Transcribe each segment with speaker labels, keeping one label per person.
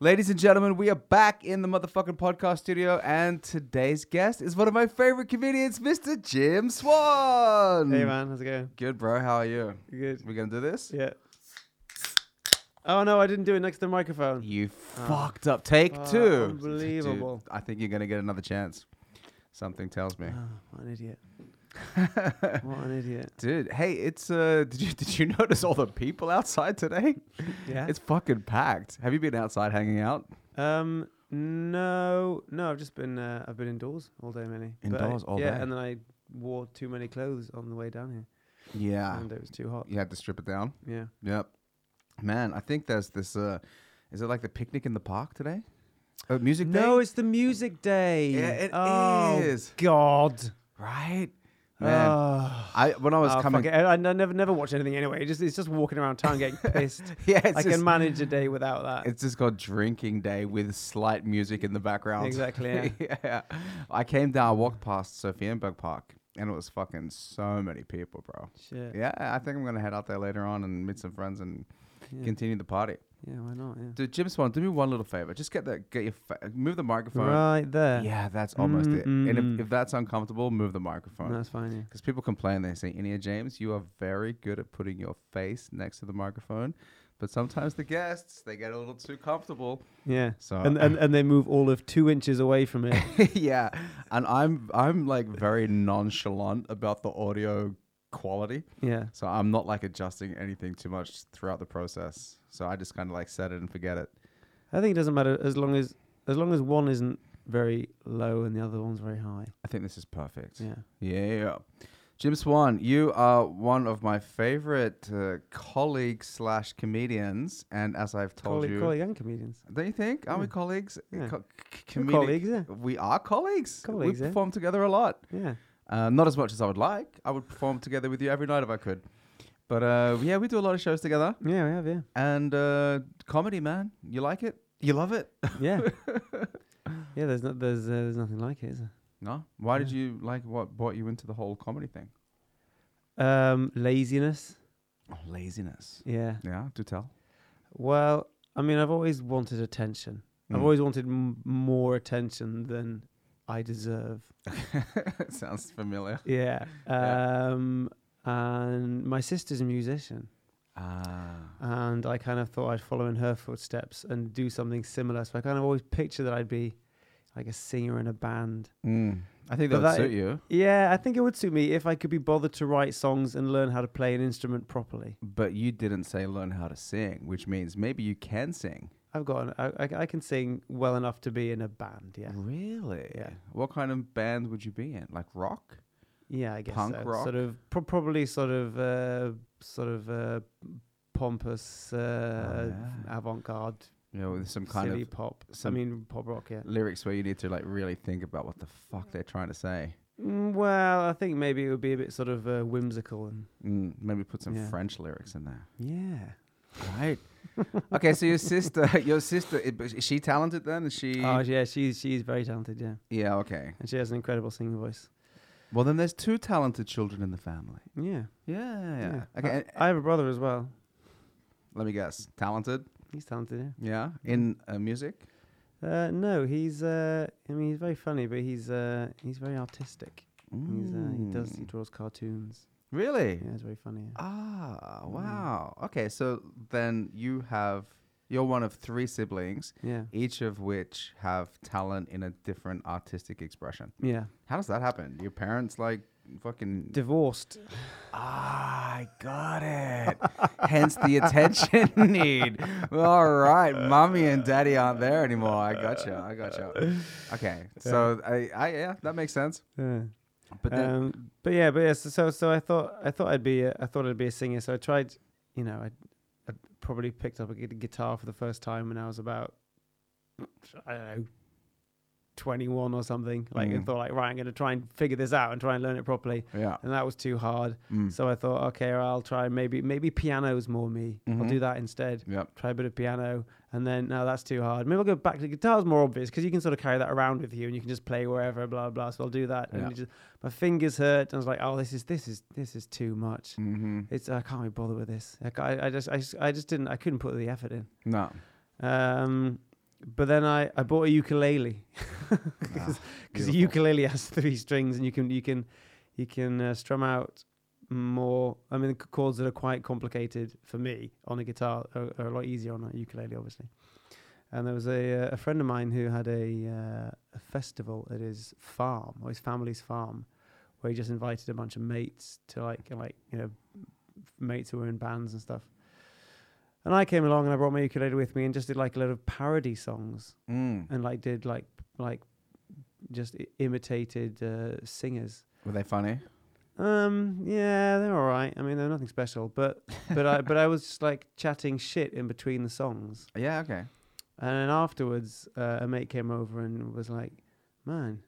Speaker 1: Ladies and gentlemen, we are back in the motherfucking podcast studio, and today's guest is one of my favorite comedians, Mr. Jim Swan.
Speaker 2: Hey man, how's it going?
Speaker 1: Good, bro. How are you?
Speaker 2: You good?
Speaker 1: Mm. We gonna do this?
Speaker 2: Yeah. Oh no, I didn't do it next to the microphone.
Speaker 1: You
Speaker 2: Oh.
Speaker 1: fucked up. Take
Speaker 2: Oh,
Speaker 1: two. Dude,
Speaker 2: unbelievable.
Speaker 1: I think you're gonna get another chance. Something tells me.
Speaker 2: Oh, what an idiot! What an idiot!
Speaker 1: Dude, hey, it's uh did you did you notice all the people outside today?
Speaker 2: Yeah.
Speaker 1: It's fucking packed. Have you been outside hanging out?
Speaker 2: um. No, no. I've just been. Uh, I've been indoors all day, mainly. But I-
Speaker 1: Indoors all
Speaker 2: yeah,
Speaker 1: day?
Speaker 2: and then I wore too many clothes on the way down here,
Speaker 1: Yeah.
Speaker 2: and uh, it was too hot.
Speaker 1: You had to strip it down.
Speaker 2: Yeah.
Speaker 1: Yep. Man, I think there's this uh is it like the picnic in the park today? A music
Speaker 2: No,
Speaker 1: day?
Speaker 2: it's the music day.
Speaker 1: Yeah, it
Speaker 2: oh,
Speaker 1: is.
Speaker 2: God.
Speaker 1: Right? Man.
Speaker 2: Oh.
Speaker 1: I when I was
Speaker 2: Oh, fuck
Speaker 1: coming
Speaker 2: it. I, I never never watch anything anyway. It just it's just walking around town getting pissed.
Speaker 1: Yeah, it's
Speaker 2: I
Speaker 1: just,
Speaker 2: can manage a day without that.
Speaker 1: It's just called drinking day with slight music in the background.
Speaker 2: Exactly,
Speaker 1: yeah. I came down, I walked past Sofienberg Park and it was fucking so many people, bro.
Speaker 2: Shit.
Speaker 1: Yeah, I think I'm gonna head out there later on and meet some friends and
Speaker 2: Yeah.
Speaker 1: continue the party.
Speaker 2: Yeah, why not? Yeah.
Speaker 1: Dude, Jim Swan, do me one little favor. Just get that, get your fa- move the microphone.
Speaker 2: Right there.
Speaker 1: Yeah, that's almost it. And
Speaker 2: Mm-mm-mm.
Speaker 1: if, if that's uncomfortable, move the
Speaker 2: Mm-hmm. No,
Speaker 1: microphone.
Speaker 2: that's fine. Yeah.
Speaker 1: Because people complain, they say, Inia James, you are very good at putting your face next to the microphone, but sometimes the guests they get a little too comfortable.
Speaker 2: Yeah.
Speaker 1: So
Speaker 2: And, and and they move all of two inches away from it.
Speaker 1: yeah, and I'm I'm like very nonchalant about the audio quality.
Speaker 2: yeah.
Speaker 1: So I'm not like adjusting anything too much throughout the process. So I just kind of like set it and forget it.
Speaker 2: I think it doesn't matter as long as as long as one isn't very low and the other one's very high.
Speaker 1: I think this is perfect.
Speaker 2: Yeah.
Speaker 1: Yeah. Jim Swan, you are one of my favorite uh, colleagues slash comedians, and as I've told
Speaker 2: Colleague,
Speaker 1: you,
Speaker 2: colleague and comedians.
Speaker 1: don't you think? Are we
Speaker 2: Yeah.
Speaker 1: colleagues?
Speaker 2: Yeah.
Speaker 1: Co- c-
Speaker 2: We're
Speaker 1: comedic-
Speaker 2: colleagues, yeah.
Speaker 1: We are colleagues.
Speaker 2: Colleagues,
Speaker 1: we
Speaker 2: yeah.
Speaker 1: perform together a lot.
Speaker 2: Yeah.
Speaker 1: Uh, not as much as I would like. I would perform together with you every night if I could. But uh, yeah, we do a lot of shows together.
Speaker 2: Yeah, we have, yeah.
Speaker 1: And uh, comedy, man, you like it? You love it?
Speaker 2: Yeah. yeah, there's not there's uh, there's nothing like it, is there?
Speaker 1: No. Why did
Speaker 2: Yeah.
Speaker 1: you like what brought you into the whole comedy thing?
Speaker 2: Um laziness.
Speaker 1: Oh, laziness.
Speaker 2: Yeah.
Speaker 1: Yeah, do tell.
Speaker 2: Well, I mean, I've always wanted attention.
Speaker 1: Mm.
Speaker 2: I've always wanted m- more attention than I deserve.
Speaker 1: Sounds familiar.
Speaker 2: Yeah.
Speaker 1: Yeah.
Speaker 2: Um, and my sister's a musician,
Speaker 1: Ah.
Speaker 2: and I kind of thought I'd follow in her footsteps and do something similar. So I kind of always picture that I'd be like a singer in a band.
Speaker 1: I think
Speaker 2: Mm. But
Speaker 1: that would
Speaker 2: that-
Speaker 1: suit you.
Speaker 2: Yeah, I think it would suit me if I could be bothered to write songs and learn how to play an instrument properly.
Speaker 1: But you didn't say learn how to sing, which means maybe you can sing.
Speaker 2: I've got, an, I, I- I can sing well enough to be in a band. Yeah,
Speaker 1: Mm. Really?
Speaker 2: Yeah.
Speaker 1: What kind of band would you be in? Like rock?
Speaker 2: yeah, I guess
Speaker 1: Punk
Speaker 2: so.
Speaker 1: rock?
Speaker 2: Sort of, pro- probably sort of, uh, sort of uh, pompous, uh,
Speaker 1: Oh, yeah.
Speaker 2: avant-garde,
Speaker 1: You know, with some kind
Speaker 2: silly
Speaker 1: of
Speaker 2: pop.
Speaker 1: some-
Speaker 2: I mean, pop rock. Yeah.
Speaker 1: lyrics where you need to like really think about what the fuck they're trying to say.
Speaker 2: Mm, Well, I think maybe it would be a bit sort of uh, whimsical and
Speaker 1: Mm, maybe put some
Speaker 2: Yeah.
Speaker 1: French lyrics in there.
Speaker 2: yeah.
Speaker 1: Right. okay, so your sister, your sister, i- but is she talented then? Is she?
Speaker 2: Oh yeah, she's she's very talented. Yeah,
Speaker 1: yeah. Okay.
Speaker 2: and she has an incredible singing voice.
Speaker 1: Well, then there's two talented children in the family.
Speaker 2: Yeah.
Speaker 1: Yeah. yeah, yeah.
Speaker 2: I-
Speaker 1: Okay. and- uh
Speaker 2: I, have a brother as well.
Speaker 1: Let me guess. Talented.
Speaker 2: He's talented.
Speaker 1: Yeah. In uh, music.
Speaker 2: Yeah. Uh, no, he's. Uh, I mean, he's very funny, but he's uh, he's very artistic. He's, uh, he does. He
Speaker 1: Mm.
Speaker 2: draws cartoons.
Speaker 1: Really?
Speaker 2: Yeah, it's very funny. yeah.
Speaker 1: Ah,
Speaker 2: Mm.
Speaker 1: wow. Okay, so then you have you're one of three siblings,
Speaker 2: Yeah.
Speaker 1: each of which have talent in a different artistic expression.
Speaker 2: Yeah.
Speaker 1: How does that happen? Your parents like fucking
Speaker 2: Divorced.
Speaker 1: Ah, I got it. Hence the attention need. All right, mommy and daddy aren't there anymore. I gotcha. I gotcha. Okay, so I, I yeah, that makes sense.
Speaker 2: Yeah.
Speaker 1: But then,
Speaker 2: um, but yeah, but yeah. So, so so I thought I thought I'd be a, I thought I'd be a singer. So I tried, you know, I, I probably picked up a gu- guitar for the first time when I was about I don't know twenty one or something. Like
Speaker 1: Mm.
Speaker 2: and thought like right, I'm going to try and figure this out and try and learn it properly.
Speaker 1: yeah.
Speaker 2: And that was too hard.
Speaker 1: Mm.
Speaker 2: So I thought, okay, I'll try maybe maybe piano's more me.
Speaker 1: Mhm.
Speaker 2: I'll do that instead.
Speaker 1: Yep.
Speaker 2: Try a bit of piano, and then no, that's too hard. Maybe I'll go back to guitar's more obvious because you can sort of carry that around with you, and you can just play wherever, blah blah. So I'll do that, and
Speaker 1: Yeah.
Speaker 2: it just, my fingers hurt, and I was like, oh, this is this is this is too much.
Speaker 1: Mm-hmm.
Speaker 2: It's I can't be bothered with this. Like, I, I just I just I just didn't I couldn't put the effort in.
Speaker 1: No.
Speaker 2: Um, But then I, I bought a ukulele because the
Speaker 1: beautiful.
Speaker 2: ukulele has three strings and you can you can you can uh, strum out more. I mean, c- chords that are quite complicated for me on a guitar are, are a lot easier on a ukulele, obviously. And there was a uh, a friend of mine who had a uh, a festival at his farm or his family's farm, where he just invited a bunch of mates to like like you know mates who were in bands and stuff. And I came along and I brought my ukulele with me and just did like a lot of parody songs
Speaker 1: Mm.
Speaker 2: and like did like like just I- imitated uh, singers.
Speaker 1: Were they funny?
Speaker 2: Um, yeah, they're all right. I mean, they're nothing special, but but I but I was just like chatting shit in between the songs.
Speaker 1: Yeah. Okay.
Speaker 2: And then afterwards, uh, a mate came over and was like, "Man,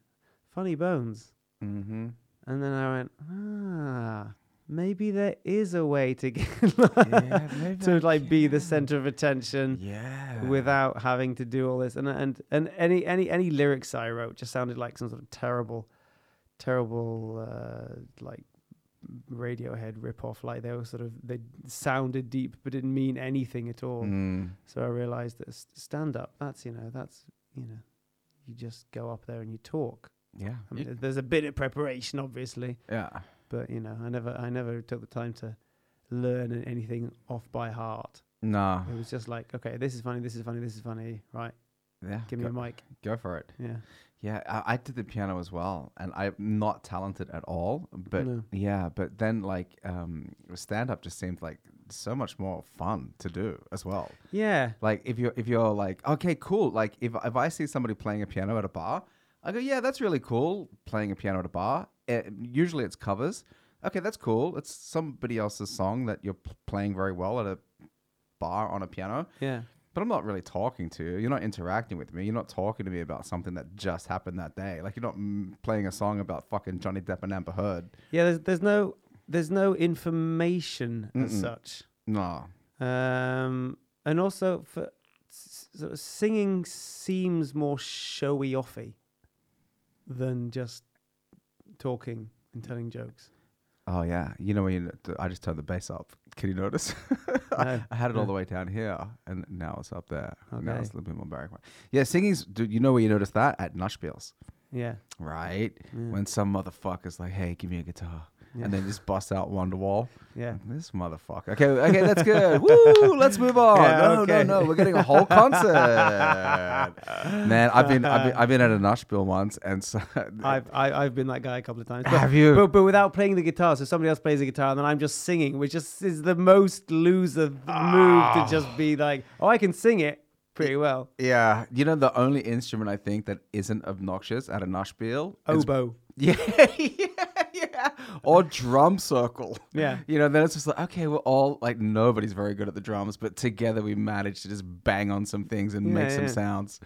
Speaker 2: funny bones."
Speaker 1: Mm-hmm.
Speaker 2: And then I went, "Ah, maybe there is a way to get
Speaker 1: yeah. Maybe
Speaker 2: to
Speaker 1: I
Speaker 2: like be the
Speaker 1: can.
Speaker 2: center of attention."
Speaker 1: Yeah.
Speaker 2: without having to do all this. And and and any any any lyrics I wrote just sounded like some sort of terrible, terrible uh, like Radiohead ripoff. Like they were sort of they sounded deep but didn't mean anything at all.
Speaker 1: Mm.
Speaker 2: So I realized that s- stand up. That's you know that's you know you just go up there and you talk.
Speaker 1: Yeah.
Speaker 2: I mean, there's a bit of preparation, obviously,
Speaker 1: yeah.
Speaker 2: but you know I never I never took the time to learn anything off by heart.
Speaker 1: No.
Speaker 2: It was just like, okay, this is funny, this is funny, this is funny, right?
Speaker 1: Yeah.
Speaker 2: Give me
Speaker 1: go,
Speaker 2: a mic.
Speaker 1: go for it.
Speaker 2: Yeah.
Speaker 1: Yeah, I, I did the piano as well, and I'm not talented at all. But
Speaker 2: No.
Speaker 1: yeah, but then like um, stand up just seemed like so much more fun to do as well.
Speaker 2: Yeah.
Speaker 1: Like if you're if you're like okay, cool. Like if if I see somebody playing a piano at a bar, I go yeah, that's really cool playing a piano at a bar. Eh, usually it's covers. Okay, that's cool. It's somebody else's song that you're p- playing very well at a bar on a piano.
Speaker 2: Yeah.
Speaker 1: But I'm not really talking to you. You're not interacting with me. You're not talking to me about something that just happened that day. Like you're not mm, playing a song about fucking Johnny Depp and Amber Heard.
Speaker 2: Yeah. There's there's no there's no information as
Speaker 1: Mm-mm.
Speaker 2: such.
Speaker 1: No.
Speaker 2: Um, and also for s- sort of singing seems more showy offy than just talking and telling jokes.
Speaker 1: Oh yeah. You know when you, I just turned the bass up. Can you notice?
Speaker 2: No.
Speaker 1: I had it all
Speaker 2: Yeah.
Speaker 1: the way down here, and now it's up there. Now
Speaker 2: Okay.
Speaker 1: it's a little bit more barrack. Yeah, singing's. Dude, you know where you notice that at Nushbills,
Speaker 2: Yeah.
Speaker 1: right?
Speaker 2: Yeah.
Speaker 1: When some motherfucker's like, "Hey, give me a guitar,"
Speaker 2: Hmm. Yeah.
Speaker 1: and then just bust out Wonderwall.
Speaker 2: yeah.
Speaker 1: This motherfucker. Okay, okay, that's good. Woo! Let's move on.
Speaker 2: Yeah,
Speaker 1: no,
Speaker 2: okay.
Speaker 1: no, no. We're getting a whole concert. Man, I've been, I've been I've been at a Nashville once, and so
Speaker 2: I've I, I've been that guy a couple of times. But,
Speaker 1: have you?
Speaker 2: but, but without playing the guitar, so somebody else plays the guitar and then I'm just singing, which just is the most loser th- move to just be
Speaker 1: Ah.
Speaker 2: like, oh, I can sing it pretty well.
Speaker 1: yeah, you know the only instrument I think that isn't obnoxious at a Nashville is
Speaker 2: Oboe.
Speaker 1: yeah, yeah, yeah, or drum circle.
Speaker 2: Yeah.
Speaker 1: you know, then it's just like okay, we're all like nobody's very good at the drums, but together we managed to just bang on some things and make
Speaker 2: Yeah, Mm.
Speaker 1: some
Speaker 2: yeah.
Speaker 1: sounds.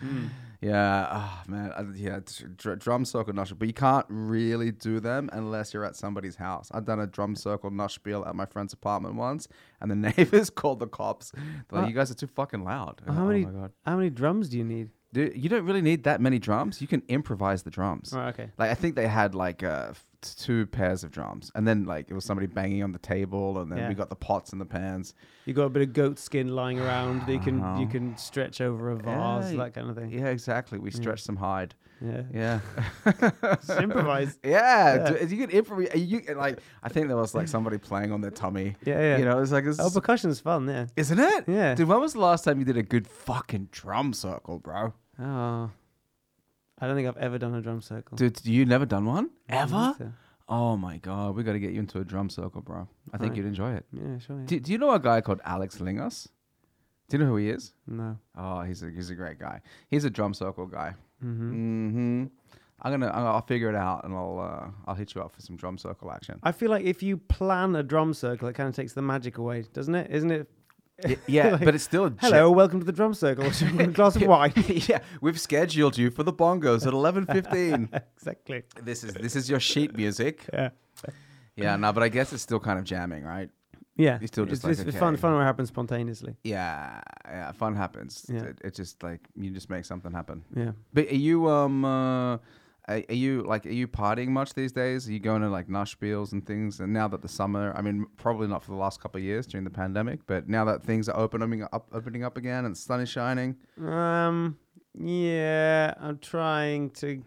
Speaker 1: Yeah, oh, man, I- yeah, dr- dr- drum circle nosh, but you can't really do them unless you're at somebody's house. I've done a drum circle nosh spiel at my friend's apartment once, and the neighbors called the cops. They're like,
Speaker 2: What?
Speaker 1: you guys are too fucking loud.
Speaker 2: How
Speaker 1: oh
Speaker 2: many
Speaker 1: My God.
Speaker 2: how many drums do you need?
Speaker 1: Dude, you don't really need that many drums. You can improvise the drums.
Speaker 2: Right, okay.
Speaker 1: Like I think they had like uh, f- two pairs of drums, and then like it was somebody banging on the table, and then
Speaker 2: Yeah.
Speaker 1: we got the pots and the pans.
Speaker 2: You got a bit of goat skin lying around that you can you can stretch over a vase,
Speaker 1: Uh-huh. Yeah,
Speaker 2: that kind of thing.
Speaker 1: Yeah, exactly. We stretched some hide.
Speaker 2: Yeah.
Speaker 1: Mm. Yeah.
Speaker 2: Just improvise.
Speaker 1: Yeah, d you can improv. You can, like, I think there was like somebody playing on their tummy.
Speaker 2: Yeah, yeah.
Speaker 1: You know, it's like, this
Speaker 2: Oh,
Speaker 1: is-
Speaker 2: percussion's fun, yeah.
Speaker 1: isn't it?
Speaker 2: Yeah.
Speaker 1: Dude, when was the last time you did a good fucking drum circle, bro?
Speaker 2: Oh. I don't think I've ever done a drum circle.
Speaker 1: Dude, d- you never done one
Speaker 2: I don't
Speaker 1: ever?
Speaker 2: think
Speaker 1: Oh my god, we got to get you into a drum circle, bro. I think
Speaker 2: Right.
Speaker 1: you'd enjoy it.
Speaker 2: so. Yeah, sure. yeah.
Speaker 1: Do, do you know a guy called Alex Lingos? Do you know who he is?
Speaker 2: No.
Speaker 1: Oh, he's a he's a great guy. He's a drum circle guy.
Speaker 2: Mm-hmm.
Speaker 1: Mm-hmm. I'm gonna I'll I'll figure it out and I'll uh, I'll hit you up for some drum circle action.
Speaker 2: I feel like if you plan a drum circle, it kind of takes the magic away, doesn't it? Isn't it?
Speaker 1: Y- yeah,
Speaker 2: Like,
Speaker 1: but it's still a gen-
Speaker 2: Hello, welcome to the drum circle. Should we have a glass of wine.
Speaker 1: yeah, we've scheduled you for the bongos at eleven fifteen.
Speaker 2: exactly.
Speaker 1: this is this is your sheet music.
Speaker 2: Yeah.
Speaker 1: Yeah, no, but I guess it's still kind of jamming, right?
Speaker 2: Yeah.
Speaker 1: You still just
Speaker 2: it's,
Speaker 1: like,
Speaker 2: it's it's fun.
Speaker 1: okay.
Speaker 2: Fun when it happens spontaneously.
Speaker 1: Yeah, yeah. Fun happens.
Speaker 2: Yeah.
Speaker 1: It, it just like you just make something happen.
Speaker 2: Yeah.
Speaker 1: But are you um uh, are, are you like are you partying much these days? Are you going to like Nashville's and things? And now that the summer, I mean, probably not for the last couple of years during the pandemic, but now that things are opening up, opening up again and sun is shining,
Speaker 2: Um, Yeah, I'm trying to,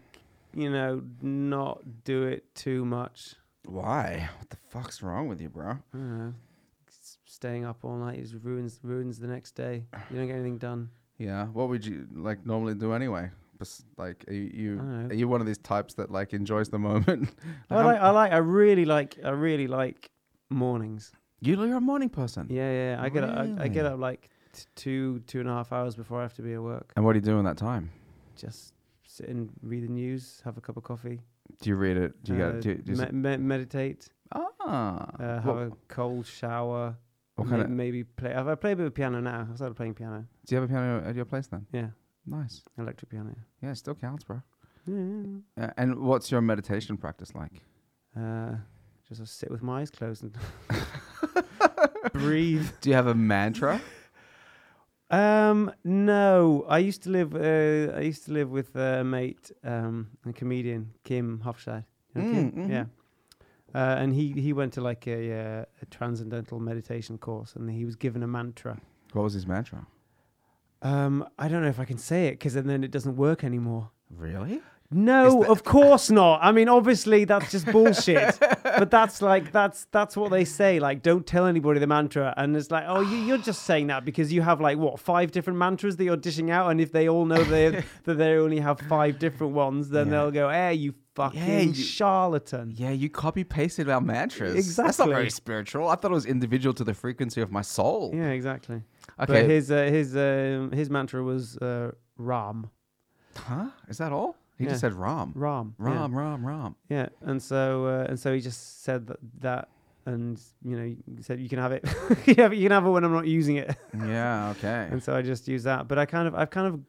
Speaker 2: you know, not do it too much.
Speaker 1: Why? What the fuck's wrong with you, bro?
Speaker 2: I don't know. S- Staying up all night is ruins ruins the next day. You don't get anything done.
Speaker 1: Yeah. What would you like normally do anyway? Bes- Like, are you, you
Speaker 2: dunno.
Speaker 1: are you one of these types that like enjoys the moment?
Speaker 2: I like I like I really like I really like mornings.
Speaker 1: you, you're a morning person.
Speaker 2: Yeah, yeah. I get up, I, I get
Speaker 1: Really?
Speaker 2: up like t- two two and a half hours before I have to be at work.
Speaker 1: And what do you do in that time?
Speaker 2: Just sit and read the news, have a cup of coffee,
Speaker 1: Do you read it? Do you
Speaker 2: uh,
Speaker 1: go? Do you, do you
Speaker 2: me-
Speaker 1: sit-
Speaker 2: me- meditate,
Speaker 1: ah.
Speaker 2: uh, have
Speaker 1: what,
Speaker 2: a cold shower.
Speaker 1: what
Speaker 2: may-
Speaker 1: kind of?
Speaker 2: maybe play. I've, I play a bit of piano now. I started playing piano.
Speaker 1: Do you have a piano at your place then?
Speaker 2: Yeah,
Speaker 1: Nice.
Speaker 2: electric piano.
Speaker 1: Yeah, it still counts, bro.
Speaker 2: Yeah.
Speaker 1: Uh, and what's your meditation practice like?
Speaker 2: Uh, just sort of sit with my eyes closed and breathe.
Speaker 1: Do you have a mantra?
Speaker 2: Um, no, I used to live. Uh, I used to live with a mate, um, a comedian, Kim Hofstad. You know Kim?
Speaker 1: Mm, mhm.
Speaker 2: Yeah. Uh, and he, he went to like a, uh, a transcendental meditation course, and he was given a mantra.
Speaker 1: What was his mantra?
Speaker 2: Um, I don't know if I can say it because then it doesn't work anymore.
Speaker 1: Really?
Speaker 2: No,
Speaker 1: Is that-
Speaker 2: of course not. I mean, obviously that's just bullshit. but that's like that's that's what they say. Like, don't tell anybody the mantra. And it's like, oh, you, you're just saying that because you have like what five different mantras that you're dishing out, and if they all know they that they only have five different ones, then
Speaker 1: Yeah.
Speaker 2: they'll go, hey, you fucking
Speaker 1: Yeah, you-
Speaker 2: charlatan.
Speaker 1: Yeah, you copy pasted our mantras. That's not
Speaker 2: Exactly.
Speaker 1: very spiritual. I thought it was individual to the frequency of my soul.
Speaker 2: Yeah, exactly.
Speaker 1: Okay.
Speaker 2: But his uh, his um, his mantra was uh, Ram,
Speaker 1: huh? Is that all? He
Speaker 2: Yeah.
Speaker 1: just said Ram.
Speaker 2: Ram, yeah.
Speaker 1: Ram, Ram, Ram.
Speaker 2: Yeah, and so uh, and so he just said that, that and you know he said you can have it, you can have it- you can have it when I'm not using it,
Speaker 1: Yeah, okay.
Speaker 2: and so I just use that. But I kind of I've kind of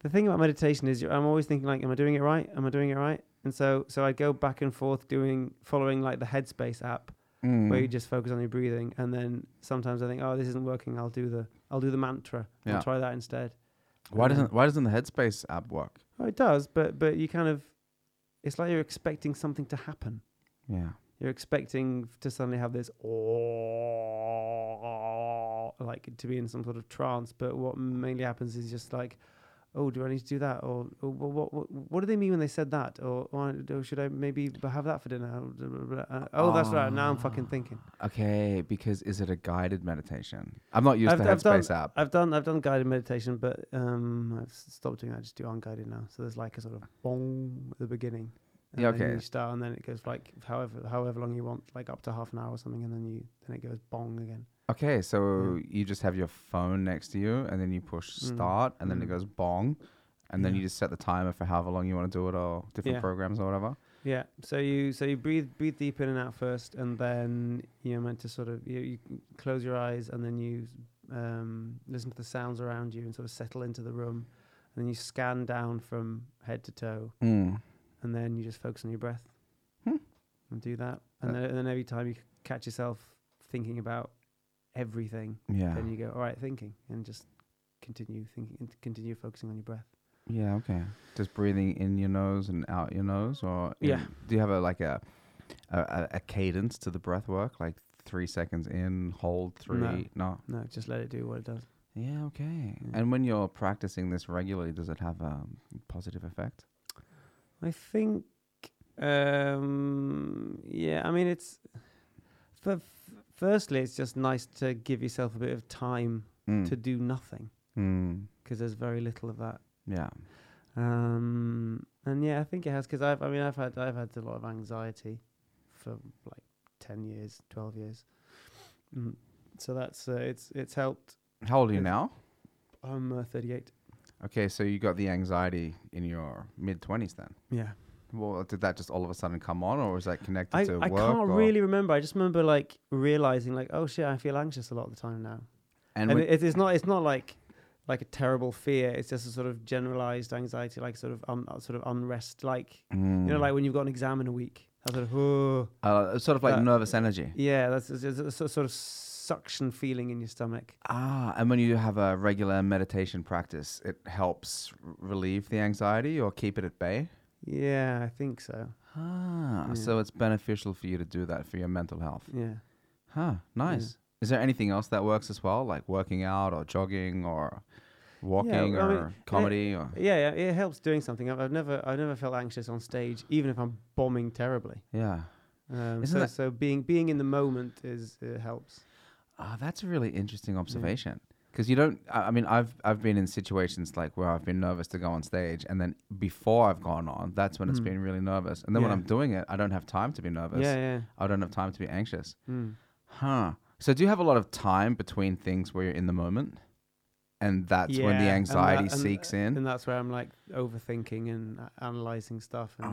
Speaker 2: the thing about meditation is you- I'm always thinking like, am I doing it right? Am I doing it right? And so so I go back and forth doing following like the Headspace app
Speaker 1: Mm.
Speaker 2: where you just focus on your breathing, and then sometimes I think oh this isn't working, I'll do the I'll do the mantra,
Speaker 1: Yeah.
Speaker 2: I'll try that instead.
Speaker 1: Why doesn't why doesn't the Headspace app work?
Speaker 2: Oh, it does, but but you kind of it's like you're expecting something to happen.
Speaker 1: Yeah.
Speaker 2: You're expecting to suddenly have this like to be in some sort of trance, but what mainly happens is just like, oh, do I need to do that, or, or wha- what, what what do they mean when they said that, or, or, or should I maybe b- have that for dinner? Blah, blah, blah. Uh, Oh, that's right. Now I'm fucking thinking.
Speaker 1: Ah. Okay, because is it a guided meditation? I'm not used
Speaker 2: I've-
Speaker 1: to
Speaker 2: I've
Speaker 1: Headspace app.
Speaker 2: I've done I've done guided meditation, but um, I've s- stopped doing that. I just do unguided now. So there's like a sort of bong at the beginning. And
Speaker 1: Yeah,
Speaker 2: Then
Speaker 1: okay.
Speaker 2: you start, and then it goes like however however long you want, like up to half an hour or something, and then you then it goes bong again.
Speaker 1: Okay, so you just have your phone next to you, and then you push
Speaker 2: Mm.
Speaker 1: start, and then it
Speaker 2: Mm.
Speaker 1: goes bong, and then
Speaker 2: Yeah.
Speaker 1: you just set the timer for however long you want to do it, or different
Speaker 2: Yeah.
Speaker 1: programs or whatever.
Speaker 2: Yeah. So you so you breathe breathe deep in and out first, and then you're meant to sort of you, you close your eyes, and then you um, listen to the sounds around you and sort of settle into the room, and then you scan down from head to toe,
Speaker 1: Mm.
Speaker 2: and then you just focus on your breath,
Speaker 1: Hmm.
Speaker 2: and do that, and,
Speaker 1: Uh,
Speaker 2: then, and then every time you catch yourself thinking about everything,
Speaker 1: Yeah.
Speaker 2: then you go all right thinking, and just continue thinking, and continue focusing on your breath.
Speaker 1: Yeah. Okay. Just breathing in your nose and out your nose, or in-
Speaker 2: Yeah.
Speaker 1: Do you have a like a a- a, a cadence to the breath work, like three seconds in, hold three? no.
Speaker 2: No, Mm. just let it do what it does.
Speaker 1: Yeah, okay.
Speaker 2: Yeah.
Speaker 1: And when you're practicing this regularly, does it have a positive effect?
Speaker 2: I think, um, yeah, I mean, it's for, firstly, it's just nice to give yourself a bit of time
Speaker 1: Mm.
Speaker 2: to do nothing
Speaker 1: Mm.
Speaker 2: because there's very little of that.
Speaker 1: Yeah.
Speaker 2: Um, and yeah, I think it has because I've, I mean, I've had, I've had a lot of anxiety for like 10 years, 12 years. Mm. So that's, uh, it's, it's helped.
Speaker 1: How old are you
Speaker 2: Yes.
Speaker 1: now?
Speaker 2: I'm uh, 38.
Speaker 1: Okay, so you got the anxiety in your mid twenties then.
Speaker 2: Yeah.
Speaker 1: Well, did that just all of a sudden come on, or was that connected
Speaker 2: I,
Speaker 1: to
Speaker 2: I
Speaker 1: work?
Speaker 2: can't
Speaker 1: or-
Speaker 2: really remember. I just remember like realizing like, oh shit, I feel anxious a lot of the time now.
Speaker 1: And,
Speaker 2: and,
Speaker 1: when-
Speaker 2: it, it's not it's not like like a terrible fear it's just a sort of generalized anxiety like sort of un, uh, sort of unrest like you know
Speaker 1: Mm.
Speaker 2: like when you've got an exam in a week that sort of "Ugh."
Speaker 1: uh, sort of like
Speaker 2: uh,
Speaker 1: nervous energy.
Speaker 2: yeah that's it's, it's a so- sort of suction feeling in your stomach
Speaker 1: Ah, and when you have a regular meditation practice, it helps r- relieve the anxiety or keep it at bay.
Speaker 2: yeah i think so
Speaker 1: Ah,
Speaker 2: Yeah. Mm.
Speaker 1: so it's beneficial for you to do that for your mental health.
Speaker 2: yeah
Speaker 1: Huh, nice. Is there anything else that works as well, like working out or jogging or walking
Speaker 2: I
Speaker 1: or
Speaker 2: mean, it-
Speaker 1: comedy or
Speaker 2: Yeah, yeah, it helps doing something. I've, I've never, I've never felt anxious on stage, even if I'm bombing terribly.
Speaker 1: yeah.
Speaker 2: Um,
Speaker 1: Isn't
Speaker 2: so,
Speaker 1: that-
Speaker 2: so being being in the moment is it helps.
Speaker 1: Ah, that's a really interesting observation. Because you don't. I I mean, I've I've been in situations like where I've been nervous to go on stage, and then before I've gone on, that's when it's been really nervous. And then when
Speaker 2: Hmm. Yeah.
Speaker 1: I'm doing it, I don't have time to be nervous.
Speaker 2: Yeah, yeah.
Speaker 1: I don't have time to be anxious.
Speaker 2: Mm.
Speaker 1: Huh. So do you have a lot of time between things where you're in the moment, and that's when the
Speaker 2: Yeah, and
Speaker 1: anxiety
Speaker 2: that- and-
Speaker 1: seeks in?
Speaker 2: and that's where I'm like overthinking and a- analyzing stuff and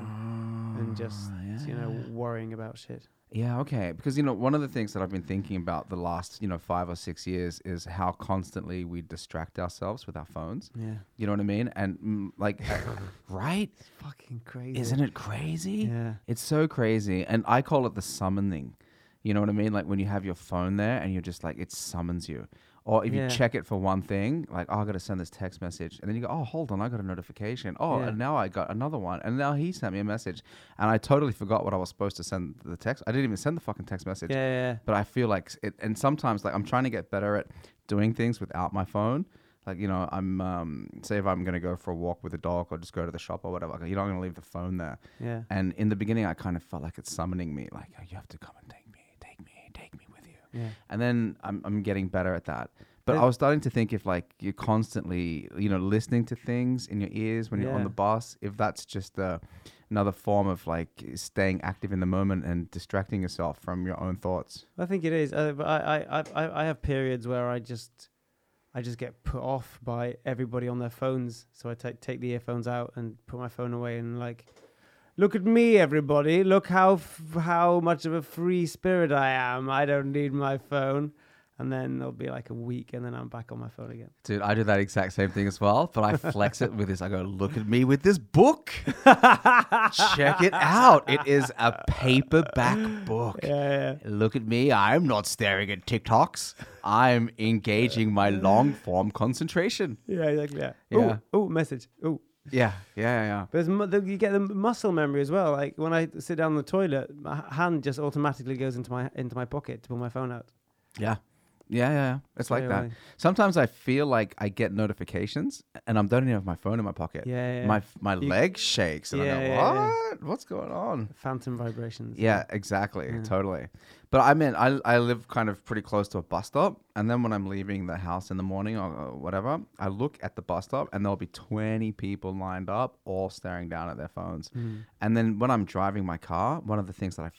Speaker 2: and just
Speaker 1: Ah, Oh, yeah.
Speaker 2: you know worrying about shit.
Speaker 1: Yeah, okay. Because you know, one of the things that I've been thinking about the last, you know, 5 or 6 years is how constantly we distract ourselves with our phones.
Speaker 2: Yeah,
Speaker 1: You know what I mean? And mm, like right?
Speaker 2: it's fucking crazy,
Speaker 1: Isn't it crazy?
Speaker 2: Yeah,
Speaker 1: It's so crazy. And I call it the summoning. You know what I mean? Like when you have your phone there and you're just like, it summons you. Or if
Speaker 2: Yeah.
Speaker 1: you check it for one thing, like, oh, I got to send this text message. And then you go, oh, hold on, I got a notification. Oh,
Speaker 2: Yeah.
Speaker 1: and now I got another one. And now he sent me a message. And I totally forgot what I was supposed to send the text. I didn't even send the fucking text
Speaker 2: yeah,
Speaker 1: message.
Speaker 2: yeah.
Speaker 1: But I feel like, s- it, and sometimes, like, I'm trying to get better at doing things without my phone. Like, you know, I'm, um, say if I'm going to go for a walk with a dog or just go to the shop or whatever, you're not going to leave the phone there.
Speaker 2: yeah.
Speaker 1: And in the beginning, I kind of felt like it's summoning me, like, oh, you have to come and take me, take me, take me with you.
Speaker 2: yeah.
Speaker 1: And then I'm, I'm getting better at that. But
Speaker 2: Yeah.
Speaker 1: I was starting to think if, like, you're constantly, you know, listening to things in your ears when you're on
Speaker 2: Yeah.
Speaker 1: the bus, if that's just uh another form of, like, staying active in the moment and distracting yourself from your own thoughts.
Speaker 2: I think it is. Uh, but I, I, I- I, I have periods where I just, I just get put off by everybody on their phones. So I take take the earphones out and put my phone away and like, look at me, everybody. Look how f- how much of a free spirit I am. I don't need my phone. And then there'll be like a week, and then I'm back on my phone again.
Speaker 1: Dude, I do that exact same thing as well, but I flex it with this. I go, look at me with this book. Check it out. It is a paperback book.
Speaker 2: Yeah,
Speaker 1: Look at me. I'm not staring at TikToks. I'm engaging my long form concentration.
Speaker 2: yeah, yeah, exactly. Yeah.
Speaker 1: Yeah.
Speaker 2: Oh, message. Oh.
Speaker 1: Yeah, yeah, yeah.
Speaker 2: But it's, mu- the- you get the muscle memory as well. Like when I sit down on the toilet, my h- hand just automatically goes into my into my pocket to pull my phone out.
Speaker 1: Yeah. Yeah, yeah, yeah. It's like that.
Speaker 2: Totally.
Speaker 1: Sometimes I feel like I get notifications and I don't even have my phone in my pocket.
Speaker 2: Yeah, yeah.
Speaker 1: My my
Speaker 2: You-
Speaker 1: leg shakes and
Speaker 2: Yeah,
Speaker 1: I go,
Speaker 2: yeah, yeah.
Speaker 1: "What? What's going on?"
Speaker 2: Phantom vibrations.
Speaker 1: Yeah, exactly. Totally. But I mean, I, I live kind of pretty close to a bus stop. And then when I'm leaving the house in the morning or uh, whatever, I look at the bus stop and there'll be 20 people lined up, all staring down at their phones.
Speaker 2: Hmm.
Speaker 1: And then when I'm driving my car, one of the things that I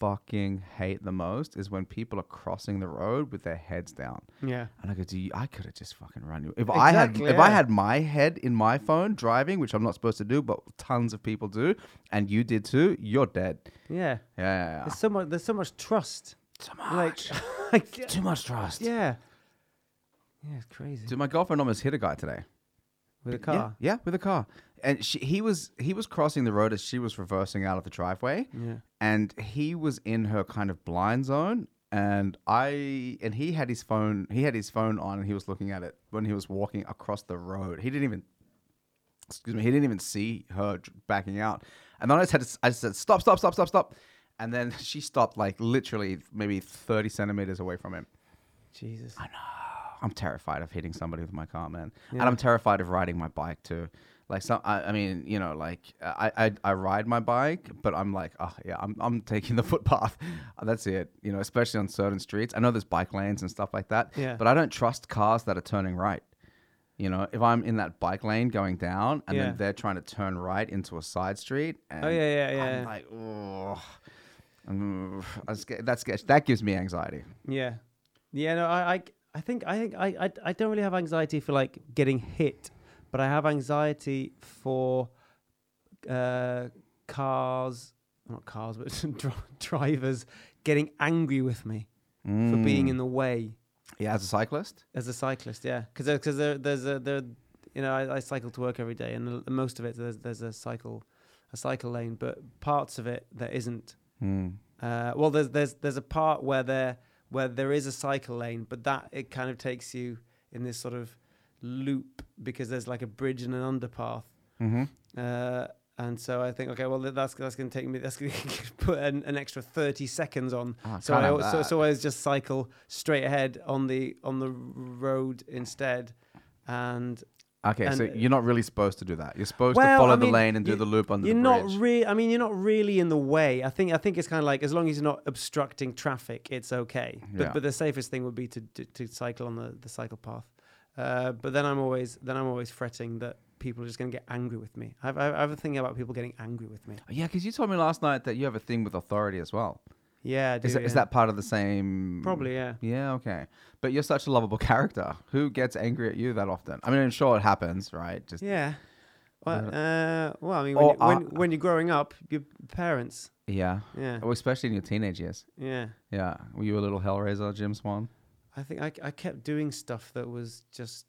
Speaker 1: fucking hate the most is when people are crossing the road with their heads down.
Speaker 2: Yeah.
Speaker 1: And I go, do you, I could have just fucking run you. If I had,
Speaker 2: Exactly,
Speaker 1: if I
Speaker 2: yeah.
Speaker 1: had my head in my phone driving, which I'm not supposed to do, but tons of people do, and you did too, you're dead.
Speaker 2: Yeah.
Speaker 1: Yeah, yeah, yeah.
Speaker 2: There's so much. There's so much trust.
Speaker 1: Too
Speaker 2: Like,
Speaker 1: much.
Speaker 2: like
Speaker 1: Too much trust.
Speaker 2: yeah. Yeah, it's crazy.
Speaker 1: Dude, my girlfriend almost hit a guy today.
Speaker 2: With a car.
Speaker 1: Yeah, yeah with a car. And she, he was he was crossing the road as she was reversing out of the driveway.
Speaker 2: Yeah.
Speaker 1: And he was in her kind of blind zone. And I and he had his phone he had his phone on and he was looking at it when he was walking across the road. He didn't even excuse me, he didn't even see her dr- backing out. And then I just had to, s- I just said, stop, stop, stop, stop, stop. And then she stopped like literally maybe 30 centimeters away from him.
Speaker 2: Jesus.
Speaker 1: I'm terrified of hitting somebody with my car, man,
Speaker 2: Yeah.
Speaker 1: and I'm terrified of riding my bike too. Like some, I, I mean, you know, like I, I, I ride my bike, but I'm like, oh yeah, I'm, I'm taking the footpath. That's it, you know, especially on certain streets. I know there's bike lanes and stuff like that,
Speaker 2: Yeah.
Speaker 1: but I don't trust cars that are turning right. You know, if I'm in that bike lane going down, and
Speaker 2: Yeah.
Speaker 1: then they're trying to turn right into a side street, and
Speaker 2: Oh yeah, yeah,
Speaker 1: I'm
Speaker 2: yeah,
Speaker 1: like, oh, I'm, I just get- that's get- that gives me anxiety.
Speaker 2: yeah. Yeah. No, I, I, I think, I think, I, I, I don't really have anxiety for like getting hit, but I have anxiety for uh, cars, not cars, but dri- drivers getting angry with me for being in the way.
Speaker 1: Yeah, as a cyclist,
Speaker 2: As a cyclist, yeah, because because there, there's a there, you know, I, I cycle to work every day, and the- most of it there's there's a cycle, a cycle lane, but parts of it there isn't.
Speaker 1: Mm.
Speaker 2: Uh, well, there's there's there's a part where there where there is a cycle lane, but that it kind of takes you in this sort of loop because there's like a bridge and an underpath,
Speaker 1: Mm-hmm.
Speaker 2: uh, and so I think okay, well th- that's that's going to take me that's going to put an, an extra thirty seconds on.
Speaker 1: Ah,
Speaker 2: so
Speaker 1: can't
Speaker 2: I
Speaker 1: have
Speaker 2: al- so
Speaker 1: that.
Speaker 2: so I always just cycle straight ahead on the on the road instead, and
Speaker 1: Okay, so
Speaker 2: And- uh,
Speaker 1: you're not really supposed to do that. You're supposed
Speaker 2: Well,
Speaker 1: to follow
Speaker 2: I
Speaker 1: the
Speaker 2: mean,
Speaker 1: lane and do
Speaker 2: you-
Speaker 1: the loop under
Speaker 2: you're
Speaker 1: the
Speaker 2: not
Speaker 1: bridge.
Speaker 2: really. I mean, you're not really in the way. I think. I think it's kind of like as long as you're not obstructing traffic, it's okay. But
Speaker 1: Yeah.
Speaker 2: but the safest thing would be to to, to cycle on the, the cycle path. Uh, but then I'm always then I'm always fretting that people are just going to get angry with me. I've, I've, I have a thing about people getting angry with me.
Speaker 1: yeah, because you told me last night that you have a thing with authority as well.
Speaker 2: Yeah, I do,
Speaker 1: Is, that, is
Speaker 2: yeah.
Speaker 1: that part of the same?
Speaker 2: probably yeah?
Speaker 1: Yeah, okay. But you're such a lovable character. Who gets angry at you that often? I mean, I'm sure it happens, right? Just
Speaker 2: Yeah. Well, uh, well, I mean, when,
Speaker 1: Or
Speaker 2: you, when,
Speaker 1: are-
Speaker 2: when you're growing up, your parents.
Speaker 1: yeah.
Speaker 2: Yeah,
Speaker 1: Well, especially in your teenage years.
Speaker 2: yeah.
Speaker 1: Yeah. Were you a little Hellraiser, Jim Swan?
Speaker 2: I think I, I kept doing stuff that was just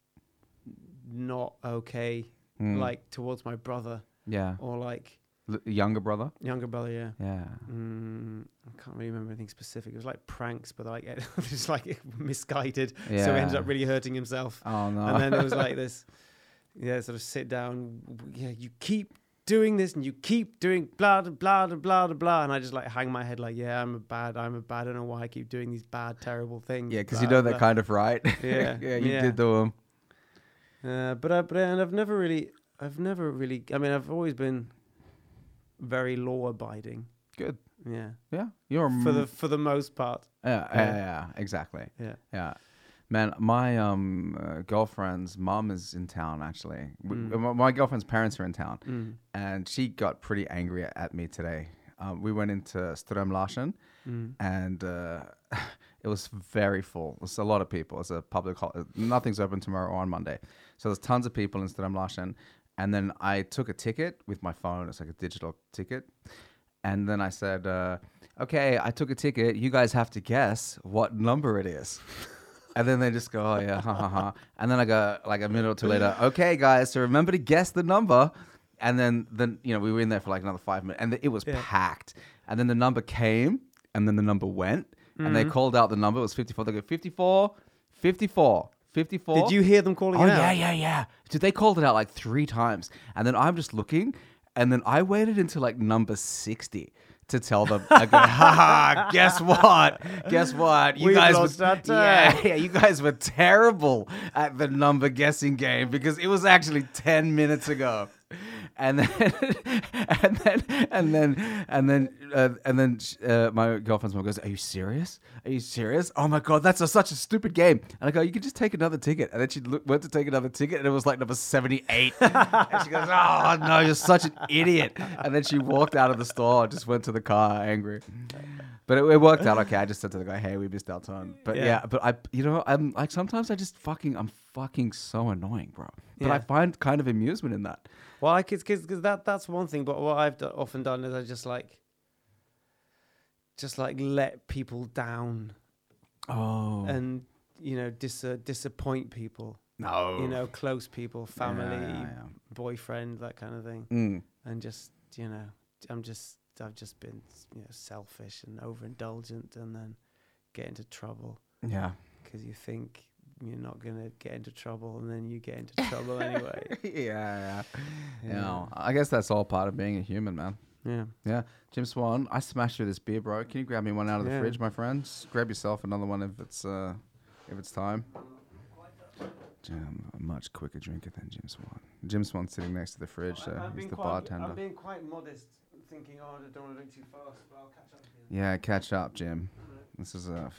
Speaker 2: not okay,
Speaker 1: Mm.
Speaker 2: like towards my brother
Speaker 1: Yeah.
Speaker 2: or like
Speaker 1: L- younger brother?
Speaker 2: younger brother. Yeah.
Speaker 1: Yeah.
Speaker 2: Mm, I can't really remember anything specific. It was like pranks, but like it was just like misguided, so he ended
Speaker 1: Yeah.
Speaker 2: up really hurting himself.
Speaker 1: Oh, no.
Speaker 2: And then it was like this, yeah, sort of sit down. w- Yeah, you keep doing this and you keep doing blah da, blah da, blah da, blah, and I just like hang my head like, yeah, I'm a bad, I'm a bad. I don't know why I keep doing these bad, terrible things.
Speaker 1: yeah, because you
Speaker 2: blah,
Speaker 1: know that
Speaker 2: blah.
Speaker 1: kind of right.
Speaker 2: Yeah,
Speaker 1: yeah, you
Speaker 2: yeah.
Speaker 1: did um, do him.
Speaker 2: Uh, but I, but I, and I've never really, I've never really. I mean, I've always been very law abiding.
Speaker 1: Good.
Speaker 2: Yeah,
Speaker 1: Yeah. You're a
Speaker 2: for the
Speaker 1: m-
Speaker 2: for the most part.
Speaker 1: yeah,
Speaker 2: yeah.
Speaker 1: yeah, yeah, exactly.
Speaker 2: Yeah.
Speaker 1: Yeah. Man, my um, uh, girlfriend's mom is in town actually. W-
Speaker 2: Mm.
Speaker 1: my- My girlfriend's parents are in town,
Speaker 2: Mm.
Speaker 1: and she got pretty angry at me today. Um, we went into Strömlarsen,
Speaker 2: Mm.
Speaker 1: and uh, it was very full. It's a lot of people. It's a public hol- Nothing's open tomorrow or on Monday, so there's tons of people in Strömlarsen. And then I took a ticket with my phone. It's like a digital ticket, and then I said, uh, "Okay, I took a ticket. You guys have to guess what number it is." And then they just go, oh yeah, ha ha ha. And then I go like a minute or two later, okay guys, so remember to guess the number. And then then you know we were in there for like another five minutes, and it was
Speaker 2: Yeah.
Speaker 1: packed. And then the number came, and then the number went, and
Speaker 2: Mm-hmm.
Speaker 1: they called out the number. It was fifty four. They go 54, 54, 54.
Speaker 2: Did you hear them calling
Speaker 1: Oh
Speaker 2: it
Speaker 1: yeah,
Speaker 2: out?
Speaker 1: yeah, yeah. Dude, they called it out like three times, and then I'm just looking, and then I waited until like number sixty to tell them. I go, ha ha! Guess what? Guess what? You
Speaker 2: We've
Speaker 1: guys
Speaker 2: lost
Speaker 1: were
Speaker 2: our time."
Speaker 1: yeah, yeah. You guys were terrible at the number guessing game because it was actually ten minutes ago. And then, and then, and then, and then, uh, and then, sh- uh, my girlfriend's mom goes, "Are you serious? Are you serious? Oh my god, that's a, such a stupid game!" And I go, "You could just take another ticket." And then she look, went to take another ticket, and it was like number seventy-eight. and she goes, "Oh no, you're such an idiot!" And then she walked out of the store, and just went to the car, angry. But it, it worked out okay. I just said to the guy, "Hey, we missed our turn." But yeah.
Speaker 2: Yeah.
Speaker 1: but I, you know, I'm like sometimes I just fucking, I'm fucking so annoying, bro. But I
Speaker 2: Yeah.
Speaker 1: find kind of amusement in that.
Speaker 2: Well, I cause, cause, 'cause that that's one thing. But what I've do- often done is I just like, just like let people down
Speaker 1: Oh
Speaker 2: and you know dis- uh, disappoint people.
Speaker 1: no,
Speaker 2: You know, close people, family,
Speaker 1: yeah, yeah.
Speaker 2: boyfriend, that kind of thing,
Speaker 1: Mm.
Speaker 2: and just you know, I'm just I've just been you know selfish and overindulgent, and then get into trouble
Speaker 1: yeah.
Speaker 2: because you think you're not gonna get into trouble, and then you get into trouble anyway.
Speaker 1: yeah, yeah. You
Speaker 2: Yeah.
Speaker 1: know, I guess that's all part of being a human, man.
Speaker 2: Yeah.
Speaker 1: Yeah. Jim Swan, I smashed you with this beer, bro. Can you grab me one out of the
Speaker 2: Yeah.
Speaker 1: fridge, my friend? Just grab yourself another one if it's uh, if it's time. Jim, a much quicker drinker than Jim Swan. Jim Swan's sitting next to the fridge, so he's the bartender.
Speaker 2: being quite modest, thinking, oh, I don't want to drink too fast, but I'll catch up here.
Speaker 1: Yeah, catch up, Jim. This is a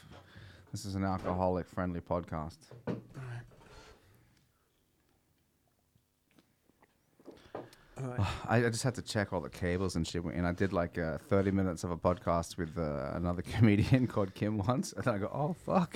Speaker 1: this is an alcoholic friendly podcast. I, I just had to check all the cables and shit, and I did like uh, 30 minutes of a podcast with uh, another comedian called Kim once, and then I go, "Oh fuck,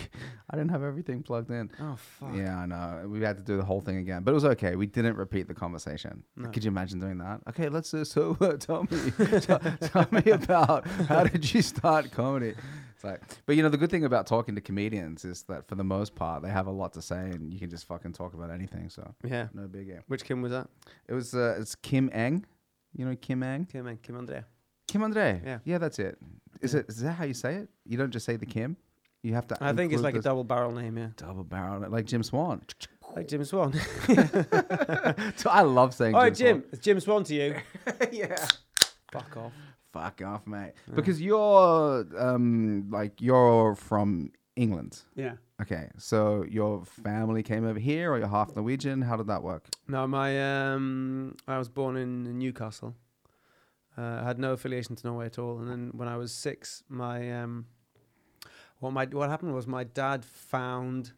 Speaker 1: I didn't have everything plugged in."
Speaker 2: Oh, fuck.
Speaker 1: Yeah, I know. We had to do the whole thing again, but it was okay. We didn't repeat the conversation.
Speaker 2: No.
Speaker 1: Could you imagine doing that? Okay, let's. Uh, so, uh, tell me, tell, tell me about how did you start comedy? It's like, but you know, the good thing about talking to comedians is that for the most part, they have a lot to say, and you can just fucking talk about anything. So,
Speaker 2: Yeah.
Speaker 1: no biggie.
Speaker 2: Which Kim was that?
Speaker 1: It was. Uh, it's Kim Eng. You know Kim Eng.
Speaker 2: Kim and Kim Andrea.
Speaker 1: Kim Andre.
Speaker 2: Yeah.
Speaker 1: Yeah, that's it. Is
Speaker 2: Yeah.
Speaker 1: it? Is that how you say it? You don't just say the Kim. You have to.
Speaker 2: I think it's
Speaker 1: include
Speaker 2: like a
Speaker 1: the
Speaker 2: double barrel name, yeah.
Speaker 1: double barrel, like Jim Swan.
Speaker 2: Like Jim Swan.
Speaker 1: So I love saying.
Speaker 2: All right,
Speaker 1: Jim.
Speaker 2: Jim. It's Jim Swan to you.
Speaker 1: Swan. yeah.
Speaker 2: Fuck off.
Speaker 1: Fuck off, mate. Because you're um like you're from England.
Speaker 2: Yeah.
Speaker 1: Okay, so your family came over here, or you're half Norwegian? How did that work?
Speaker 2: No, my um, I was born in Newcastle. Uh, I had no affiliation to Norway at all. And then when I was six, my um, what my what happened was my dad found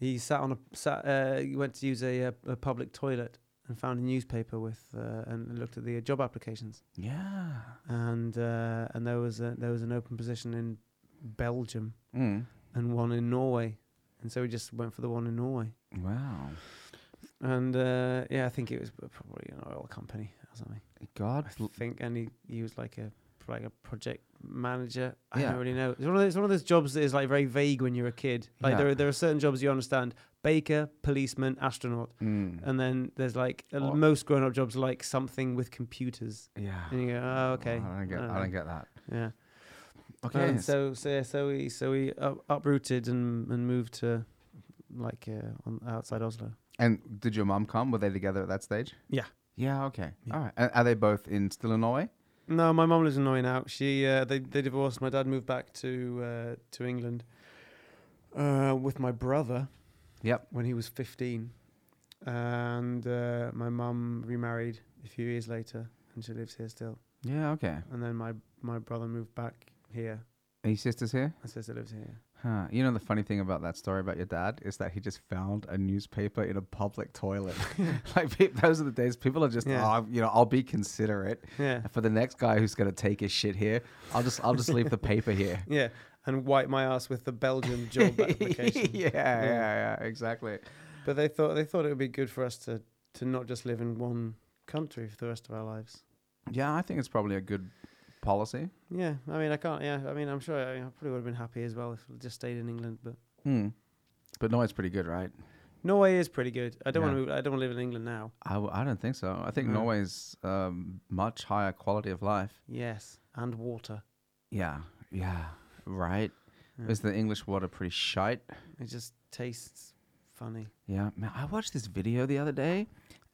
Speaker 2: he sat on a sat, uh, he went to use a, uh, a public toilet and found a newspaper with uh, and looked at the job applications
Speaker 1: Yeah.
Speaker 2: and uh, and there was a, there was an open position in Belgium
Speaker 1: Mm.
Speaker 2: and one in Norway, and so we just went for the one in Norway.
Speaker 1: Wow.
Speaker 2: And uh, yeah, I think it was p- probably an oil company or something.
Speaker 1: God.
Speaker 2: I
Speaker 1: bl-
Speaker 2: think, and he, he was like a like a project manager. I
Speaker 1: Yeah.
Speaker 2: don't really know. It's one, of those, it's one of those jobs that is like very vague when you're a kid. Like
Speaker 1: Yeah.
Speaker 2: there are, there are certain jobs you understand: baker, policeman, astronaut,
Speaker 1: Mm.
Speaker 2: and then there's like uh,
Speaker 1: Oh.
Speaker 2: most grown up jobs like something with computers.
Speaker 1: Yeah.
Speaker 2: And you go, oh, okay,
Speaker 1: I don't get.
Speaker 2: I
Speaker 1: I
Speaker 2: don't
Speaker 1: don't,
Speaker 2: know.
Speaker 1: get that.
Speaker 2: yeah.
Speaker 1: Okay.
Speaker 2: And
Speaker 1: so
Speaker 2: so so yeah, so we so we up, uprooted and and moved to like uh, on outside Oslo.
Speaker 1: and did your mum come? Were they together at that stage?
Speaker 2: Yeah.
Speaker 1: Yeah. Okay.
Speaker 2: Yeah.
Speaker 1: All right. And are they both in still in Norway?
Speaker 2: No, my mum lives in Norway now. She uh, they they divorced. My dad moved back to uh, to England uh, with my brother
Speaker 1: Yep.
Speaker 2: when he was fifteen, and uh, my mum remarried a few years later, and she lives here still.
Speaker 1: Yeah. Okay.
Speaker 2: And then my my brother moved back here.
Speaker 1: Any sisters here?
Speaker 2: My sister lives here.
Speaker 1: Huh. You know the funny thing about that story about your dad is that he just found a newspaper in a public toilet. like pe- those are the days people are just,
Speaker 2: Yeah.
Speaker 1: "Oh, you know, I'll be considerate
Speaker 2: Yeah,
Speaker 1: for the next guy who's gonna take his shit here. I'll just, I'll just leave the paper here.
Speaker 2: yeah, and wipe my ass with the Belgium job
Speaker 1: yeah,
Speaker 2: application.
Speaker 1: yeah, yeah, exactly.
Speaker 2: But they thought they thought it would be good for us to to not just live in one country for the rest of our lives.
Speaker 1: Yeah, I think it's probably a good policy.
Speaker 2: Yeah, I mean, I can't. Yeah, I mean, I'm sure I, I probably would have been happy as well if I just stayed in England. But
Speaker 1: Hmm. But no, it's pretty good, right?
Speaker 2: Norway is pretty good. I don't
Speaker 1: Yeah.
Speaker 2: want to move. I don't want to live in England now.
Speaker 1: I, w- I don't think so. I think
Speaker 2: No.
Speaker 1: Norway's um, much higher quality of life.
Speaker 2: Yes, and water.
Speaker 1: Yeah, yeah, right.
Speaker 2: Yeah.
Speaker 1: Is the English water pretty shite?
Speaker 2: It just tastes funny.
Speaker 1: Yeah, man, I watched this video the other day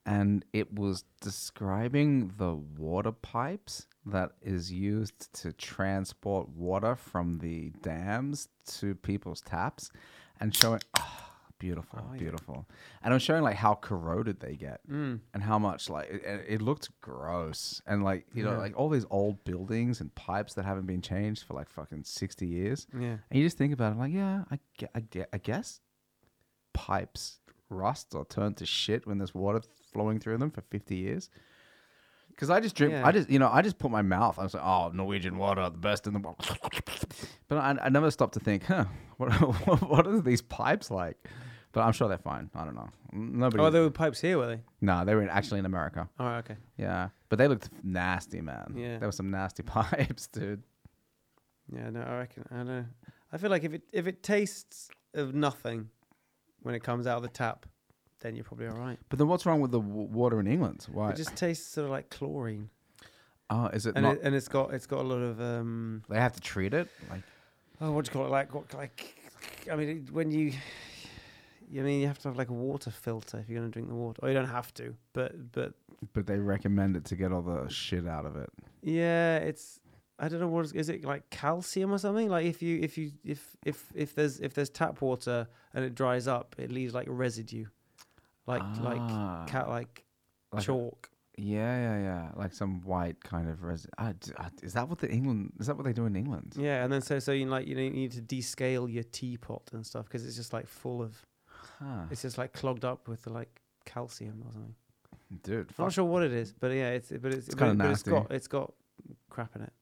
Speaker 1: and it was describing the water pipes that is used to transport water from the dams to people's taps and showing oh, beautiful,
Speaker 2: Oh, yeah.
Speaker 1: beautiful. And I'm showing like how corroded they get
Speaker 2: Mm.
Speaker 1: and how much like it, it it looked gross and like you
Speaker 2: Yeah.
Speaker 1: know like all these old buildings and pipes that haven't been changed for like fucking 60 years.
Speaker 2: Yeah.
Speaker 1: And you just think about it, like, yeah, I, gue- I, gue- I guess pipes rust or turn to shit when there's water flowing through them for 50 years. Because I just drink,
Speaker 2: Yeah.
Speaker 1: I just, you know, I just put my mouth, I was like, oh, Norwegian water, the best in the world. But I, I never stopped to think, huh, what, what are these pipes like? But I'm sure they're fine. I don't know. Nobody.
Speaker 2: Oh, there were pipes here, were they?
Speaker 1: no, they were in, actually in America.
Speaker 2: All right. Okay.
Speaker 1: Yeah. But they looked nasty, man.
Speaker 2: Yeah.
Speaker 1: There were some nasty pipes, dude.
Speaker 2: Yeah. No, I reckon. I don't know. I feel like if it if it tastes of nothing when it comes out of the tap, then you're probably all right.
Speaker 1: But then what's wrong with the w- water in England? Why?
Speaker 2: It just tastes sort of like chlorine,
Speaker 1: oh, is it
Speaker 2: and
Speaker 1: not?
Speaker 2: it, and it's got it's got a lot of um
Speaker 1: They have to treat it like
Speaker 2: oh, what do you call it? Like, what, like, I mean, it- when you, I mean, you have to have like a water filter if you're going to drink the water. Or you don't have to, but, but
Speaker 1: but they recommend it to get all the shit out of it.
Speaker 2: yeah, it's. I don't know what is, is it like calcium or something. Like if you if you if if if there's if there's tap water and it dries up, it leaves like residue, like like
Speaker 1: Ah,
Speaker 2: cat like,
Speaker 1: like-
Speaker 2: chalk.
Speaker 1: Yeah, yeah, yeah. Like some white kind of resin. I d I is that what the England is that what they do in England?
Speaker 2: Yeah, and then so so you like you, know, you need to descale your teapot and stuff because it's just like full of
Speaker 1: Huh.
Speaker 2: it's just like clogged up with the, like calcium or something.
Speaker 1: Dude,
Speaker 2: I'm
Speaker 1: fuck.
Speaker 2: not sure what it is, but yeah, it's but it's,
Speaker 1: It's
Speaker 2: but,
Speaker 1: kinda
Speaker 2: but it's
Speaker 1: nasty.
Speaker 2: got it's got crap in it.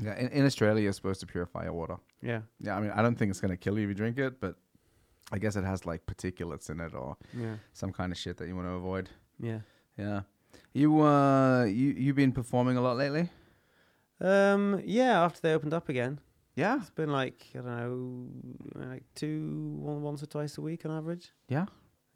Speaker 1: Yeah, in, in Australia you're supposed to purify your water.
Speaker 2: Yeah,
Speaker 1: Yeah, I mean I don't think it's gonna kill you if you drink it, but I guess it has like particulates in it or
Speaker 2: yeah,
Speaker 1: some kind of shit that you want to avoid.
Speaker 2: yeah.
Speaker 1: Yeah. You uh you you been performing a lot lately?
Speaker 2: Um, yeah. After they opened up again,
Speaker 1: Yeah.
Speaker 2: it's been like I don't know, like two one once or twice a week on average.
Speaker 1: Yeah.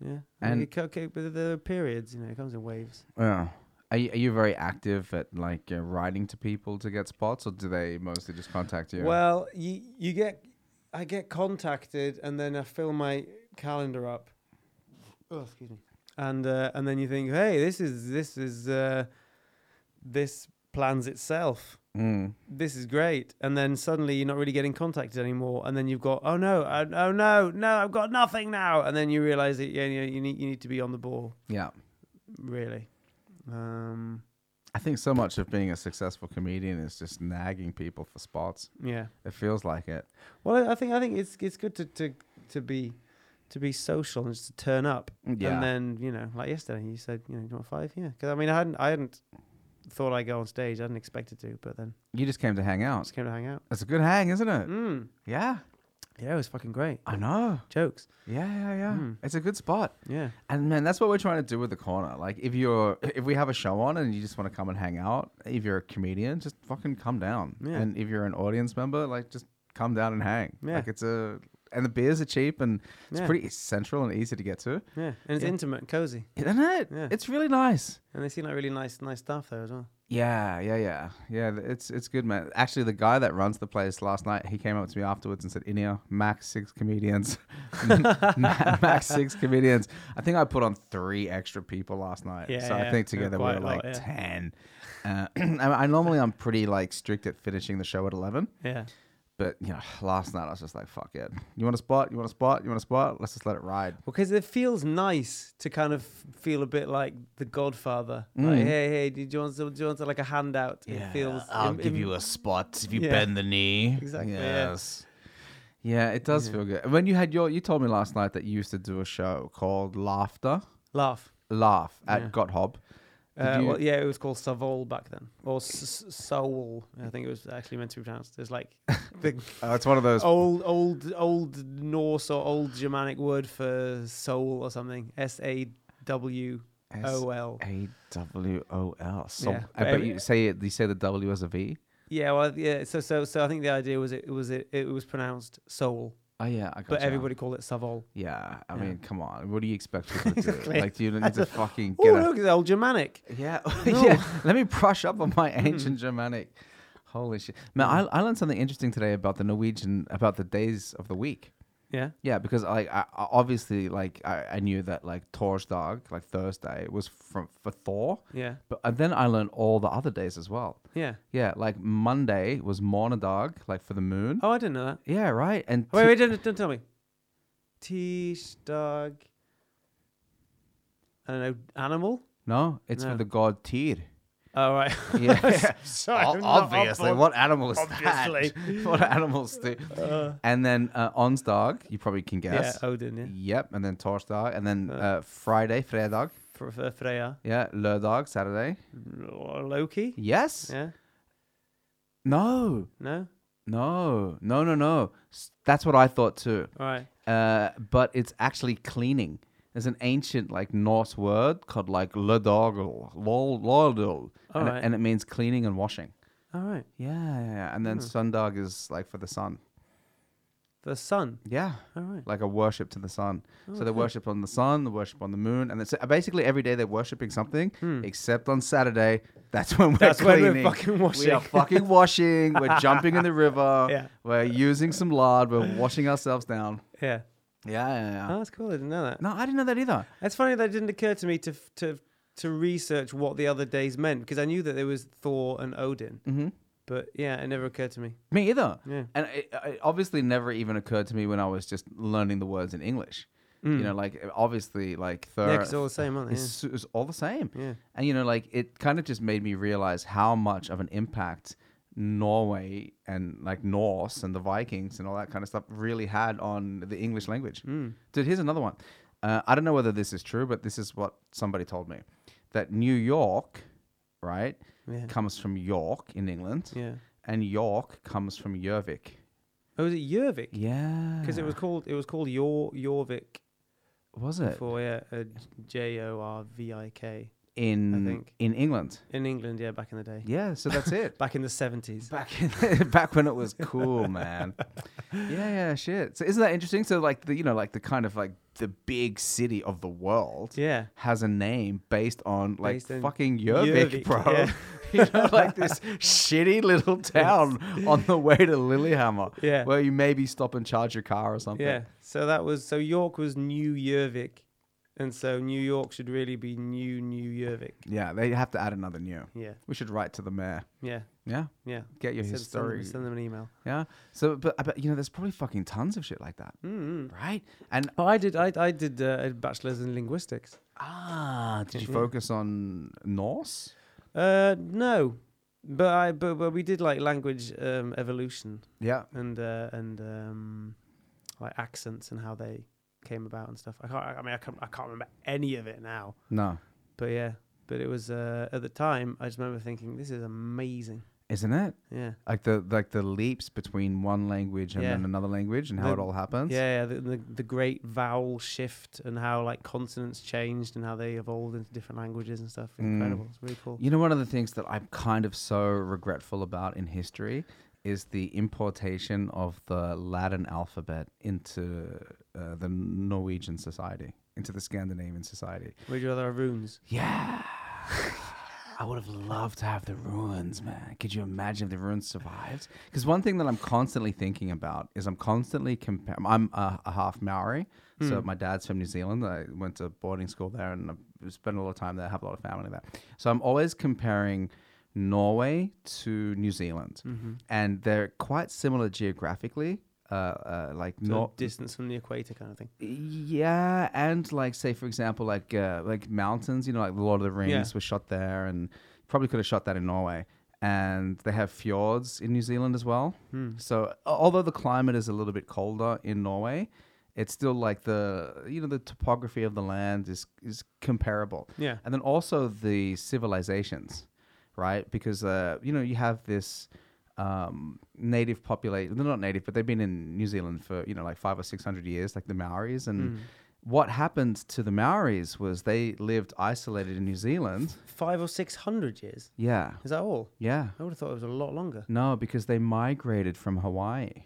Speaker 2: Yeah, and
Speaker 1: And-
Speaker 2: it, co- co- but the periods, you know, it comes in waves.
Speaker 1: Yeah. Are you, are you very active at like uh, writing to people to get spots, or do they mostly just contact you?
Speaker 2: Well, you you get I get contacted and then I fill my calendar up. Oh, excuse me. And uh, and then you think, hey, this is this is uh, this plans itself.
Speaker 1: Mm.
Speaker 2: this is great. And then suddenly you're not really getting contacted anymore. And then you've got, oh no, oh, oh no, no, I've got nothing now. And then you realize that yeah, you, you need you need to be on the ball,
Speaker 1: Yeah.
Speaker 2: really. Um,
Speaker 1: I think so much of being a successful comedian is just nagging people for spots.
Speaker 2: yeah.
Speaker 1: It feels like it.
Speaker 2: Well, I- I think I think it's it's good to to, to be to be social and just to turn up.
Speaker 1: Yeah.
Speaker 2: And then you know, like yesterday, you said, you know, do you want five? Yeah. Because I mean, I hadn't I hadn't thought I'd go on stage. I didn't expect it to, but then
Speaker 1: You just came to hang
Speaker 2: I
Speaker 1: out.
Speaker 2: just came to hang out.
Speaker 1: It's a good hang, isn't it?
Speaker 2: Mm.
Speaker 1: Yeah.
Speaker 2: Yeah, it was fucking great.
Speaker 1: I know.
Speaker 2: Jokes.
Speaker 1: Yeah, yeah, yeah.
Speaker 2: Mm.
Speaker 1: It's a good spot.
Speaker 2: Yeah.
Speaker 1: And man, that's what we're trying to do with the corner. Like if you're if we have a show on and you just want to come and hang out, if you're a comedian, just fucking come down.
Speaker 2: Yeah.
Speaker 1: And if you're an audience member, like just come down and hang.
Speaker 2: Yeah.
Speaker 1: Like it's a and the beers are cheap and it's
Speaker 2: Yeah.
Speaker 1: pretty central and easy to get to.
Speaker 2: Yeah. And it's
Speaker 1: Yeah.
Speaker 2: intimate and cozy.
Speaker 1: Isn't it?
Speaker 2: Yeah.
Speaker 1: It's really nice.
Speaker 2: And they seem like really nice, nice staff there as well.
Speaker 1: Yeah, yeah, yeah, yeah. th- It's it's good, man. Actually, the guy that runs the place last night, he came up to me afterwards and said, "In here, max six comedians, Ma- max six comedians." I think I put on three extra people last night,
Speaker 2: Yeah,
Speaker 1: so I
Speaker 2: yeah,
Speaker 1: think
Speaker 2: yeah,
Speaker 1: together we
Speaker 2: quite
Speaker 1: were
Speaker 2: a
Speaker 1: like
Speaker 2: lot, yeah.
Speaker 1: ten. Uh, I, I normally I'm pretty like strict at finishing the show at eleven,
Speaker 2: Yeah.
Speaker 1: but you know, last night I was just like, "Fuck it, you want a spot? You want a spot? You want a spot? Let's just let it ride."
Speaker 2: Well, because it feels nice to kind of feel a bit like the Godfather.
Speaker 1: Mm.
Speaker 2: Like, hey, hey, do you want some, do you want some, like a handout? It feels. im- im-
Speaker 1: a spot if
Speaker 2: you yeah. bend
Speaker 1: the knee.
Speaker 2: Exactly, yeah.
Speaker 1: Yeah, it does feel good. When you had your, you told me last night that you used to do a show called Laughter,
Speaker 2: laugh.
Speaker 1: Laugh at
Speaker 2: Yeah.
Speaker 1: Gotthob. Did
Speaker 2: Uh,
Speaker 1: you-
Speaker 2: well, yeah, it was called Savol back then, or S- S- Soul. I think it was actually meant to be pronounced. It's like the
Speaker 1: Oh, it's one of those.
Speaker 2: old, old, old Norse or old Germanic word for soul or something. S A W O L.
Speaker 1: A W O L. So,
Speaker 2: Yeah,
Speaker 1: I
Speaker 2: but
Speaker 1: bet
Speaker 2: every-
Speaker 1: you say it. You say the W as a V.
Speaker 2: Yeah, well, yeah. So, so, so I think the idea was it, it was it, it was pronounced soul,
Speaker 1: Oh yeah, I got
Speaker 2: but everybody called it Savol.
Speaker 1: Yeah, I
Speaker 2: Yeah.
Speaker 1: mean, come on. What do you expect people to do?
Speaker 2: Exactly.
Speaker 1: Like, do you need to fucking
Speaker 2: Oh,
Speaker 1: get a
Speaker 2: look, it's old Germanic.
Speaker 1: Yeah, yeah. Let me brush up on my
Speaker 2: Mm.
Speaker 1: ancient Germanic. Holy shit, man! I, I learned something interesting today about the Norwegian about the days of the week.
Speaker 2: Yeah.
Speaker 1: Yeah, because like I, I obviously like I, I knew that like Torsdag, like Thursday, was from for Thor,
Speaker 2: Yeah.
Speaker 1: but and then I learned all the other days as well.
Speaker 2: Yeah.
Speaker 1: Yeah, like Monday was Mornadag, like for the moon.
Speaker 2: Oh, I didn't know that.
Speaker 1: Yeah, right. And
Speaker 2: Wait, wait, don't, don't tell me. Tish dog. I don't know. Animal.
Speaker 1: no, it's for
Speaker 2: No.
Speaker 1: the god Tyr.
Speaker 2: All Oh, right.
Speaker 1: Yeah.
Speaker 2: Sorry,
Speaker 1: O-
Speaker 2: I'm not up
Speaker 1: obviously,
Speaker 2: on-
Speaker 1: what animal is
Speaker 2: Obviously.
Speaker 1: that? what animals do?
Speaker 2: Uh,
Speaker 1: And then uh, Onsdag, you probably can guess.
Speaker 2: Yeah, Odin. Yeah.
Speaker 1: Yep, and then Torsdag, and then
Speaker 2: Uh.
Speaker 1: uh, Friday, Fredag.
Speaker 2: For, for Freya.
Speaker 1: Yeah, Lørdag, Saturday.
Speaker 2: Or Loki.
Speaker 1: Yes.
Speaker 2: Yeah.
Speaker 1: No,
Speaker 2: No.
Speaker 1: no, no, no, no. S- That's what I thought too.
Speaker 2: All right.
Speaker 1: Uh, but it's actually cleaning. There's an ancient like Norse word called like lørdagal, lol, lordal, and, it-
Speaker 2: Alright.
Speaker 1: and it means cleaning and washing.
Speaker 2: All right.
Speaker 1: Yeah, yeah, yeah. and then
Speaker 2: Hmm.
Speaker 1: Sundag is like for the sun.
Speaker 2: The sun.
Speaker 1: Yeah.
Speaker 2: All right.
Speaker 1: like a worship to the sun. So they worship on the sun, they worship on the moon, and it's uh, basically every day they're worshiping something, except on Saturday. That's when we're
Speaker 2: Hmm. That's when
Speaker 1: cleaning.
Speaker 2: we're fucking
Speaker 1: We are
Speaker 2: washing.
Speaker 1: fucking washing. We're jumping in the river.
Speaker 2: Yeah.
Speaker 1: We're using some lard. We're washing ourselves down.
Speaker 2: Yeah.
Speaker 1: Yeah, yeah, yeah.
Speaker 2: Oh, that's cool. I didn't know that.
Speaker 1: No, I didn't know that either.
Speaker 2: It's funny that it didn't occur to me to f- to to research what the other days meant because I knew that there was Thor and Odin,
Speaker 1: Mm-hmm.
Speaker 2: but yeah, it never occurred to me.
Speaker 1: Me either.
Speaker 2: Yeah.
Speaker 1: And it, uh, it obviously never even occurred to me when I was just learning the words in English. You know, like obviously, like
Speaker 2: Hmm. Yeah,
Speaker 1: third.
Speaker 2: 'cause it's all the same, aren't they? Yeah.
Speaker 1: It's, it's all the same.
Speaker 2: Yeah.
Speaker 1: And you know, like it kind of just made me realize how much of an impact Norway and like Norse and the Vikings and all that kind of stuff really had on the English language. Dude, here's another one. Uh, I don't know whether this is true, but this is what somebody told me that New York, right,
Speaker 2: Yeah.
Speaker 1: comes from York in England,
Speaker 2: Yeah.
Speaker 1: and York comes from Jervik.
Speaker 2: Oh, was it Jorvik?
Speaker 1: Yeah.
Speaker 2: Because it was called it was called Yor Jorvik
Speaker 1: was it
Speaker 2: before, yeah, uh, J O R V I K
Speaker 1: in
Speaker 2: think.
Speaker 1: in England?
Speaker 2: in England, yeah, back in the day,
Speaker 1: Yeah. So that's it.
Speaker 2: back in the seventies.
Speaker 1: back in back when it was cool, man. yeah, yeah, shit. So isn't that interesting? So like the you know like the kind of like the big city of the world
Speaker 2: Yeah.
Speaker 1: has a name based on like
Speaker 2: Based on
Speaker 1: fucking Jurvik,
Speaker 2: Gjøvik,
Speaker 1: bro.
Speaker 2: yeah.
Speaker 1: you know, like this shitty little town on the way to Lillehammer,
Speaker 2: Yeah.
Speaker 1: where you maybe stop and charge your car or something.
Speaker 2: Yeah. So that was so York was New Jorvik And so New York should really be New New Yervik.
Speaker 1: Yeah, they have to add another new.
Speaker 2: Yeah,
Speaker 1: We should write to the mayor.
Speaker 2: yeah,
Speaker 1: Yeah,
Speaker 2: yeah.
Speaker 1: get your
Speaker 2: Send- send, them,
Speaker 1: history.
Speaker 2: send them an email.
Speaker 1: Yeah. So, but I bet you know, there's probably fucking tons of shit like that,
Speaker 2: mm
Speaker 1: right? And
Speaker 2: Oh, I did. I I did uh, a bachelor's in linguistics.
Speaker 1: ah, did you
Speaker 2: Yeah.
Speaker 1: focus on Norse?
Speaker 2: Uh, no, but I but, but we did like language um, evolution
Speaker 1: Yeah.
Speaker 2: and uh, and um, like accents and how they came about and stuff. I can't. I mean, I can't, I can't remember any of it now.
Speaker 1: No,
Speaker 2: But yeah, but it was uh, at the time. I just remember thinking, this is amazing.
Speaker 1: isn't it
Speaker 2: Yeah,
Speaker 1: like the like the leaps between one language and
Speaker 2: Yeah.
Speaker 1: then another language and how
Speaker 2: The-
Speaker 1: it all happens?
Speaker 2: yeah, yeah the, the the great vowel shift and how like consonants changed and how they evolved into different languages and stuff.
Speaker 1: Mm.
Speaker 2: Incredible. It's really cool.
Speaker 1: You know, one of the things that I'm kind of so regretful about in history is the importation of the Latin alphabet into uh, the Norwegian society, into the Scandinavian society.
Speaker 2: Would you rather have runes?
Speaker 1: Yeah. I would have loved to have the ruins, man. Could you imagine if the ruins survived? Because one thing that I'm constantly thinking about is I'm constantly comparing. I'm a, a half Maori, so my dad's from New Zealand. I went to boarding school there and I spent a lot of time there. have a lot of family there, so I'm always comparing Norway to New
Speaker 2: Hmm.
Speaker 1: Zealand, and they're quite similar geographically. Uh, uh, like
Speaker 2: So
Speaker 1: Nor-
Speaker 2: distance from the equator kind of thing.
Speaker 1: yeah, and like say for example, like uh, like mountains, you know, like the Lord of the Rings
Speaker 2: Yeah.
Speaker 1: was shot there, and probably could have shot that in Norway. And they have fjords in New Zealand as well. So a- although the climate is a little bit colder in Norway, it's still like the you know the topography of the land is is comparable.
Speaker 2: Yeah.
Speaker 1: And then also the civilizations, right? Because uh, you know you have this um, native population. They're not native, but they've been in New Zealand for you know like five or six hundred years, like the Maoris.
Speaker 2: Mm.
Speaker 1: And what happened to the Maoris was they lived isolated in New Zealand.
Speaker 2: Five or six hundred years.
Speaker 1: Yeah,
Speaker 2: Is that all?
Speaker 1: yeah.
Speaker 2: I would have thought it was a lot longer.
Speaker 1: No, because they migrated from Hawaii.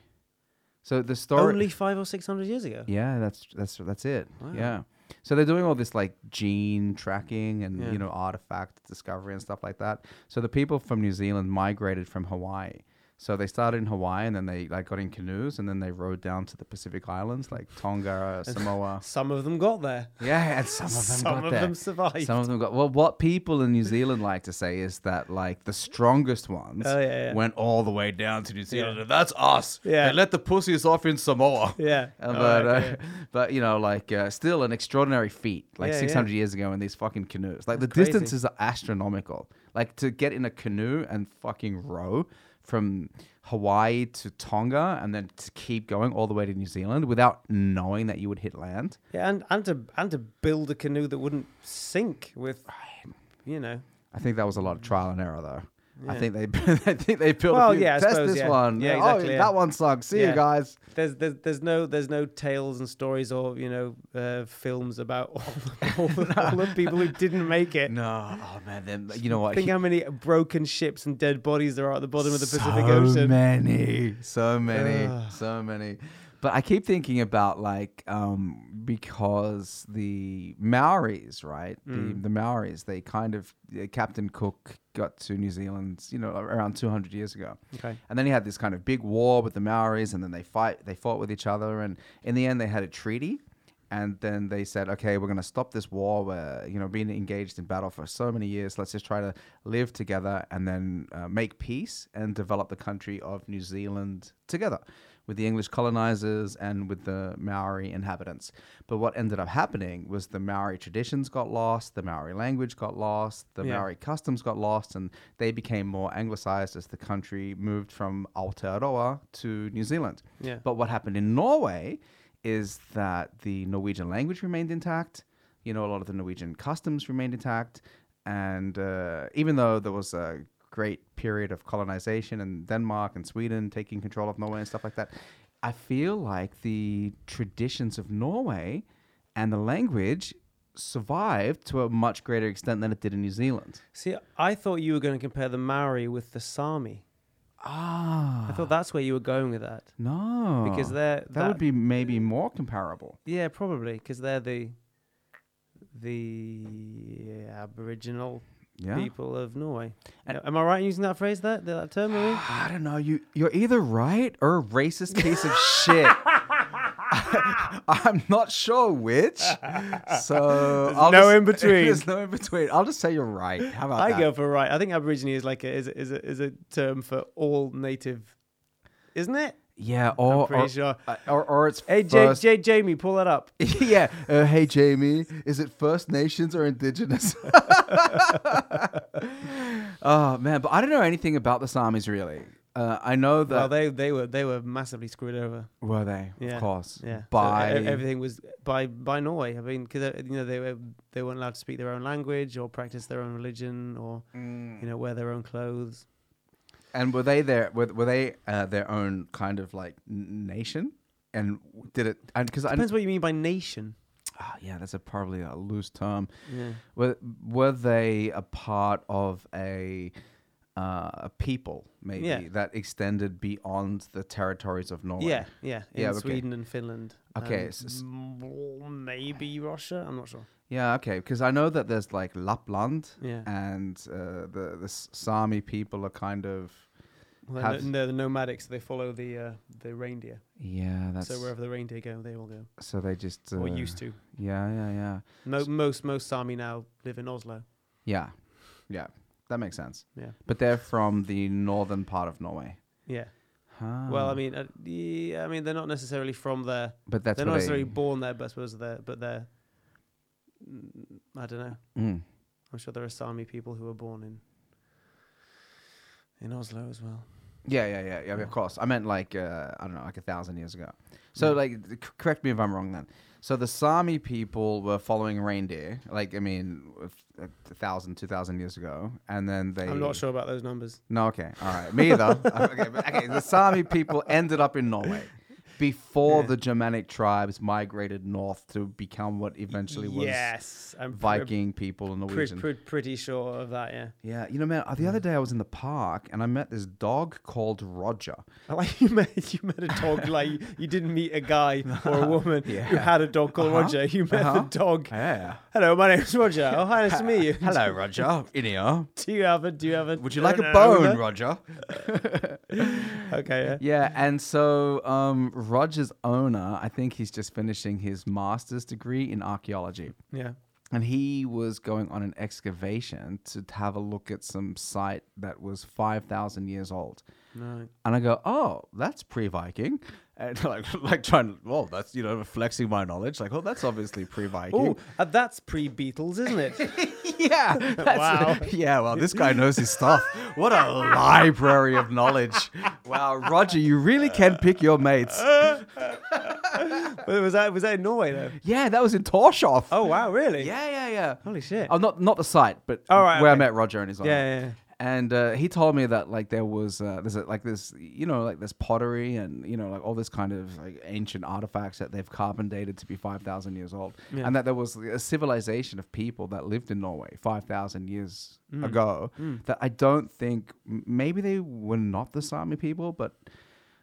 Speaker 1: So the story
Speaker 2: Only five or six hundred years ago.
Speaker 1: Yeah, that's that's that's it.
Speaker 2: Wow.
Speaker 1: Yeah. So they're doing all this like gene tracking and
Speaker 2: Yeah.
Speaker 1: you know artifact discovery and stuff like that. So the people from New Zealand migrated from Hawaii. So they started in Hawaii and then they like got in canoes and then they rode down to the Pacific Islands like Tonga, uh, Samoa.
Speaker 2: Some of them got there.
Speaker 1: Yeah, and some of them
Speaker 2: Some
Speaker 1: got
Speaker 2: of
Speaker 1: there.
Speaker 2: them survived.
Speaker 1: Some of them got well. What people in New Zealand like to say is that like the strongest ones
Speaker 2: Oh, yeah, yeah.
Speaker 1: went all the way down to New Zealand,
Speaker 2: Yeah.
Speaker 1: and that's us.
Speaker 2: Yeah.
Speaker 1: they let the pussies off in Samoa.
Speaker 2: Yeah.
Speaker 1: Uh,
Speaker 2: Oh,
Speaker 1: but
Speaker 2: okay.
Speaker 1: uh, but you know like uh, still an extraordinary feat like
Speaker 2: Yeah,
Speaker 1: 600
Speaker 2: yeah.
Speaker 1: years ago in these fucking canoes like the
Speaker 2: crazy.
Speaker 1: distances are astronomical like to get in a canoe and fucking row from Hawaii to Tonga and then to keep going all the way to New Zealand without knowing that you would hit land
Speaker 2: yeah, and and to and to build a canoe that wouldn't sink with, you know.
Speaker 1: I think that was a lot of trial and error though I
Speaker 2: Mm. Yeah.
Speaker 1: think they I think they built
Speaker 2: Well,
Speaker 1: a few,
Speaker 2: yeah, I
Speaker 1: test
Speaker 2: suppose,
Speaker 1: this
Speaker 2: yeah.
Speaker 1: one
Speaker 2: Yeah,
Speaker 1: oh,
Speaker 2: exactly, yeah.
Speaker 1: that one sucks see you
Speaker 2: Yeah.
Speaker 1: guys
Speaker 2: There's, there's there's no there's no tales and stories or you know uh, films about all the, all, the, all the people who didn't make it.
Speaker 1: no oh man then you know what
Speaker 2: Think how many broken ships and dead bodies there are at the bottom of the Pacific
Speaker 1: so
Speaker 2: Ocean.
Speaker 1: many, so many,
Speaker 2: Ugh.
Speaker 1: so many. But I keep thinking about like um, because the Maoris, right? The,
Speaker 2: Mm.
Speaker 1: the Maoris, they kind of uh, Captain Cook got to New Zealand, you know, around 200 years ago.
Speaker 2: Okay.
Speaker 1: And then he had this kind of big war with the Maoris, and then they fight, they fought with each other, and in the end they had a treaty. And then they said, okay, we're going to stop this war. We're, you know, being engaged in battle for so many years. Let's just try to live together and then uh, make peace and develop the country of New Zealand together with the English colonizers and with the Maori inhabitants. But what ended up happening was the Maori traditions got lost, the Maori language got lost, the
Speaker 2: Yeah.
Speaker 1: Maori customs got lost, and they became more anglicized as the country moved from Aotearoa to New Zealand.
Speaker 2: Yeah.
Speaker 1: But what happened in Norway is that the Norwegian language remained intact. You know, a lot of the Norwegian customs remained intact. And uh, even though there was a great period of colonization and Denmark and Sweden taking control of Norway and stuff like that, I feel like the traditions of Norway and the language survived to a much greater extent than it did in New Zealand.
Speaker 2: See, I thought you were going to compare the Maori with the Sami. I
Speaker 1: Ah,
Speaker 2: thought that's where you were going with that.
Speaker 1: no.
Speaker 2: Because they're
Speaker 1: Hmm. that, would be maybe more comparable.
Speaker 2: yeah, probably because they're the the Aboriginal
Speaker 1: Yeah.
Speaker 2: people of Norway. Am I right in using that phrase? That that term? I mean?
Speaker 1: I don't know. You you're either right or a racist piece of shit. I'm not sure which. So
Speaker 2: There's
Speaker 1: I'll
Speaker 2: no
Speaker 1: just-
Speaker 2: in between.
Speaker 1: There's no in between. I'll just say you're right. How about
Speaker 2: I
Speaker 1: that?
Speaker 2: go for right. I think Aborigine is like a, is a, is a, is a term for all native, isn't it?
Speaker 1: yeah, or
Speaker 2: I'm pretty
Speaker 1: or,
Speaker 2: sure.
Speaker 1: uh, or or it's
Speaker 2: Hey, J-
Speaker 1: first.
Speaker 2: J- Jamie, pull that up.
Speaker 1: yeah. Uh, hey Jamie, is it First Nations or Indigenous? oh man, but I don't know anything about the Samis really. Uh, I know that
Speaker 2: Well, they they were they were massively screwed over.
Speaker 1: were they,
Speaker 2: Yeah,
Speaker 1: of course.
Speaker 2: Yeah, So e-
Speaker 1: By
Speaker 2: everything was by by Norway. I mean, because you know they were they weren't allowed to speak their own language or practice their own religion or
Speaker 1: Mm.
Speaker 2: you know wear their own clothes.
Speaker 1: And were they their were, were they uh, their own kind of like n- nation? And did it? And because I
Speaker 2: Depends what you mean by nation.
Speaker 1: ah, yeah, that's a probably a loose term.
Speaker 2: Yeah.
Speaker 1: Were were they a part of a uh, a people maybe
Speaker 2: Yeah.
Speaker 1: that extended beyond the territories of Norway?
Speaker 2: Yeah, yeah, in
Speaker 1: Yeah, okay.
Speaker 2: Sweden and Finland.
Speaker 1: Okay,
Speaker 2: and
Speaker 1: s- s-
Speaker 2: m- maybe Russia. I'm not sure.
Speaker 1: yeah, okay. Because I know that there's like Lapland,
Speaker 2: Yeah.
Speaker 1: and uh, the the S- Sami people are kind of
Speaker 2: Well,
Speaker 1: Have-
Speaker 2: they're, they're the nomadics. So they follow the uh, the reindeer.
Speaker 1: yeah. That's
Speaker 2: So wherever the reindeer go, they all go.
Speaker 1: so they just uh,
Speaker 2: or used to.
Speaker 1: Yeah, yeah, yeah,
Speaker 2: Mo- most most Sami now live in Oslo.
Speaker 1: yeah, yeah. That makes sense.
Speaker 2: Yeah,
Speaker 1: But they're from the northern part of Norway.
Speaker 2: yeah.
Speaker 1: Huh.
Speaker 2: Well, I mean, uh, yeah, I mean, they're not necessarily from there.
Speaker 1: but that's
Speaker 2: they're
Speaker 1: what
Speaker 2: not necessarily
Speaker 1: they,
Speaker 2: born there, but I suppose they're. But they're. mm, I don't know.
Speaker 1: Mm.
Speaker 2: I'm sure there are Sami people who were born in. In Oslo as well.
Speaker 1: Yeah, yeah, yeah, yeah.
Speaker 2: Oh.
Speaker 1: Of course, I meant like uh, I don't know, like a thousand years ago. So, like, c- correct me if I'm wrong. Then, so the Sami people were following reindeer, like I mean, a th- a thousand, two thousand years ago, and then they.
Speaker 2: I'm not sure about those numbers.
Speaker 1: No, okay, all right, me either. okay, but, okay, the Sami people ended up in Norway before
Speaker 2: Yeah.
Speaker 1: the Germanic tribes migrated north to become what eventually was
Speaker 2: yes, I'm pre-
Speaker 1: Viking people and
Speaker 2: pre-
Speaker 1: Norwegian.
Speaker 2: pre- pretty sure of that. Yeah.
Speaker 1: Yeah, you know, man. uh, The other day I was in the park and I met this dog called Roger.
Speaker 2: I like you met you met a dog like you, you didn't meet a guy or a woman who
Speaker 1: Yeah.
Speaker 2: had a dog called
Speaker 1: Uh-huh,
Speaker 2: Roger. You met
Speaker 1: uh-huh.
Speaker 2: the dog.
Speaker 1: Yeah.
Speaker 2: Hello, my name's Roger. Oh, hi, nice to meet you.
Speaker 1: Hello, Roger. In here.
Speaker 2: Do you have a? Do you have a?
Speaker 1: Would you like
Speaker 2: an
Speaker 1: a bone,
Speaker 2: owner?
Speaker 1: Roger?
Speaker 2: Okay. Yeah.
Speaker 1: Yeah, and so um, Roger's owner, I think he's just finishing his master's degree in archaeology.
Speaker 2: Yeah.
Speaker 1: And he was going on an excavation to have a look at some site that was 5,000 years old.
Speaker 2: No.
Speaker 1: And I go, oh, that's pre-Viking, and like, like trying to, well, that's you know, flexing my knowledge. Like, oh, that's obviously pre-Viking.
Speaker 2: Oh, uh, that's pre-Beatles, isn't it?
Speaker 1: Yeah. that's-
Speaker 2: Wow.
Speaker 1: Yeah, well, this guy knows his stuff. What a library of knowledge. Wow, Roger, you really can pick your mates.
Speaker 2: But was that was that in Norway though?
Speaker 1: Yeah, that was in Torshoff.
Speaker 2: Oh wow, really?
Speaker 1: Yeah, yeah, yeah.
Speaker 2: Holy shit.
Speaker 1: Oh, not not the site, but
Speaker 2: All right,
Speaker 1: where
Speaker 2: okay.
Speaker 1: I met Roger and his wife.
Speaker 2: Yeah, yeah, yeah.
Speaker 1: And uh, he told me that like there was uh, there's a, like this you know like this pottery and you know like all this kind of like ancient artifacts that they've carbon dated to be five thousand years old,
Speaker 2: Yeah.
Speaker 1: and that there was a civilization of people that lived in Norway five thousand years
Speaker 2: Mm.
Speaker 1: ago that I don't think m- maybe they were not the Sami people, but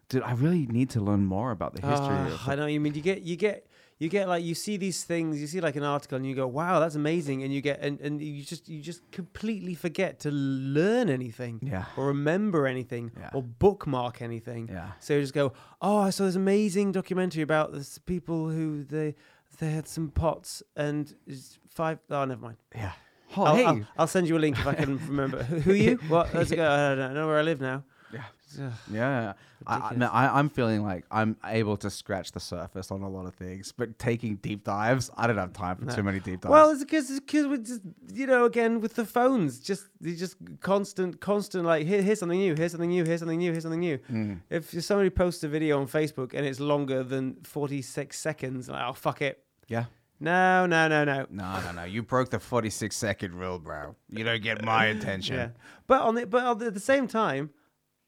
Speaker 1: dude, I really need to learn more about the history.
Speaker 2: Ah,
Speaker 1: of
Speaker 2: I know what you mean you get you get you get like you see these things, you see like an article and you go, Wow, that's amazing and you get and, and you just you just completely forget to learn anything
Speaker 1: Yeah.
Speaker 2: or remember anything
Speaker 1: Yeah.
Speaker 2: or bookmark anything.
Speaker 1: Yeah.
Speaker 2: So you just go, Oh, I saw this amazing documentary about this people who they they had some pots and it's five oh never mind.
Speaker 1: yeah. Oh,
Speaker 2: I'll,
Speaker 1: hey,
Speaker 2: I'll, I'll send you a link if I can remember. Who, who are you? What? Let's go. I don't know where I live now.
Speaker 1: Yeah.
Speaker 2: Ugh.
Speaker 1: Yeah, I, I,
Speaker 2: Ridiculous.
Speaker 1: no, I, I'm feeling like I'm able to scratch the surface on a lot of things, but taking deep dives, I don't have time for too many deep dives.
Speaker 2: Well, it's because because we just you know again with the phones, just you just constant constant like here, here's something new, here's something new, here's something new, here's something new.
Speaker 1: Mm.
Speaker 2: If somebody posts a video on Facebook and it's longer than forty six seconds, like oh fuck it,
Speaker 1: yeah.
Speaker 2: no no no no.
Speaker 1: No, no, no. You broke the 46 second rule, bro. You don't get my attention.
Speaker 2: Yeah, but on the but on the, at the same time,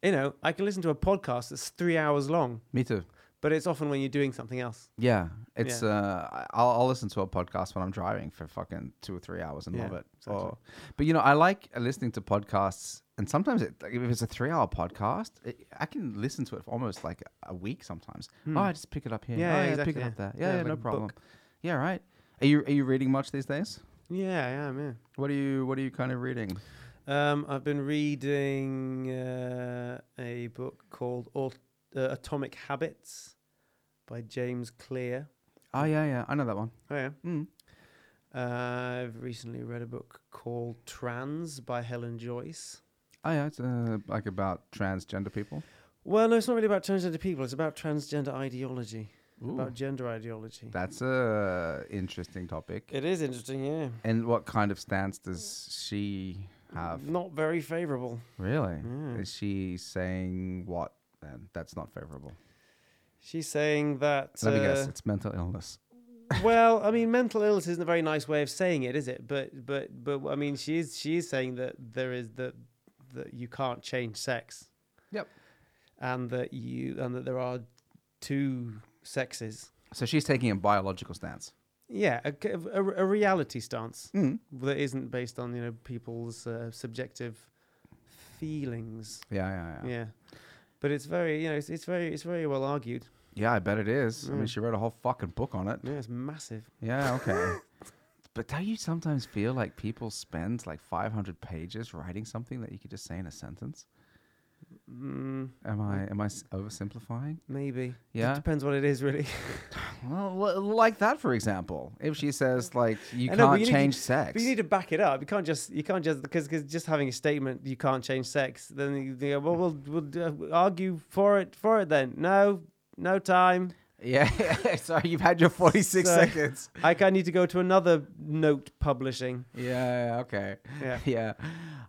Speaker 2: you know I can listen to a podcast that's three hours long,
Speaker 1: Me too.
Speaker 2: but it's often when you're doing something else.
Speaker 1: Yeah. It's, uh, I- I'll, I'll listen to a podcast when I'm driving for fucking two or three hours and
Speaker 2: Yeah,
Speaker 1: love it.
Speaker 2: exactly.
Speaker 1: Or, but, you know, I like uh, listening to podcasts, and sometimes it, like, if it's a three hour podcast, it, I can listen to it for almost like a week sometimes. Oh, I just pick it up here.
Speaker 2: Yeah,
Speaker 1: oh,
Speaker 2: yeah,
Speaker 1: pick
Speaker 2: exactly,
Speaker 1: it
Speaker 2: yeah.
Speaker 1: up there.
Speaker 2: Yeah,
Speaker 1: Yeah, yeah,
Speaker 2: like
Speaker 1: no
Speaker 2: a book.
Speaker 1: problem. Yeah, right. Are you are you reading much these days?
Speaker 2: Yeah, I am. Yeah.
Speaker 1: What are you What are you kind of reading?
Speaker 2: Um, I've been reading uh, a book called Aut- uh, Atomic Habits by James Clear.
Speaker 1: Oh yeah, yeah. I know that one.
Speaker 2: Oh yeah.
Speaker 1: Mm.
Speaker 2: Uh, I've recently read a book called Trans by Helen Joyce.
Speaker 1: Oh yeah, it's uh, like about transgender people.
Speaker 2: Well, no, it's not really about transgender people. It's about transgender ideology, about gender ideology.
Speaker 1: That's a interesting topic.
Speaker 2: It is interesting, yeah.
Speaker 1: and what kind of stance does she have?
Speaker 2: Not very favourable.
Speaker 1: Really?
Speaker 2: Yeah.
Speaker 1: Is she saying what? Then that's not favorable.
Speaker 2: She's saying that.
Speaker 1: Let me guess.
Speaker 2: uh,
Speaker 1: It's mental illness.
Speaker 2: well, I mean, mental illness isn't a very nice way of saying it, is it? But but but I mean, she is she is saying that there is that that you can't change sex.
Speaker 1: Yep.
Speaker 2: And that you and that there are two sexes.
Speaker 1: So she's taking a biological stance.
Speaker 2: Yeah, a, k- a- a reality stance
Speaker 1: Mm.
Speaker 2: that isn't based on you know people's uh, subjective feelings.
Speaker 1: Yeah, yeah, yeah,
Speaker 2: Yeah.
Speaker 1: yeah.
Speaker 2: But it's very, you know, it's, it's very, it's very well argued.
Speaker 1: I bet it is. I mean,
Speaker 2: Mm.
Speaker 1: she wrote a whole fucking book on it.
Speaker 2: Yeah, it's massive.
Speaker 1: Yeah, okay. but do you sometimes feel like people spend like 500 pages writing something that you could just say in a sentence?
Speaker 2: Mm,
Speaker 1: Am I am I s- oversimplifying?
Speaker 2: maybe. Just
Speaker 1: Yeah.
Speaker 2: depends what it is, really.
Speaker 1: Well, li- like that, for example. If she says like you
Speaker 2: I
Speaker 1: can't
Speaker 2: know, but you need-
Speaker 1: change sex,
Speaker 2: But you need to back it up. You can't just, you can't just, because because just having a statement, you can't change sex. Then you you go, well, we'll, we'll uh, argue for it, for it then. No, no time.
Speaker 1: Yeah, so you've had your 46
Speaker 2: So-
Speaker 1: seconds.
Speaker 2: I, ca- I need to go to another note publishing.
Speaker 1: Yeah, yeah, okay.
Speaker 2: Yeah.
Speaker 1: Yeah.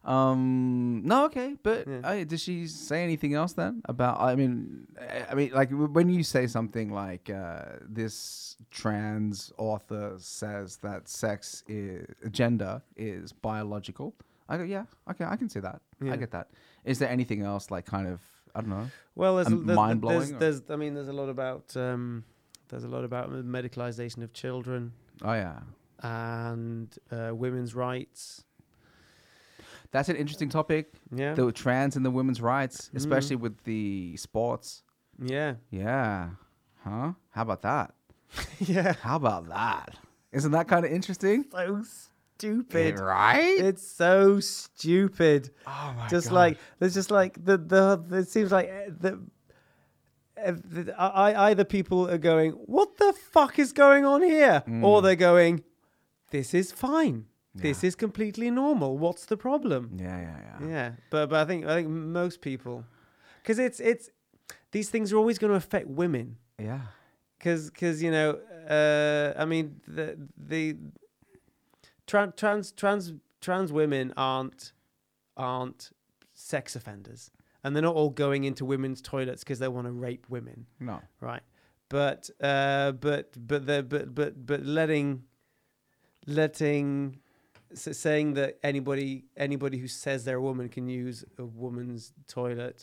Speaker 1: Um no okay, but
Speaker 2: Yeah.
Speaker 1: uh, does she say anything else then about I mean eh, I I mean like w- when you say something like uh this trans author says that sex is gender is biological. I go yeah, okay, I can see that. I
Speaker 2: Yeah.
Speaker 1: get that. Is there anything else like kind of I don't know.
Speaker 2: Well, there's, a-
Speaker 1: Um,
Speaker 2: there's,
Speaker 1: mind-blowing
Speaker 2: there's,
Speaker 1: or-
Speaker 2: there's, I mean, there's a lot about, um, there's a lot about medicalization of children
Speaker 1: Oh yeah.
Speaker 2: and uh, women's rights.
Speaker 1: That's an interesting topic.
Speaker 2: Yeah.
Speaker 1: The trans and the women's rights, especially with the sports.
Speaker 2: yeah.
Speaker 1: Yeah. Huh? How about that?
Speaker 2: yeah.
Speaker 1: How about that? Isn't that kind of interesting?
Speaker 2: So stupid.
Speaker 1: right?
Speaker 2: It's so stupid.
Speaker 1: oh my
Speaker 2: just
Speaker 1: God.
Speaker 2: like there's just like the the it seems like eh, the, eh, the I, I- either people are going what the fuck is going on here
Speaker 1: Mm.
Speaker 2: or they're going this is fine this is completely normal what's the problem
Speaker 1: Yeah, yeah, yeah.
Speaker 2: yeah but but I think I think most people because it's it's these things are always going to affect women
Speaker 1: Yeah.
Speaker 2: because because you know uh i mean the the trans trans trans trans women aren't aren't sex offenders and they're not all going into women's toilets because they want to rape women
Speaker 1: No.
Speaker 2: right but uh but but they're but but but letting letting s saying that anybody anybody who says they're a woman can use a woman's toilet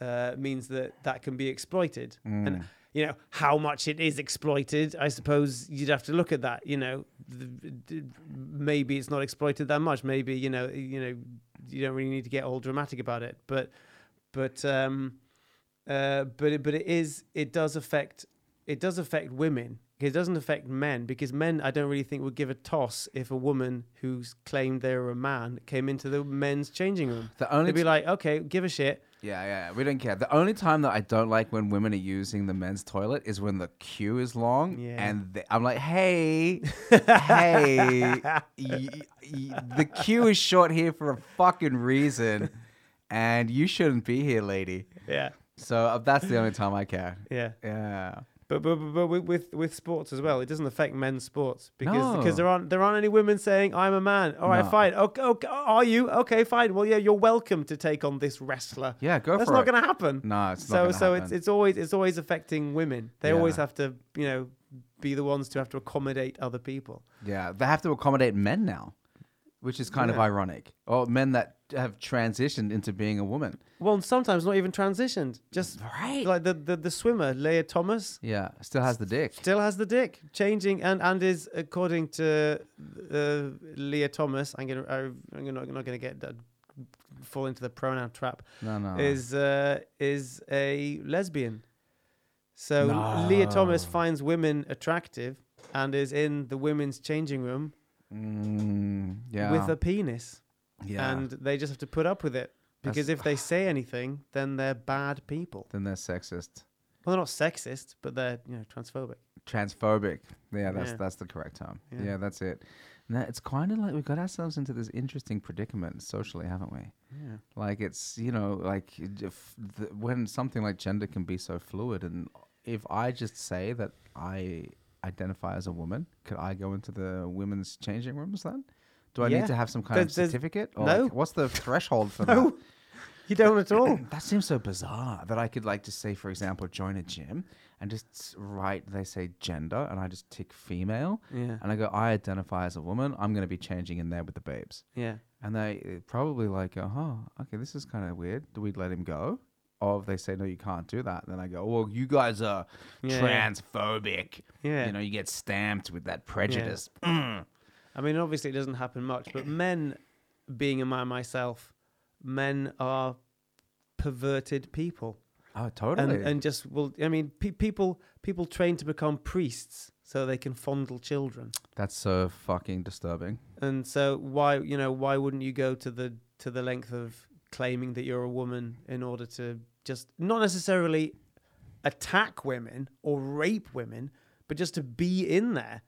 Speaker 2: uh, means that that can be exploited and you know how much it is exploited i suppose you'd have to look at that you know Th- th- maybe it's not exploited that much maybe you know you know you don't really need to get all dramatic about it but but um uh, but it, but it is it does affect it does affect women. It doesn't affect men because men I don't really think would give a toss if a woman who's claimed they're a man came into the men's changing room.
Speaker 1: The only
Speaker 2: They'd be like, okay, give a shit.
Speaker 1: yeah, yeah, we don't care. The only time that I don't like when women are using the men's toilet is when the queue is long,
Speaker 2: Yeah.
Speaker 1: and they, I'm like, hey, hey, y- y- the queue is short here for a fucking reason, and you shouldn't be here, lady.
Speaker 2: Yeah,
Speaker 1: So uh, that's the only time I care.
Speaker 2: yeah.
Speaker 1: Yeah.
Speaker 2: But but, but, but with, with with sports as well, it doesn't affect men's sports because
Speaker 1: No.
Speaker 2: because there aren't there aren't any women saying I'm a man. All right,
Speaker 1: No.
Speaker 2: fine. Okay, okay, are you okay? Fine. Well, yeah, you're welcome to take on this wrestler.
Speaker 1: Yeah, go
Speaker 2: That's
Speaker 1: for
Speaker 2: not
Speaker 1: it.
Speaker 2: going to happen.
Speaker 1: No, it's not
Speaker 2: so
Speaker 1: gonna
Speaker 2: so it's
Speaker 1: happen.
Speaker 2: it's always it's always affecting women. They
Speaker 1: Yeah.
Speaker 2: always have to you know be the ones to have to accommodate other people.
Speaker 1: Yeah, they have to accommodate men now, which is kind of
Speaker 2: Yeah.
Speaker 1: ironic. Or men that have transitioned into being a woman.
Speaker 2: Well, and sometimes not even transitioned. Just
Speaker 1: Right.
Speaker 2: like the the, the swimmer Leah Thomas
Speaker 1: Yeah, still has the dick.
Speaker 2: still has the dick changing and and is according to uh, Leah Thomas. I'm gonna I'm gonna- not, not gonna get that, fall into the pronoun trap.
Speaker 1: No, no.
Speaker 2: Is uh, is a lesbian. So Leah Thomas finds women attractive and is in the women's changing room
Speaker 1: Mm, yeah.
Speaker 2: with a penis.
Speaker 1: yeah.
Speaker 2: and they just have to put up with it because if they say anything, then they're bad people.
Speaker 1: then they're sexist.
Speaker 2: Well, they're not sexist, but they're you know transphobic.
Speaker 1: Transphobic. Yeah, that's
Speaker 2: Yeah.
Speaker 1: that's the correct term. Yeah,
Speaker 2: Yeah.
Speaker 1: that's it. Now, it's kind of like we got ourselves into this interesting predicament socially, haven't we?
Speaker 2: Yeah.
Speaker 1: Like it's you know like if the, when something like gender can be so fluid, and if I just say that I identify as a woman, could I go into the women's changing rooms then? Do I
Speaker 2: Yeah.
Speaker 1: need to have some kind of
Speaker 2: There's- there's-
Speaker 1: certificate? Or
Speaker 2: no.
Speaker 1: like, what's the threshold for that?
Speaker 2: No, you don't at all.
Speaker 1: That seems so bizarre that I could like just say, for example, join a gym and just s- write they say gender and I just tick female
Speaker 2: Yeah.
Speaker 1: and I go I identify as a woman. I'm going to be changing in there with the babes,
Speaker 2: Yeah.
Speaker 1: and they uh, probably like, go, oh, okay, this is kind of weird. Do we let him go? Or if they say no, you can't do that, then I go, well, you guys are
Speaker 2: Yeah.
Speaker 1: transphobic.
Speaker 2: Yeah.
Speaker 1: you know, you get stamped with that prejudice. Mm.
Speaker 2: I mean, obviously, it doesn't happen much, but men, being a man myself, men are perverted people,
Speaker 1: Oh, totally.
Speaker 2: and and just will. I mean, pe- people people train to become priests so they can fondle children,
Speaker 1: That's so fucking disturbing.
Speaker 2: and so why you know why wouldn't you go to the to the length of claiming that you're a woman in order to just not necessarily attack women or rape women, but just to be in there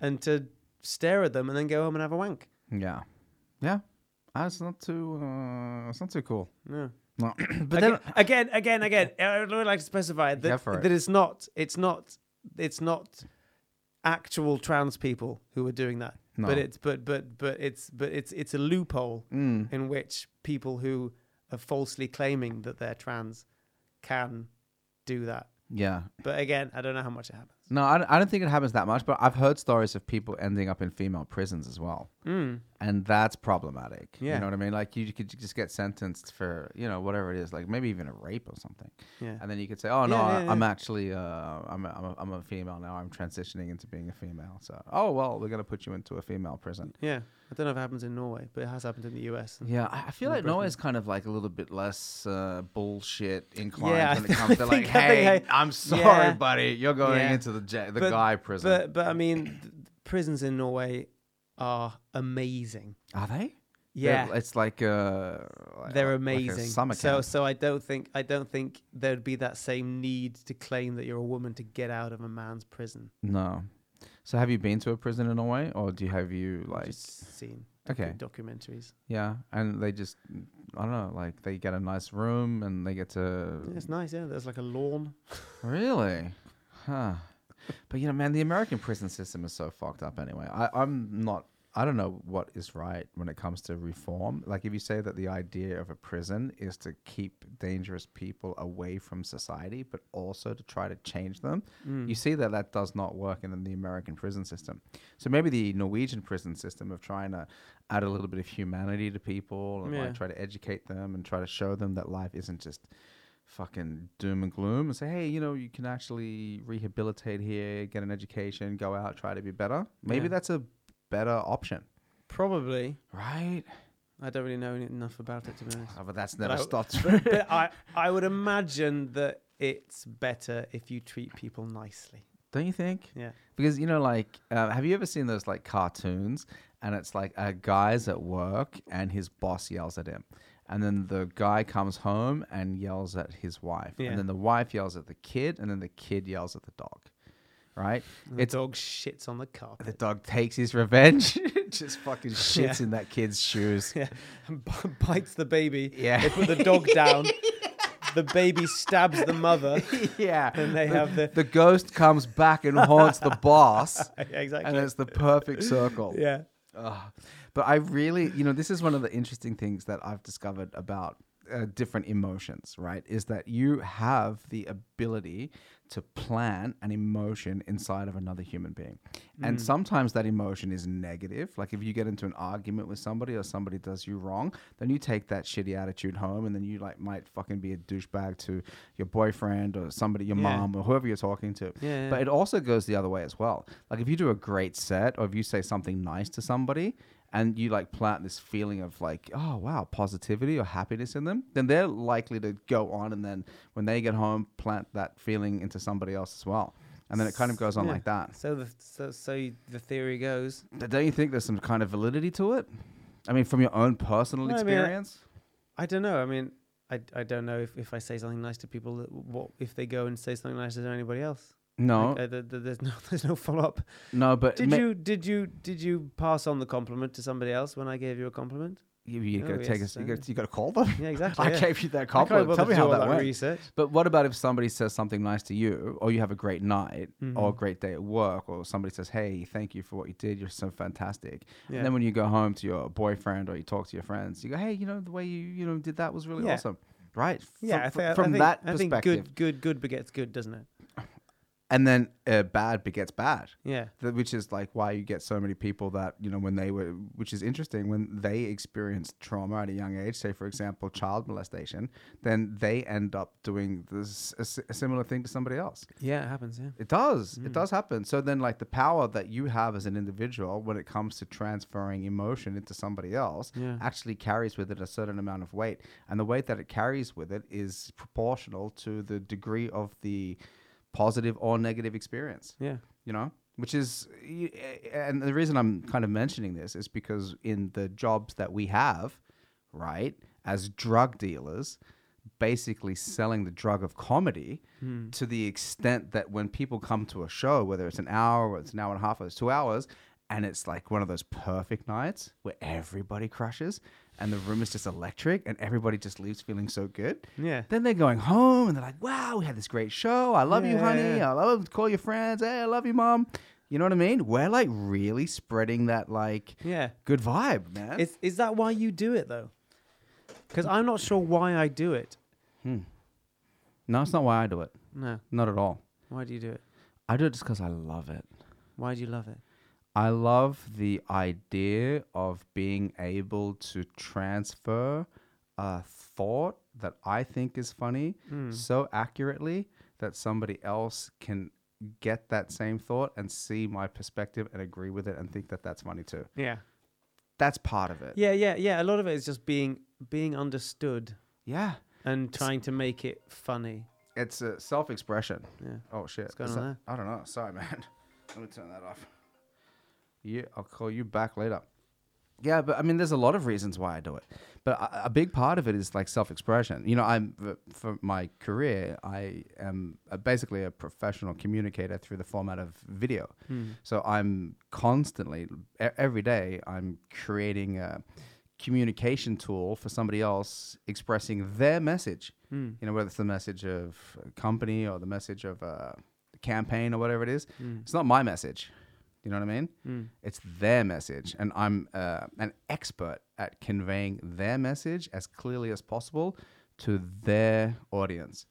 Speaker 2: and to stare at them and then go home and have a wank.
Speaker 1: Yeah, yeah. Uh, it's not too. Uh, it's not too cool.
Speaker 2: No.
Speaker 1: No. but
Speaker 2: again,
Speaker 1: then
Speaker 2: again, again, again, I would like to specify
Speaker 1: Go
Speaker 2: that,
Speaker 1: for it.
Speaker 2: that it's not, it's not, it's not actual trans people who are doing that.
Speaker 1: No.
Speaker 2: But it's, but, but, but it's, but it's, it's a loophole
Speaker 1: Mm.
Speaker 2: in which people who are falsely claiming that they're trans can do that.
Speaker 1: yeah.
Speaker 2: But again, I don't know how much it happens.
Speaker 1: No, I, don't- I don't think it happens that much, but I've heard stories of people ending up in female prisons as well. Mm. And that's problematic. You
Speaker 2: Yeah.
Speaker 1: know what I mean? Like, you could just get sentenced for, you know, whatever it is, like maybe even a rape or something.
Speaker 2: Yeah.
Speaker 1: And then you could say, oh, no,
Speaker 2: Yeah,
Speaker 1: I,
Speaker 2: yeah,
Speaker 1: I'm actually, uh, I'm, a, I'm, a, I'm a female now. I'm transitioning into being a female. So, oh, well, we're going to put you into a female prison.
Speaker 2: Yeah. I don't know if it happens in Norway, but it has happened in the US.
Speaker 1: Yeah, I I feel like
Speaker 2: Britain.
Speaker 1: Norway's kind of like a little bit less uh, bullshit inclined
Speaker 2: Yeah, I
Speaker 1: when it
Speaker 2: th-
Speaker 1: comes
Speaker 2: I
Speaker 1: to like,
Speaker 2: think- I think
Speaker 1: hey,
Speaker 2: I-
Speaker 1: I'm sorry,
Speaker 2: yeah.
Speaker 1: buddy, you're going
Speaker 2: Yeah.
Speaker 1: into the ja the guy prison.
Speaker 2: But, but I mean, th- th- prisons in Norway are amazing.
Speaker 1: Are they?
Speaker 2: Yeah.
Speaker 1: They're- it's like uh,
Speaker 2: they're
Speaker 1: like a
Speaker 2: amazing.
Speaker 1: summer
Speaker 2: so
Speaker 1: camp.
Speaker 2: so I don't think I don't think there'd be that same need to claim that you're a woman to get out of a man's prison.
Speaker 1: no. So have you been to a prison in a way, or do you have you like?
Speaker 2: Just seen
Speaker 1: Okay.
Speaker 2: documentaries.
Speaker 1: Yeah, and they just I don't know, like they get a nice room and they get to
Speaker 2: Yeah, it's nice, yeah. There's like a lawn.
Speaker 1: really, huh? But you know, man, the American prison system is so fucked up. Anyway, I, I'm not. I don't know what is right when it comes to reform. Like, if you say that the idea of a prison is to keep dangerous people away from society, but also to try to change them, you see that that does not work in the American prison system. So maybe the Norwegian prison system of trying to add a little bit of humanity to people and
Speaker 2: Yeah.
Speaker 1: like try to educate them and try to show them that life isn't just fucking doom and gloom and say, hey, you know, you can actually rehabilitate here, get an education, go out, try to be better. Maybe
Speaker 2: Yeah.
Speaker 1: that's a better option,
Speaker 2: Probably.
Speaker 1: right?
Speaker 2: I don't really know enough about it to be honest.
Speaker 1: Oh, but that's never
Speaker 2: I-
Speaker 1: stopped.
Speaker 2: but I I would imagine that it's better if you treat people nicely.
Speaker 1: Don't you think?
Speaker 2: Yeah.
Speaker 1: Because you know, like, uh, have you ever seen those like cartoons? And it's like a guy's at work, and his boss yells at him, and then the guy comes home and yells at his wife,
Speaker 2: Yeah.
Speaker 1: and then the wife yells at the kid, and then the kid yells at the dog. Right?
Speaker 2: And The
Speaker 1: It's
Speaker 2: dog shits on the carpet.
Speaker 1: the dog takes his revenge, just fucking shits
Speaker 2: Yeah.
Speaker 1: in that kid's shoes.
Speaker 2: Yeah, and b- bites the baby.
Speaker 1: Yeah.
Speaker 2: they put the dog down. the baby stabs the mother.
Speaker 1: yeah,
Speaker 2: And they
Speaker 1: the,
Speaker 2: have the-
Speaker 1: the ghost comes back and haunts the boss, and
Speaker 2: exactly.
Speaker 1: it's the perfect circle.
Speaker 2: yeah,
Speaker 1: Ugh. But I really, you know, this is one of the interesting things that I've discovered about uh, different emotions, right? Is that you have the ability to plant an emotion inside of another human being. And sometimes that emotion is negative. Like if you get into an argument with somebody or somebody does you wrong, then you take that shitty attitude home and then you like might fucking be a douchebag to your boyfriend or somebody, your
Speaker 2: Yeah.
Speaker 1: mom or whoever you're talking to.
Speaker 2: Yeah,
Speaker 1: But
Speaker 2: yeah.
Speaker 1: it also goes the other way as well. Like if you do a great set or if you say something nice to somebody and you like plant this feeling of like, oh wow, positivity or happiness in them, then they're likely to go on and then when they get home, plant that feeling into somebody else as well. And then it kind of goes on
Speaker 2: Yeah.
Speaker 1: like that.
Speaker 2: So the so so you- the theory goes.
Speaker 1: D- Don't you think there's some kind of validity to it? I mean, from your own personal
Speaker 2: Well, I mean, I-
Speaker 1: experience?
Speaker 2: I don't know. I mean, I, I don't know if, if I say something nice to people, that- what if they go and say something nice to anybody else?
Speaker 1: No,
Speaker 2: Like, uh, th- th- there's no there's no follow up.
Speaker 1: no, but
Speaker 2: Did
Speaker 1: ma-
Speaker 2: you did you did you pass on the compliment to somebody else when I gave you a compliment?
Speaker 1: you, you
Speaker 2: Oh,
Speaker 1: gotta
Speaker 2: yes,
Speaker 1: take us. You
Speaker 2: uh,
Speaker 1: gotta, you gotta call them.
Speaker 2: Yeah, exactly.
Speaker 1: I
Speaker 2: yeah.
Speaker 1: gave you that
Speaker 2: I can't
Speaker 1: compliment.
Speaker 2: bother
Speaker 1: Tell me
Speaker 2: to do
Speaker 1: how
Speaker 2: all
Speaker 1: that, went.
Speaker 2: research.
Speaker 1: But what about if somebody says something nice to you, or you have a great night, or a
Speaker 2: Mhm.
Speaker 1: great day at work, or somebody says, "Hey, thank you for what you did. You're so fantastic."
Speaker 2: Yeah.
Speaker 1: And then when you go home to your boyfriend or you talk to your friends, you go, "Hey, you know the way you you know did that was really
Speaker 2: Yeah.
Speaker 1: awesome." Right? F-
Speaker 2: yeah, I
Speaker 1: f-
Speaker 2: thi- I
Speaker 1: from
Speaker 2: think-
Speaker 1: that
Speaker 2: I
Speaker 1: perspective,
Speaker 2: think good good good begets good, doesn't it?
Speaker 1: and then uh, bad begets bad.
Speaker 2: Yeah.
Speaker 1: Th- which is like why you get so many people that you know when they were which is interesting when they experienced trauma at a young age say for example child molestation then they end up doing this a, si- a similar thing to somebody else
Speaker 2: Yeah, it happens, yeah. Mm.
Speaker 1: it does it does happen so then like the power that you have as an individual when it comes to transferring emotion into somebody else
Speaker 2: Yeah.
Speaker 1: actually carries with it a certain amount of weight and the weight that it carries with it is proportional to the degree of the positive or negative experience
Speaker 2: Yeah.
Speaker 1: you know which is y- and the reason i'm kind of mentioning this is because in the jobs that we have right as drug dealers basically selling the drug of comedy to the extent that when people come to a show whether it's an hour or it's an hour and a half or it's two hours and it's like one of those perfect nights where everybody crushes and the room is just electric and everybody just leaves feeling so good
Speaker 2: Yeah.
Speaker 1: then they're going home and they're like, wow, we had this great show. I love you,
Speaker 2: Yeah,
Speaker 1: honey.
Speaker 2: yeah.
Speaker 1: I love call your friends. Hey, I love you, mom. You know what I mean? We're like really spreading that like
Speaker 2: Yeah.
Speaker 1: good vibe, man.
Speaker 2: Is is that why you do it though? Because I'm not sure why I do it.
Speaker 1: no, it's not why I do it.
Speaker 2: No.
Speaker 1: Not at all.
Speaker 2: Why do you do it?
Speaker 1: I do it just because I love it.
Speaker 2: Why do you love it?
Speaker 1: I love the idea of being able to transfer a thought that I think is funny so accurately that somebody else can get that same thought and see my perspective and agree with it and think that that's funny too.
Speaker 2: Yeah.
Speaker 1: That's part of it.
Speaker 2: Yeah, yeah, yeah. A lot of it is just being being understood
Speaker 1: Yeah.
Speaker 2: and trying to make it funny.
Speaker 1: It's a self-expression.
Speaker 2: Yeah.
Speaker 1: Oh shit.
Speaker 2: What's going
Speaker 1: Is
Speaker 2: on
Speaker 1: that- I don't know. Sorry, man. Let me turn that off. Yeah, I'll call you back later. Yeah, but I mean, there's a lot of reasons why I do it, but a, a big part of it is like self-expression. You know, I'm uh, for my career, I am uh, basically a professional communicator through the format of video.
Speaker 2: Hmm.
Speaker 1: So I'm constantly e- every day I'm creating a communication tool for somebody else expressing their message.
Speaker 2: Hmm.
Speaker 1: You know, whether it's the message of a company or the message of a campaign or whatever it is,
Speaker 2: Hmm.
Speaker 1: it's not my message. You know what I mean? It's their message, and I'm uh, an expert at conveying their message as clearly as possible to their audience.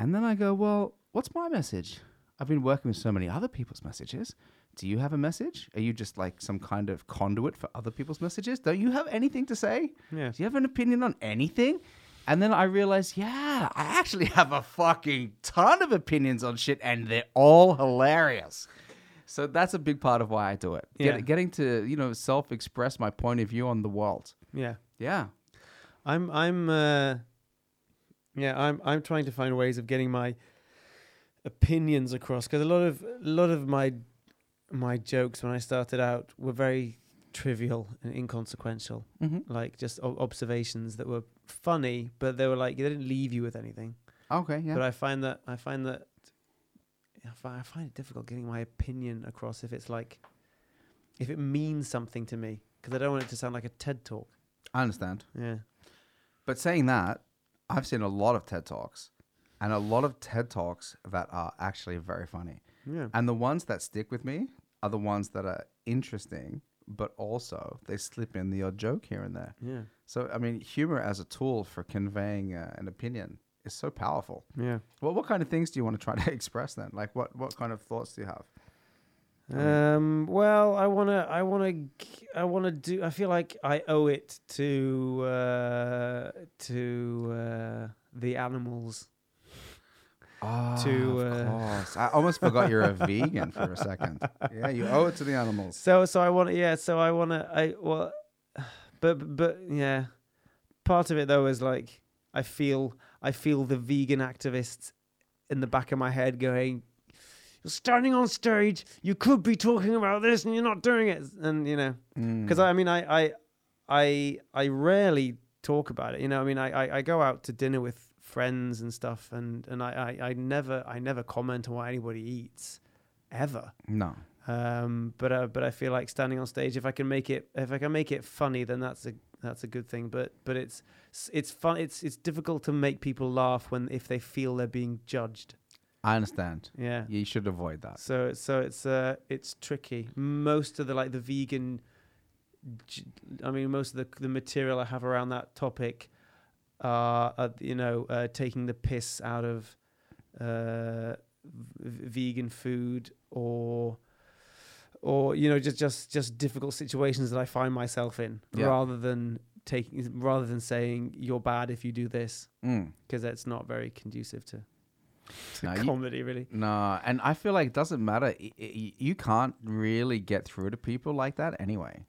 Speaker 1: And then I go, well, what's my message? I've been working with so many other people's messages. Do you have a message? Are you just like some kind of conduit for other people's messages? Don't you have anything to say?
Speaker 2: Yeah.
Speaker 1: Do you have an opinion on anything? And then I realized, yeah, I actually have a fucking ton of opinions on shit, and they're all hilarious. So that's a big part of why I do it. Get-
Speaker 2: Yeah.
Speaker 1: getting to you know self-express my point of view on the world.
Speaker 2: Yeah.
Speaker 1: Yeah,
Speaker 2: I'm I'm uh yeah, I'm I'm trying to find ways of getting my opinions across because a lot of a lot of my my jokes when I started out were very trivial and inconsequential,
Speaker 1: Mhm.
Speaker 2: like just o- observations that were funny, but they were like they didn't leave you with anything.
Speaker 1: Okay. Yeah.
Speaker 2: But I find that I find that I fi- I find it difficult getting my opinion across if it's like if it means something to me because I don't want it to sound like a TED talk.
Speaker 1: I understand.
Speaker 2: Yeah.
Speaker 1: But saying that, I've seen a lot of TED Talks and a lot of TED Talks that are actually very funny.
Speaker 2: Yeah.
Speaker 1: And the ones that stick with me are the ones that are interesting, but also they slip in the odd joke here and there.
Speaker 2: Yeah.
Speaker 1: So, I mean, humor as a tool for conveying uh, an opinion is so powerful.
Speaker 2: Yeah.
Speaker 1: Well, what kind of things do you want to try to express then? Like, what, what kind of thoughts do you have?
Speaker 2: Um, well, I wanna, I wanna, g- I wanna do. I feel like I owe it to uh, to uh, the animals.
Speaker 1: Oh,
Speaker 2: To,
Speaker 1: of
Speaker 2: uh,
Speaker 1: course. I almost forgot you're a vegan for a second. Yeah, you owe it to the animals.
Speaker 2: So, so I want, to yeah. So I wanna, I well, but but yeah. Part of it though is like I feel, I feel the vegan activists in the back of my head going. You're standing on stage. You could be talking about this,
Speaker 1: Mm.
Speaker 2: and you're not doing it. And you know, because I mean I I I I rarely talk about it. You know, I mean, I, I, I go out to dinner with friends and stuff, and and I, I, I never I never comment on what anybody eats, ever.
Speaker 1: No.
Speaker 2: Um, but uh, but I feel like standing on stage, if I can make it if I can make it funny, then that's a that's a good thing. But but it's it's fun. It's it's difficult to make people laugh when if they feel they're being judged.
Speaker 1: I understand.
Speaker 2: Yeah.
Speaker 1: You should avoid that.
Speaker 2: So so it's uh it's tricky. Most of the like the vegan, j- I mean most of the the material I have around that topic, are, are you know uh, taking the piss out of, uh, v- vegan food or. Or you know just just just difficult situations that I find myself in,
Speaker 1: Yeah.
Speaker 2: rather than taking rather than saying you're bad if you do this
Speaker 1: Mm.
Speaker 2: because that's not very conducive to, to
Speaker 1: No, you-
Speaker 2: comedy really.
Speaker 1: No, and I feel like it doesn't matter. I- I- You can't really get through to people like that anyway.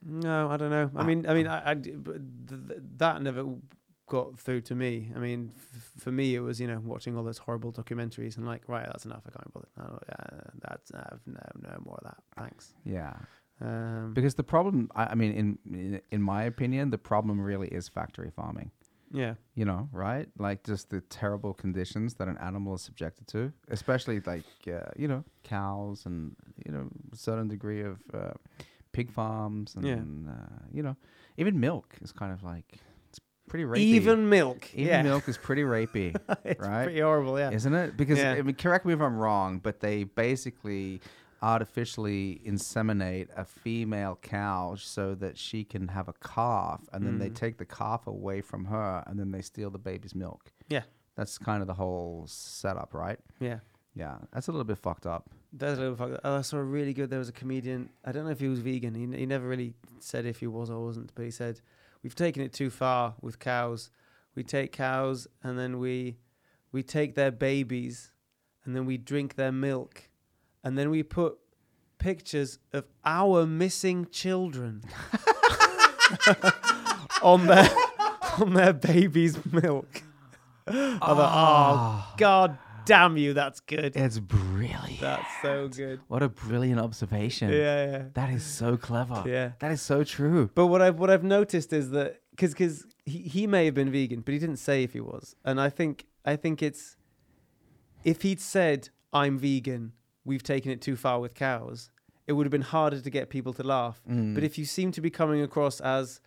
Speaker 2: No, I don't know. I
Speaker 1: Ah.
Speaker 2: mean, I mean, I, I d- but th- th- that never w- got through to me. I mean, f- for me, it was you know watching all those horrible documentaries and like, right, that's enough. I can't bother. I don't, uh, that's uh, no, no more of that. Thanks.
Speaker 1: Yeah.
Speaker 2: Um,
Speaker 1: Because the problem, I, I mean, in, in in my opinion, the problem really is factory farming.
Speaker 2: yeah,
Speaker 1: You know, right? Like just the terrible conditions that an animal is subjected to, especially like uh, you know cows and you know a certain degree of uh, pig farms and uh, you know even milk is kind of like it's pretty rapey.
Speaker 2: even milk.
Speaker 1: even
Speaker 2: yeah,
Speaker 1: milk is pretty rapey,
Speaker 2: it's
Speaker 1: right?
Speaker 2: pretty horrible. Yeah,
Speaker 1: isn't it? Because
Speaker 2: Yeah.
Speaker 1: I mean, correct me if I'm wrong, but they basically artificially inseminate a female cow so that she can have a calf, and then
Speaker 2: Mm.
Speaker 1: they take the calf away from her, and then they steal the baby's milk.
Speaker 2: yeah,
Speaker 1: That's kind of the whole setup, right?
Speaker 2: yeah.
Speaker 1: Yeah, that's a little bit fucked up.
Speaker 2: There's a little fuck. Oh, I saw a really good. There was a comedian. I don't know if he was vegan. He, he never really said if he was or wasn't, but he said we've taken it too far with cows. We take cows and then we we take their babies and then we drink their milk and then we put pictures of our missing children on their on their baby's milk. I thought, oh god damn you, that's good.
Speaker 1: It's brilliant.
Speaker 2: That's so good.
Speaker 1: what a brilliant observation.
Speaker 2: Yeah, yeah.
Speaker 1: That is so clever.
Speaker 2: Yeah.
Speaker 1: That is so true.
Speaker 2: But what I've what I've noticed is that because because he, he may have been vegan, but he didn't say if he was, and I think I think it's if he'd said I'm vegan, we've taken it too far with cows. It would have been harder to get people to laugh.
Speaker 1: Mm.
Speaker 2: But if you seem to be coming across as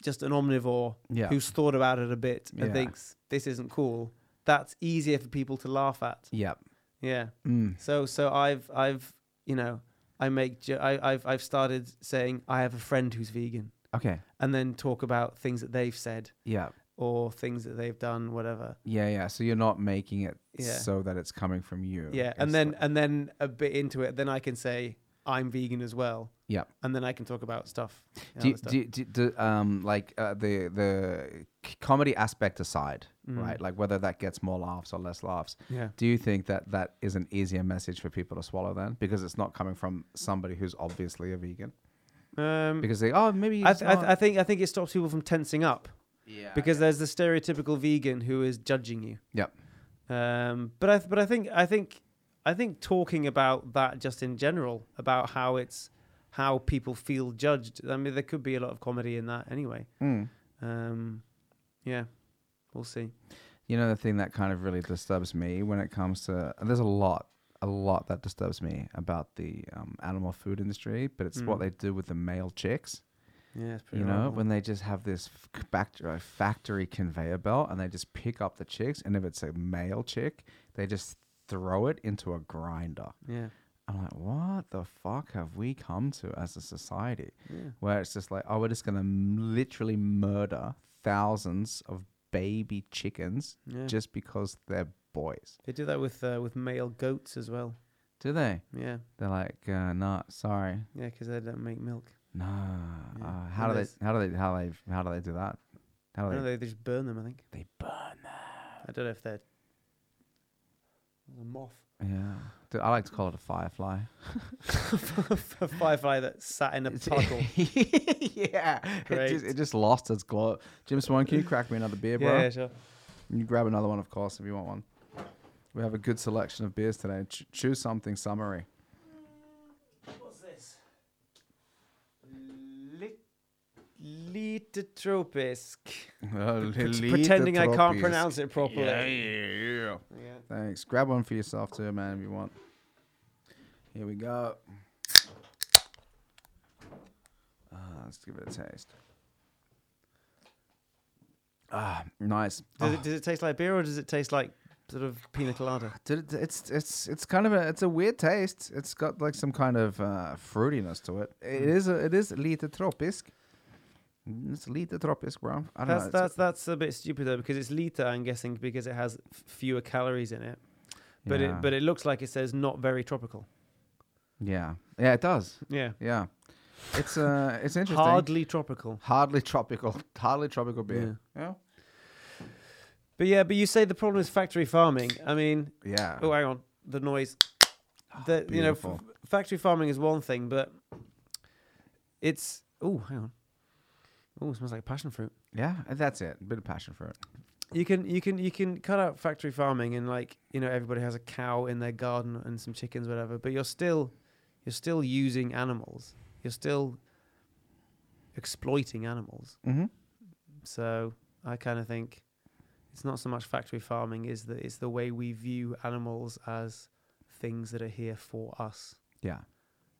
Speaker 2: just an omnivore
Speaker 1: Yeah.
Speaker 2: who's thought about it a bit and
Speaker 1: Yeah.
Speaker 2: thinks this isn't cool, that's easier for people to laugh at.
Speaker 1: Yep.
Speaker 2: Yeah.
Speaker 1: Mm.
Speaker 2: So so I've I've you know I make jo- I, I've I've started saying I have a friend who's vegan
Speaker 1: Okay.
Speaker 2: and then talk about things that they've said
Speaker 1: Yeah.
Speaker 2: or things that they've done whatever.
Speaker 1: Yeah, yeah. So you're not making it
Speaker 2: Yeah.
Speaker 1: so that it's coming from you.
Speaker 2: Yeah,
Speaker 1: It's
Speaker 2: and then
Speaker 1: like-
Speaker 2: and then a bit into it, then I can say I'm vegan as well,
Speaker 1: yeah.
Speaker 2: and then I can talk about stuff. you know,
Speaker 1: Do, you-
Speaker 2: other stuff.
Speaker 1: do, you- do, you- do um like uh, the the c- comedy aspect aside, right? Like whether that gets more laughs or less laughs.
Speaker 2: Mm. Yeah.
Speaker 1: Do you think that that is an easier message for people to swallow then, because it's not coming from somebody who's obviously a vegan?
Speaker 2: um,
Speaker 1: Because they oh maybe
Speaker 2: I,
Speaker 1: it's
Speaker 2: th- I, th-
Speaker 1: not-
Speaker 2: I think I think it stops people from tensing up
Speaker 1: yeah
Speaker 2: because there's the stereotypical vegan who is judging you.
Speaker 1: yep
Speaker 2: Um, but I but I think I think I think talking about that just in general about how it's how people feel judged. I mean, there could be a lot of comedy in that anyway.
Speaker 1: Mm.
Speaker 2: Um, yeah, we'll see.
Speaker 1: You know the thing that kind of really disturbs me when it comes to and there's a lot, a lot that disturbs me about the um, animal food industry, but it's
Speaker 2: Mm.
Speaker 1: what they do with the male chicks.
Speaker 2: Yeah, it's pretty
Speaker 1: You know,
Speaker 2: horrible.
Speaker 1: when they just have this f- factory, uh, factory conveyor belt and they just pick up the chicks, and if it's a male chick, they just throw it into a grinder.
Speaker 2: yeah,
Speaker 1: I'm like, what the fuck have we come to as a society?
Speaker 2: Yeah.
Speaker 1: Where it's just like, oh, we're just going to literally murder thousands of baby chickens
Speaker 2: Yeah.
Speaker 1: just because they're boys.
Speaker 2: they do that with uh, with male goats as well.
Speaker 1: Do they?
Speaker 2: Yeah,
Speaker 1: They're like, uh, nah, sorry.
Speaker 2: yeah, because they don't make milk.
Speaker 1: Nah.
Speaker 2: Yeah.
Speaker 1: Uh, how,
Speaker 2: And
Speaker 1: do
Speaker 2: there's-
Speaker 1: they, how do they, how do they, how do they do that? How
Speaker 2: No,
Speaker 1: do they,
Speaker 2: they, they just burn them. I think.
Speaker 1: they burn
Speaker 2: I don't know if they're a moth,
Speaker 1: Yeah. Dude, I like to call it a firefly.
Speaker 2: a firefly that sat in a puddle.
Speaker 1: yeah. It
Speaker 2: Great.
Speaker 1: just, it just lost its glow. Jim Swan, can you crack me another beer, bro?
Speaker 2: yeah, sure.
Speaker 1: You grab another one, of course, if you want one. We have a good selection of beers today. Ch- choose something summary.
Speaker 2: What's this? Lit- Litotropisk.
Speaker 1: Lilithotropius.
Speaker 2: Pretending I can't pronounce it properly.
Speaker 1: Yeah, yeah, yeah.
Speaker 2: Yeah.
Speaker 1: Thanks. Grab one for yourself too, man, if you want. Here we go. Uh, let's give it a taste. Ah, nice.
Speaker 2: Does,
Speaker 1: Oh,
Speaker 2: it, does it taste like beer or does it taste like sort of pina colada?
Speaker 1: did it- it's it's it's kind of a it's a weird taste. It's got like some kind of uh, fruitiness to it. It
Speaker 2: Hmm.
Speaker 1: is a, it is lite tropisk. Mm, It's lite tropisk, bro. I don't
Speaker 2: That's
Speaker 1: know. It's-
Speaker 2: that's that's a bit stupid though because it's liter. I'm guessing because it has f- fewer calories in it. But
Speaker 1: Yeah.
Speaker 2: it but it looks like it says not very tropical.
Speaker 1: yeah, yeah, it does.
Speaker 2: Yeah,
Speaker 1: Yeah, it's uh, it's interesting.
Speaker 2: hardly tropical.
Speaker 1: Hardly tropical. Hardly tropical beer. Yeah.
Speaker 2: But yeah, but you say the problem is factory farming. I mean,
Speaker 1: Yeah.
Speaker 2: oh, hang on, the noise. The, you know, f-
Speaker 1: beautiful.
Speaker 2: factory farming is one thing, but it's oh, hang on, oh, smells like passion fruit.
Speaker 1: Yeah, and that's it. bit of passion fruit.
Speaker 2: You can you can you can cut out factory farming and like you know everybody has a cow in their garden and some chickens whatever, but you're still you're still using animals. You're still exploiting animals.
Speaker 1: Mm-hmm.
Speaker 2: So I kind of think it's not so much factory farming is that it's the way we view animals as things that are here for us.
Speaker 1: Yeah.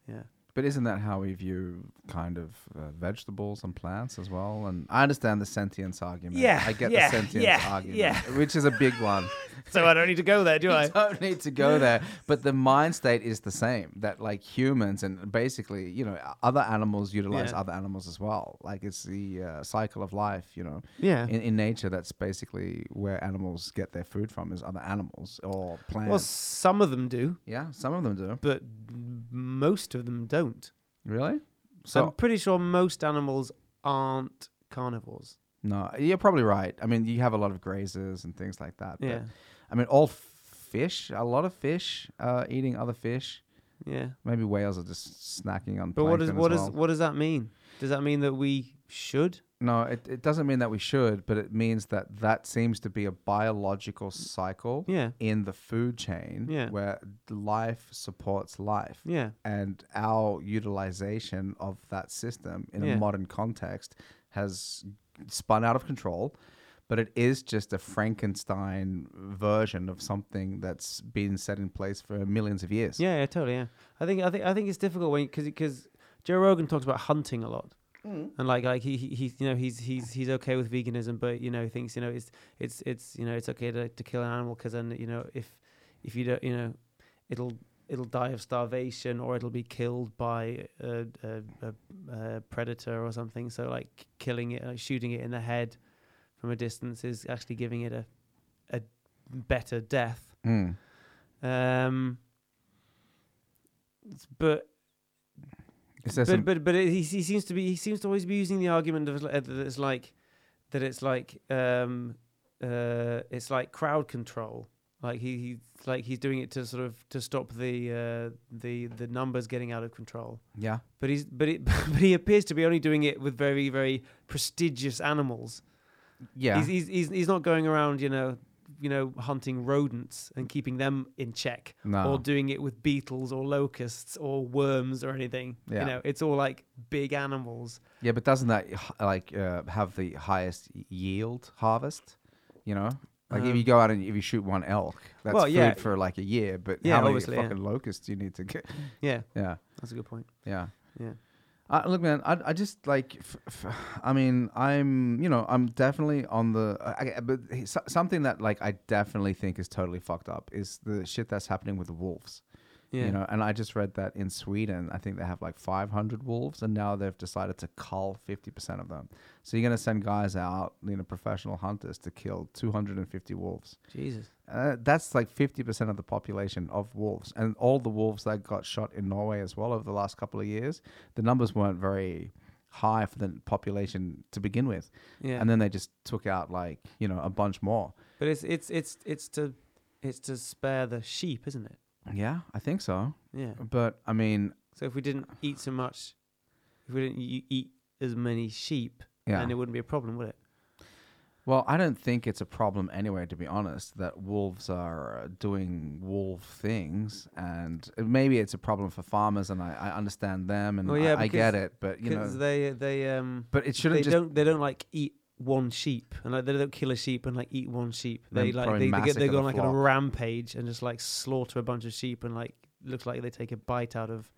Speaker 2: Yeah.
Speaker 1: But isn't that how we view kind of uh, vegetables and plants as well? And I understand the sentience argument.
Speaker 2: Yeah,
Speaker 1: I get
Speaker 2: yeah,
Speaker 1: the sentience
Speaker 2: yeah,
Speaker 1: argument,
Speaker 2: yeah.
Speaker 1: which is a big one.
Speaker 2: So I don't need to go there, do I?
Speaker 1: You don't need to go there. But the mind state is the same. That like humans and basically, you know, other animals utilize
Speaker 2: Yeah.
Speaker 1: other animals as well. Like it's the uh, cycle of life. You know,
Speaker 2: Yeah.
Speaker 1: in, in nature, that's basically where animals get their food from is other animals or plants.
Speaker 2: Well, some of them do,
Speaker 1: yeah, some of them do.
Speaker 2: but most of them don't.
Speaker 1: Really?
Speaker 2: So
Speaker 1: So
Speaker 2: I'm pretty sure most animals aren't carnivores.
Speaker 1: no, you're probably right. I mean, you have a lot of grazers and things like that.
Speaker 2: Yeah.
Speaker 1: But, I mean, all fish, a lot of fish, uh, eating other fish.
Speaker 2: Yeah.
Speaker 1: Maybe whales are just snacking on.
Speaker 2: But what
Speaker 1: plankton
Speaker 2: does
Speaker 1: as
Speaker 2: what does
Speaker 1: well.
Speaker 2: what does that mean? Does that mean that we should?
Speaker 1: No, it, it doesn't mean that we should, but it means that that seems to be a biological cycle
Speaker 2: Yeah.
Speaker 1: in the food chain
Speaker 2: Yeah.
Speaker 1: where life supports life.
Speaker 2: Yeah.
Speaker 1: And our utilization of that system in
Speaker 2: Yeah.
Speaker 1: a modern context has spun out of control, but it is just a Frankenstein version of something that's been set in place for millions of years.
Speaker 2: Yeah, yeah, totally. Yeah, I think I think I think it's difficult when because because Joe Rogan talks about hunting a lot, and like like he, he he you know he's he's he's okay with veganism, but you know he thinks you know it's it's it's you know it's okay to, to kill an animal because then you know if if you don't you know it'll it'll die of starvation or it'll be killed by a, a, a, a predator or something. So like killing it, like shooting it in the head from a distance is actually giving it a a better death.
Speaker 1: Mm.
Speaker 2: Um, s- but
Speaker 1: Is there
Speaker 2: but,
Speaker 1: some-
Speaker 2: but but it, he, he seems to be he seems to always be using the argument of li- that it's like that it's like um uh it's like crowd control like he, he like he's doing it to sort of to stop the uh the the numbers getting out of control
Speaker 1: yeah.
Speaker 2: but he's but it but he appears to be only doing it with very very prestigious animals
Speaker 1: Yeah.
Speaker 2: he's, he's he's he's not going around you know you know hunting rodents and keeping them in check
Speaker 1: no.
Speaker 2: or doing it with beetles or locusts or worms or anything.
Speaker 1: Yeah.
Speaker 2: You know, it's all like big animals.
Speaker 1: Yeah, but doesn't that h- like uh, have the highest yield harvest? You know, like if
Speaker 2: Um,
Speaker 1: you go out and if you shoot one elk, that's
Speaker 2: well,
Speaker 1: food
Speaker 2: yeah.
Speaker 1: for like a year. But
Speaker 2: Yeah,
Speaker 1: how many
Speaker 2: obviously, yeah.
Speaker 1: fucking locusts do you need to get?
Speaker 2: Yeah,
Speaker 1: Yeah,
Speaker 2: that's a good point.
Speaker 1: yeah.
Speaker 2: Yeah.
Speaker 1: Uh, look, man, I, I just like, f- f- I mean, I'm, you know, I'm definitely on the, I, I- but he- so- something that like I definitely think is totally fucked up is the shit that's happening with the wolves.
Speaker 2: Yeah.
Speaker 1: You know, and I just read that in Sweden, I think they have like 500 wolves, and now they've decided to cull 50% of them. So you're going to send guys out, you know, professional hunters to kill 250 wolves.
Speaker 2: Jesus.
Speaker 1: Uh, that's like 50% of the population of wolves. And all the wolves that got shot in Norway as well over the last couple of years, the numbers weren't very high for the population to begin with.
Speaker 2: Yeah.
Speaker 1: And then they just took out like, you know, a bunch more.
Speaker 2: but it's it's it's it's to it's to spare the sheep, isn't it?
Speaker 1: Yeah, I think so.
Speaker 2: Yeah.
Speaker 1: But I mean,
Speaker 2: So if we didn't eat so much, if we didn't y- e-, eat as many sheep,
Speaker 1: yeah.
Speaker 2: then it wouldn't be a problem, would it?
Speaker 1: Well, I don't think it's a problem anyway, to be honest, that wolves are uh, doing wolf things. And maybe it's a problem for farmers, and I, I understand them and
Speaker 2: Well,
Speaker 1: I-
Speaker 2: yeah,
Speaker 1: I, get
Speaker 2: because-
Speaker 1: it. But, you know,
Speaker 2: Because they they um
Speaker 1: but it
Speaker 2: they
Speaker 1: shouldn't just.
Speaker 2: don't they don't like eat one sheep and like they don't kill a sheep and like eat one sheep.
Speaker 1: Then
Speaker 2: They like
Speaker 1: probably
Speaker 2: they, they get
Speaker 1: massacre
Speaker 2: they go
Speaker 1: the
Speaker 2: on like on a
Speaker 1: flock.
Speaker 2: rampage and just like slaughter a bunch of sheep and like looks like they take a bite out of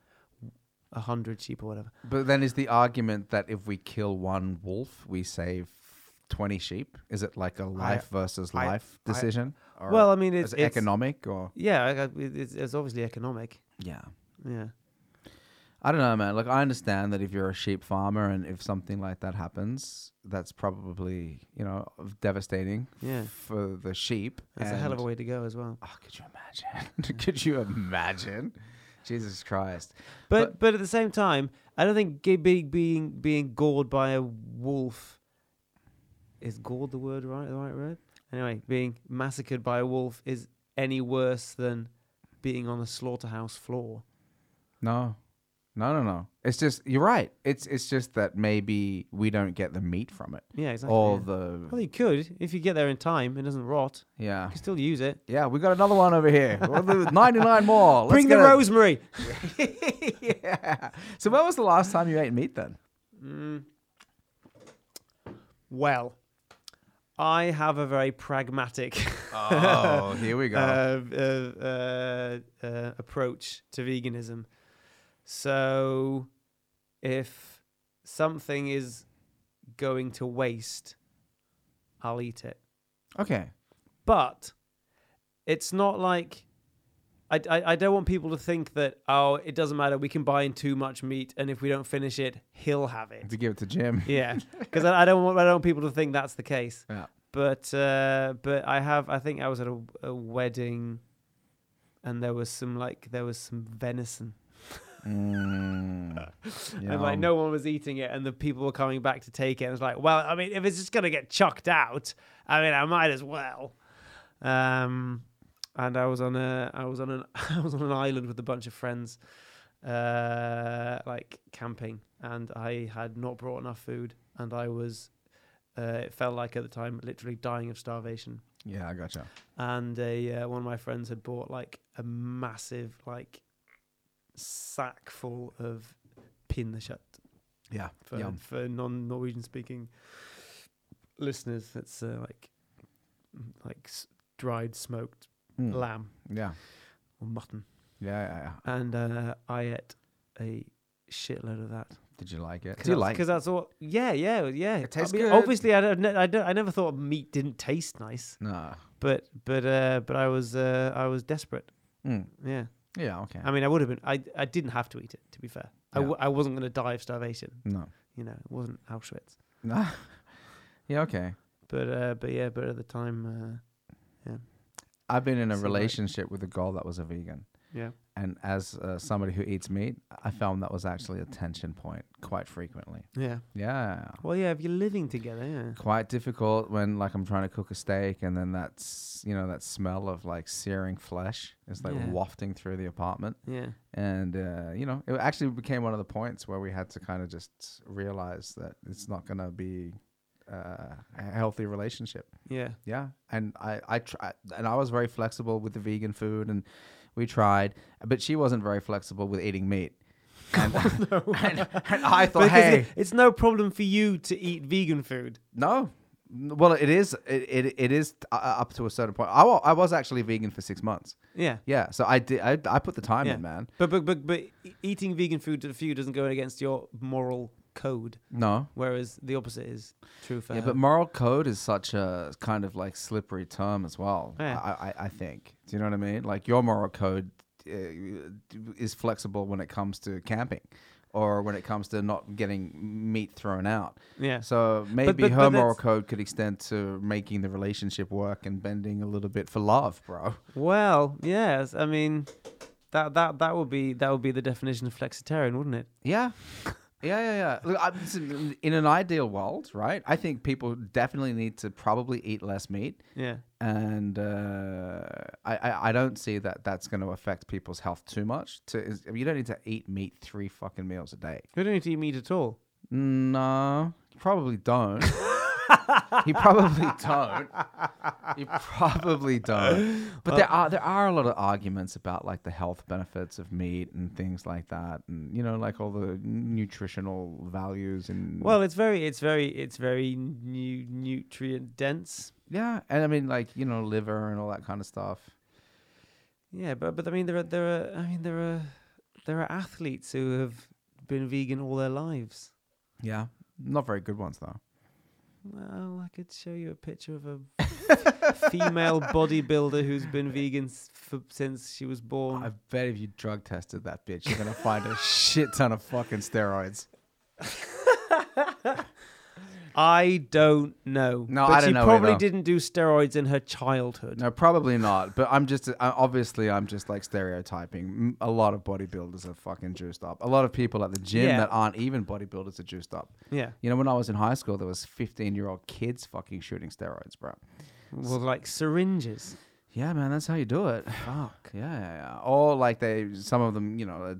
Speaker 2: a hundred sheep or whatever.
Speaker 1: But then is the argument that if we kill one wolf, we save 20 sheep? Is it like a life versus
Speaker 2: I-
Speaker 1: life
Speaker 2: I-
Speaker 1: decision? Or
Speaker 2: well, I mean
Speaker 1: is
Speaker 2: it's,
Speaker 1: it
Speaker 2: it's
Speaker 1: economic or.
Speaker 2: Yeah, I- I- it- it's, it's obviously economic.
Speaker 1: Yeah.
Speaker 2: Yeah.
Speaker 1: I don't know, man. Like, I understand that if you're a sheep farmer and if something like that happens, that's probably, you know, devastating
Speaker 2: Yeah.
Speaker 1: for the sheep.
Speaker 2: That's a hell of a
Speaker 1: and-
Speaker 2: way to go as well.
Speaker 1: Oh, could you imagine? could you imagine? Jesus Christ.
Speaker 2: But but, at the same time, I don't think ge- being being being gored by a wolf is gored the word right the right word. Anyway, being massacred by a wolf is any worse than being on a slaughterhouse floor.
Speaker 1: No. No, no, no. It's just you're right. It's it's just that maybe we don't get the meat from it.
Speaker 2: Yeah, exactly.
Speaker 1: Or
Speaker 2: yeah. well,
Speaker 1: the
Speaker 2: you could if you get there in time. It doesn't rot.
Speaker 1: yeah.
Speaker 2: You can still use it.
Speaker 1: Yeah, we got another one over here. Well, there's 99 more. Let's
Speaker 2: Bring the
Speaker 1: get a-
Speaker 2: rosemary.
Speaker 1: yeah. So when was the last time you ate meat then?
Speaker 2: Well, I have a very pragmatic.
Speaker 1: Oh, here we go.
Speaker 2: uh, uh, uh, uh, approach to veganism. So, if something is going to waste, I'll eat it.
Speaker 1: okay.
Speaker 2: But it's not like I, I, I don't want people to think that oh it doesn't matter we can buy in too much meat and if we don't finish it he'll have it.
Speaker 1: To give it to Jim.
Speaker 2: Yeah, because I, I don't want I don't want people to think that's the case
Speaker 1: Yeah.
Speaker 2: but uh, but I have I think I was at a, a wedding, and there was some like there was some venison,
Speaker 1: Mm.
Speaker 2: and like
Speaker 1: Yum.
Speaker 2: no one was eating it, and the people were coming back to take it. And it's like, well, I mean, if it's just gonna get chucked out, I mean, I might as well. Um, and I was on a I was on an I was on an island with a bunch of friends, uh, like camping, and I had not brought enough food, and I was. Uh, it felt like at the time literally dying of starvation
Speaker 1: Yeah, I gotcha.
Speaker 2: and a uh, one of my friends had bought like a massive like sack full of pinnekjøtt
Speaker 1: Yeah.
Speaker 2: for for non Norwegian speaking listeners. It's uh, like like s- dried smoked
Speaker 1: Mm.
Speaker 2: lamb
Speaker 1: Yeah.
Speaker 2: or mutton,
Speaker 1: Yeah, yeah, yeah.
Speaker 2: and uh, I ate a shitload of that.
Speaker 1: Did you like it?
Speaker 2: Cause Because that's all. Yeah, yeah, yeah.
Speaker 1: It tastes
Speaker 2: I mean,
Speaker 1: good.
Speaker 2: Obviously, I don't, I don't. I never thought meat didn't taste nice,
Speaker 1: No.
Speaker 2: but but uh, but I was uh, I was desperate.
Speaker 1: Mm.
Speaker 2: Yeah.
Speaker 1: Yeah, okay.
Speaker 2: I mean, I would have been. I I didn't have to eat it. To be fair, I I,
Speaker 1: Yeah.
Speaker 2: w- I wasn't going to die of starvation.
Speaker 1: no.
Speaker 2: You know, it wasn't Auschwitz.
Speaker 1: No. yeah, okay.
Speaker 2: But uh, but yeah, but at the time, uh,
Speaker 1: I've been in a
Speaker 2: So, like-
Speaker 1: relationship with a girl that was a vegan.
Speaker 2: uh, yeah,
Speaker 1: And as uh, somebody who eats meat, I found that was actually a tension point quite frequently.
Speaker 2: yeah.
Speaker 1: Yeah.
Speaker 2: Well, yeah, if you're living together, yeah,
Speaker 1: Quite difficult when like I'm trying to cook a steak and then that's, you know, that smell of like searing flesh is like
Speaker 2: Yeah.
Speaker 1: wafting through the apartment.
Speaker 2: yeah,
Speaker 1: and uh, you know it actually became one of the points where we had to kind of just realize that it's not going to be uh, a healthy relationship
Speaker 2: yeah,
Speaker 1: yeah and i i tried and i was very flexible with the vegan food and we tried but she wasn't very flexible with eating meat and, and, and i thought
Speaker 2: because
Speaker 1: hey
Speaker 2: it- it's no problem for you to eat vegan food.
Speaker 1: no N- well it is it, it, it is uh, up to a certain point I wa- I was actually vegan for six months
Speaker 2: Yeah,
Speaker 1: yeah so i did i, I put the time
Speaker 2: Yeah.
Speaker 1: in man
Speaker 2: but but but but e- eating vegan food to- for you doesn't go against your moral code.
Speaker 1: no
Speaker 2: Whereas the opposite is true for
Speaker 1: Yeah,
Speaker 2: her.
Speaker 1: but moral code is such a kind of like slippery term as well.
Speaker 2: Yeah.
Speaker 1: I, I, I think. Do you know what I mean? Like your moral code uh, is flexible when it comes to camping, or when it comes to not getting meat thrown out.
Speaker 2: yeah,
Speaker 1: So maybe
Speaker 2: but-
Speaker 1: her
Speaker 2: but
Speaker 1: moral
Speaker 2: that's-
Speaker 1: code could extend to making the relationship work and bending a little bit for love, bro.
Speaker 2: well, yes, I mean. That, that that would be that would be the definition of flexitarian, wouldn't it?
Speaker 1: Yeah. Yeah, yeah, yeah. Look, I, listen, in an ideal world, right? I think people definitely need to probably eat less meat.
Speaker 2: Yeah.
Speaker 1: and uh, I, I I don't see that that's going to affect people's health too much. To is, you don't need to eat meat three fucking meals a day.
Speaker 2: We don't need to eat meat at all.
Speaker 1: No, probably don't. you probably don't. You probably don't. But there are there are a lot of arguments about like the health benefits of meat and things like that, and you know, like all the nutritional values and
Speaker 2: Well, it's very, it's very, it's very new nutrient dense.
Speaker 1: yeah, and I mean like you know liver and all that kind of stuff.
Speaker 2: Yeah, but but I mean, there are there are I mean there are there are athletes who have been vegan all their lives.
Speaker 1: Yeah, not very good ones though.
Speaker 2: Well, I could show you a picture of a female bodybuilder who's been vegan s- for, since she was born.
Speaker 1: I bet if you drug tested that bitch, you're gonna find a shit ton of fucking steroids.
Speaker 2: I don't know.
Speaker 1: No,
Speaker 2: but
Speaker 1: I don't
Speaker 2: she
Speaker 1: know
Speaker 2: probably
Speaker 1: either.
Speaker 2: didn't do steroids in her childhood.
Speaker 1: No, probably not. But I'm just I- obviously I'm just like stereotyping. M- A lot of bodybuilders are fucking juiced up. A lot of people at the gym
Speaker 2: Yeah.
Speaker 1: that aren't even bodybuilders are juiced up.
Speaker 2: Yeah.
Speaker 1: You know, when I was in high school, there was 15 year old kids fucking shooting steroids, bro.
Speaker 2: Well, like syringes.
Speaker 1: Yeah, man, that's how you do it. Fuck. Yeah, yeah, yeah. Or like they, some of them, you know, uh,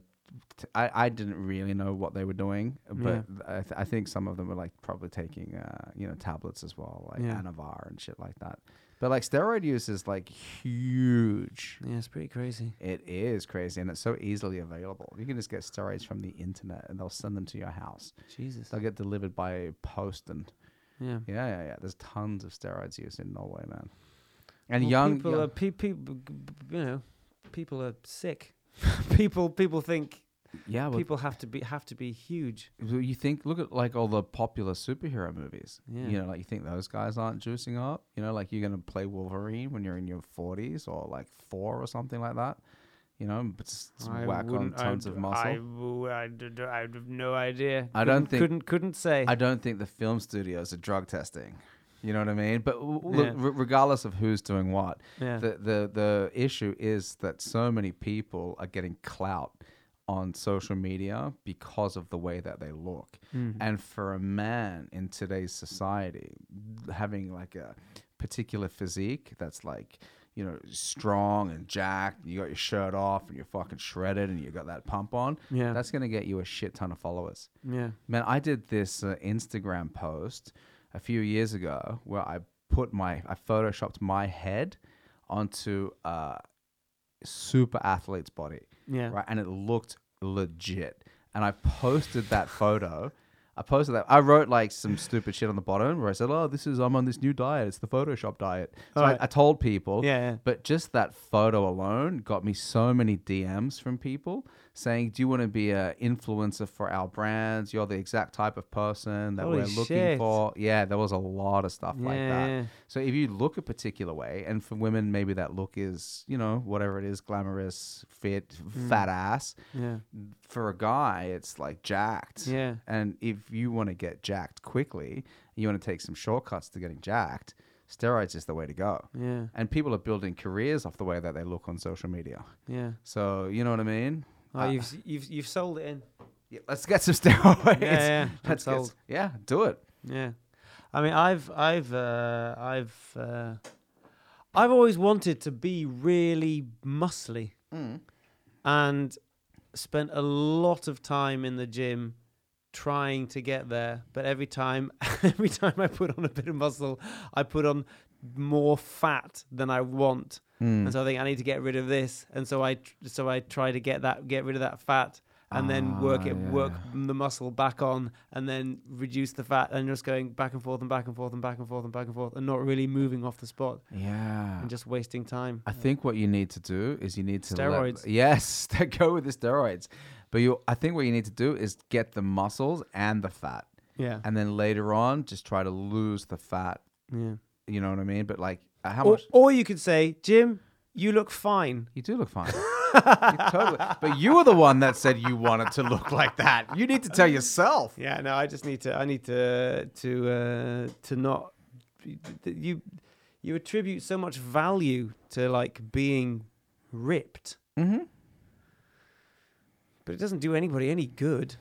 Speaker 1: t- I, I didn't really know what they were doing, uh, but I, th- I think some of them were like probably taking, uh, you know, tablets as well, like
Speaker 2: Yeah.
Speaker 1: Anavar and shit like that. But like steroid use is like huge.
Speaker 2: Yeah, it's pretty crazy.
Speaker 1: It is crazy, and it's so easily available. You can just get steroids from the internet, and they'll send them to your house.
Speaker 2: Jesus.
Speaker 1: They'll get delivered by post, and
Speaker 2: Yeah.
Speaker 1: yeah, yeah, yeah. There's tons of steroids use in Norway, man. And
Speaker 2: Well,
Speaker 1: young,
Speaker 2: people
Speaker 1: young-
Speaker 2: are pe- pe- b- b- you know, people are sick. people people think
Speaker 1: yeah, well,
Speaker 2: people have to be have to be huge.
Speaker 1: Well, you think look at like all the popular superhero movies
Speaker 2: Yeah.
Speaker 1: you know like you think those guys aren't juicing up you know like you're gonna play wolverine when you're in your 40s or like four or something like that you know but just whack on
Speaker 2: wouldn't-
Speaker 1: tons
Speaker 2: I'd-
Speaker 1: of muscle
Speaker 2: I,
Speaker 1: I,
Speaker 2: w- I d- d- I have no idea.
Speaker 1: I don't
Speaker 2: Couldn't-
Speaker 1: think-
Speaker 2: couldn't couldn't say.
Speaker 1: don't think the film studios are drug testing you know what i mean but w- w-
Speaker 2: Yeah.
Speaker 1: look, re- regardless of who's doing what
Speaker 2: Yeah.
Speaker 1: the, the the issue is that so many people are getting clout on social media because of the way that they look.
Speaker 2: Hmm. Mm-hmm.
Speaker 1: And for a man in today's society, having like a particular physique that's like, you know, strong and jacked, and you got your shirt off and you're fucking shredded and you got that pump on,
Speaker 2: Yeah.
Speaker 1: that's going to get you a shit ton of followers.
Speaker 2: yeah.
Speaker 1: Man, I did this uh, Instagram post a few years ago where I put my, I photoshopped my head onto a super athlete's body,
Speaker 2: Yeah.
Speaker 1: right? And it looked legit. And I posted that photo. I posted that. I wrote like some stupid shit on the bottom where I said, "Oh, this is I'm on this new diet. It's the Photoshop diet." So
Speaker 2: Alright.
Speaker 1: I, I told people,
Speaker 2: Yeah, yeah.
Speaker 1: but just that photo alone got me so many DMs from people saying, "Do you want to be an influencer for our brands? You're the exact type of person that
Speaker 2: Holy
Speaker 1: we're looking
Speaker 2: shit.
Speaker 1: for." Yeah, there was a lot of stuff like that.
Speaker 2: Yeah.
Speaker 1: So if you look a particular way, and for women maybe that look is, you know, whatever it is, glamorous, fit,
Speaker 2: Mm.
Speaker 1: fat ass.
Speaker 2: Yeah.
Speaker 1: For a guy, it's like jacked.
Speaker 2: Yeah.
Speaker 1: And if you want to get jacked quickly, you want to take some shortcuts to getting jacked. Steroids is the way to go
Speaker 2: Yeah.
Speaker 1: and people are building careers off the way that they look on social media.
Speaker 2: Yeah.
Speaker 1: So you know what I mean?
Speaker 2: Oh,
Speaker 1: Uh,
Speaker 2: you've s- you've you've sold it in.
Speaker 1: yeah, let's get some steroids.
Speaker 2: Yeah, yeah, I'm
Speaker 1: Let's get s-
Speaker 2: sold.
Speaker 1: yeah, do it.
Speaker 2: Yeah, I mean, I've, I've, uh, I've, uh, I've always wanted to be really muscly, and spent a lot of time in the gym trying to get there. But every time, every time I put on a bit of muscle, I put on more fat than I want,
Speaker 1: Hmm.
Speaker 2: and so I think I need to get rid of this, and so I, tr- so I try to get that, get rid of that fat. And then work
Speaker 1: Ah,
Speaker 2: it,
Speaker 1: yeah,
Speaker 2: work
Speaker 1: yeah.
Speaker 2: the muscle back on and then reduce the fat and just going back and forth and back and forth and back and forth and back and forth and not really moving off the spot
Speaker 1: Yeah.
Speaker 2: and just wasting time.
Speaker 1: I think what you need to do is you need to let-
Speaker 2: Steroids.
Speaker 1: yes, go with the steroids. But you, I think what you need to do is get the muscles and the fat,
Speaker 2: Yeah.
Speaker 1: and then later on just try to lose the fat.
Speaker 2: Yeah.
Speaker 1: You know what I mean? But like, uh, how
Speaker 2: Or,
Speaker 1: much?
Speaker 2: or you could say, Jim, you look fine.
Speaker 1: You do look fine. You totally. But you were the one that said you wanted to look like that. You need to tell yourself.
Speaker 2: Yeah, no, I just need to I need to to uh to not you you attribute so much value to like being ripped.
Speaker 1: Mm-hmm.
Speaker 2: But it doesn't do anybody any good.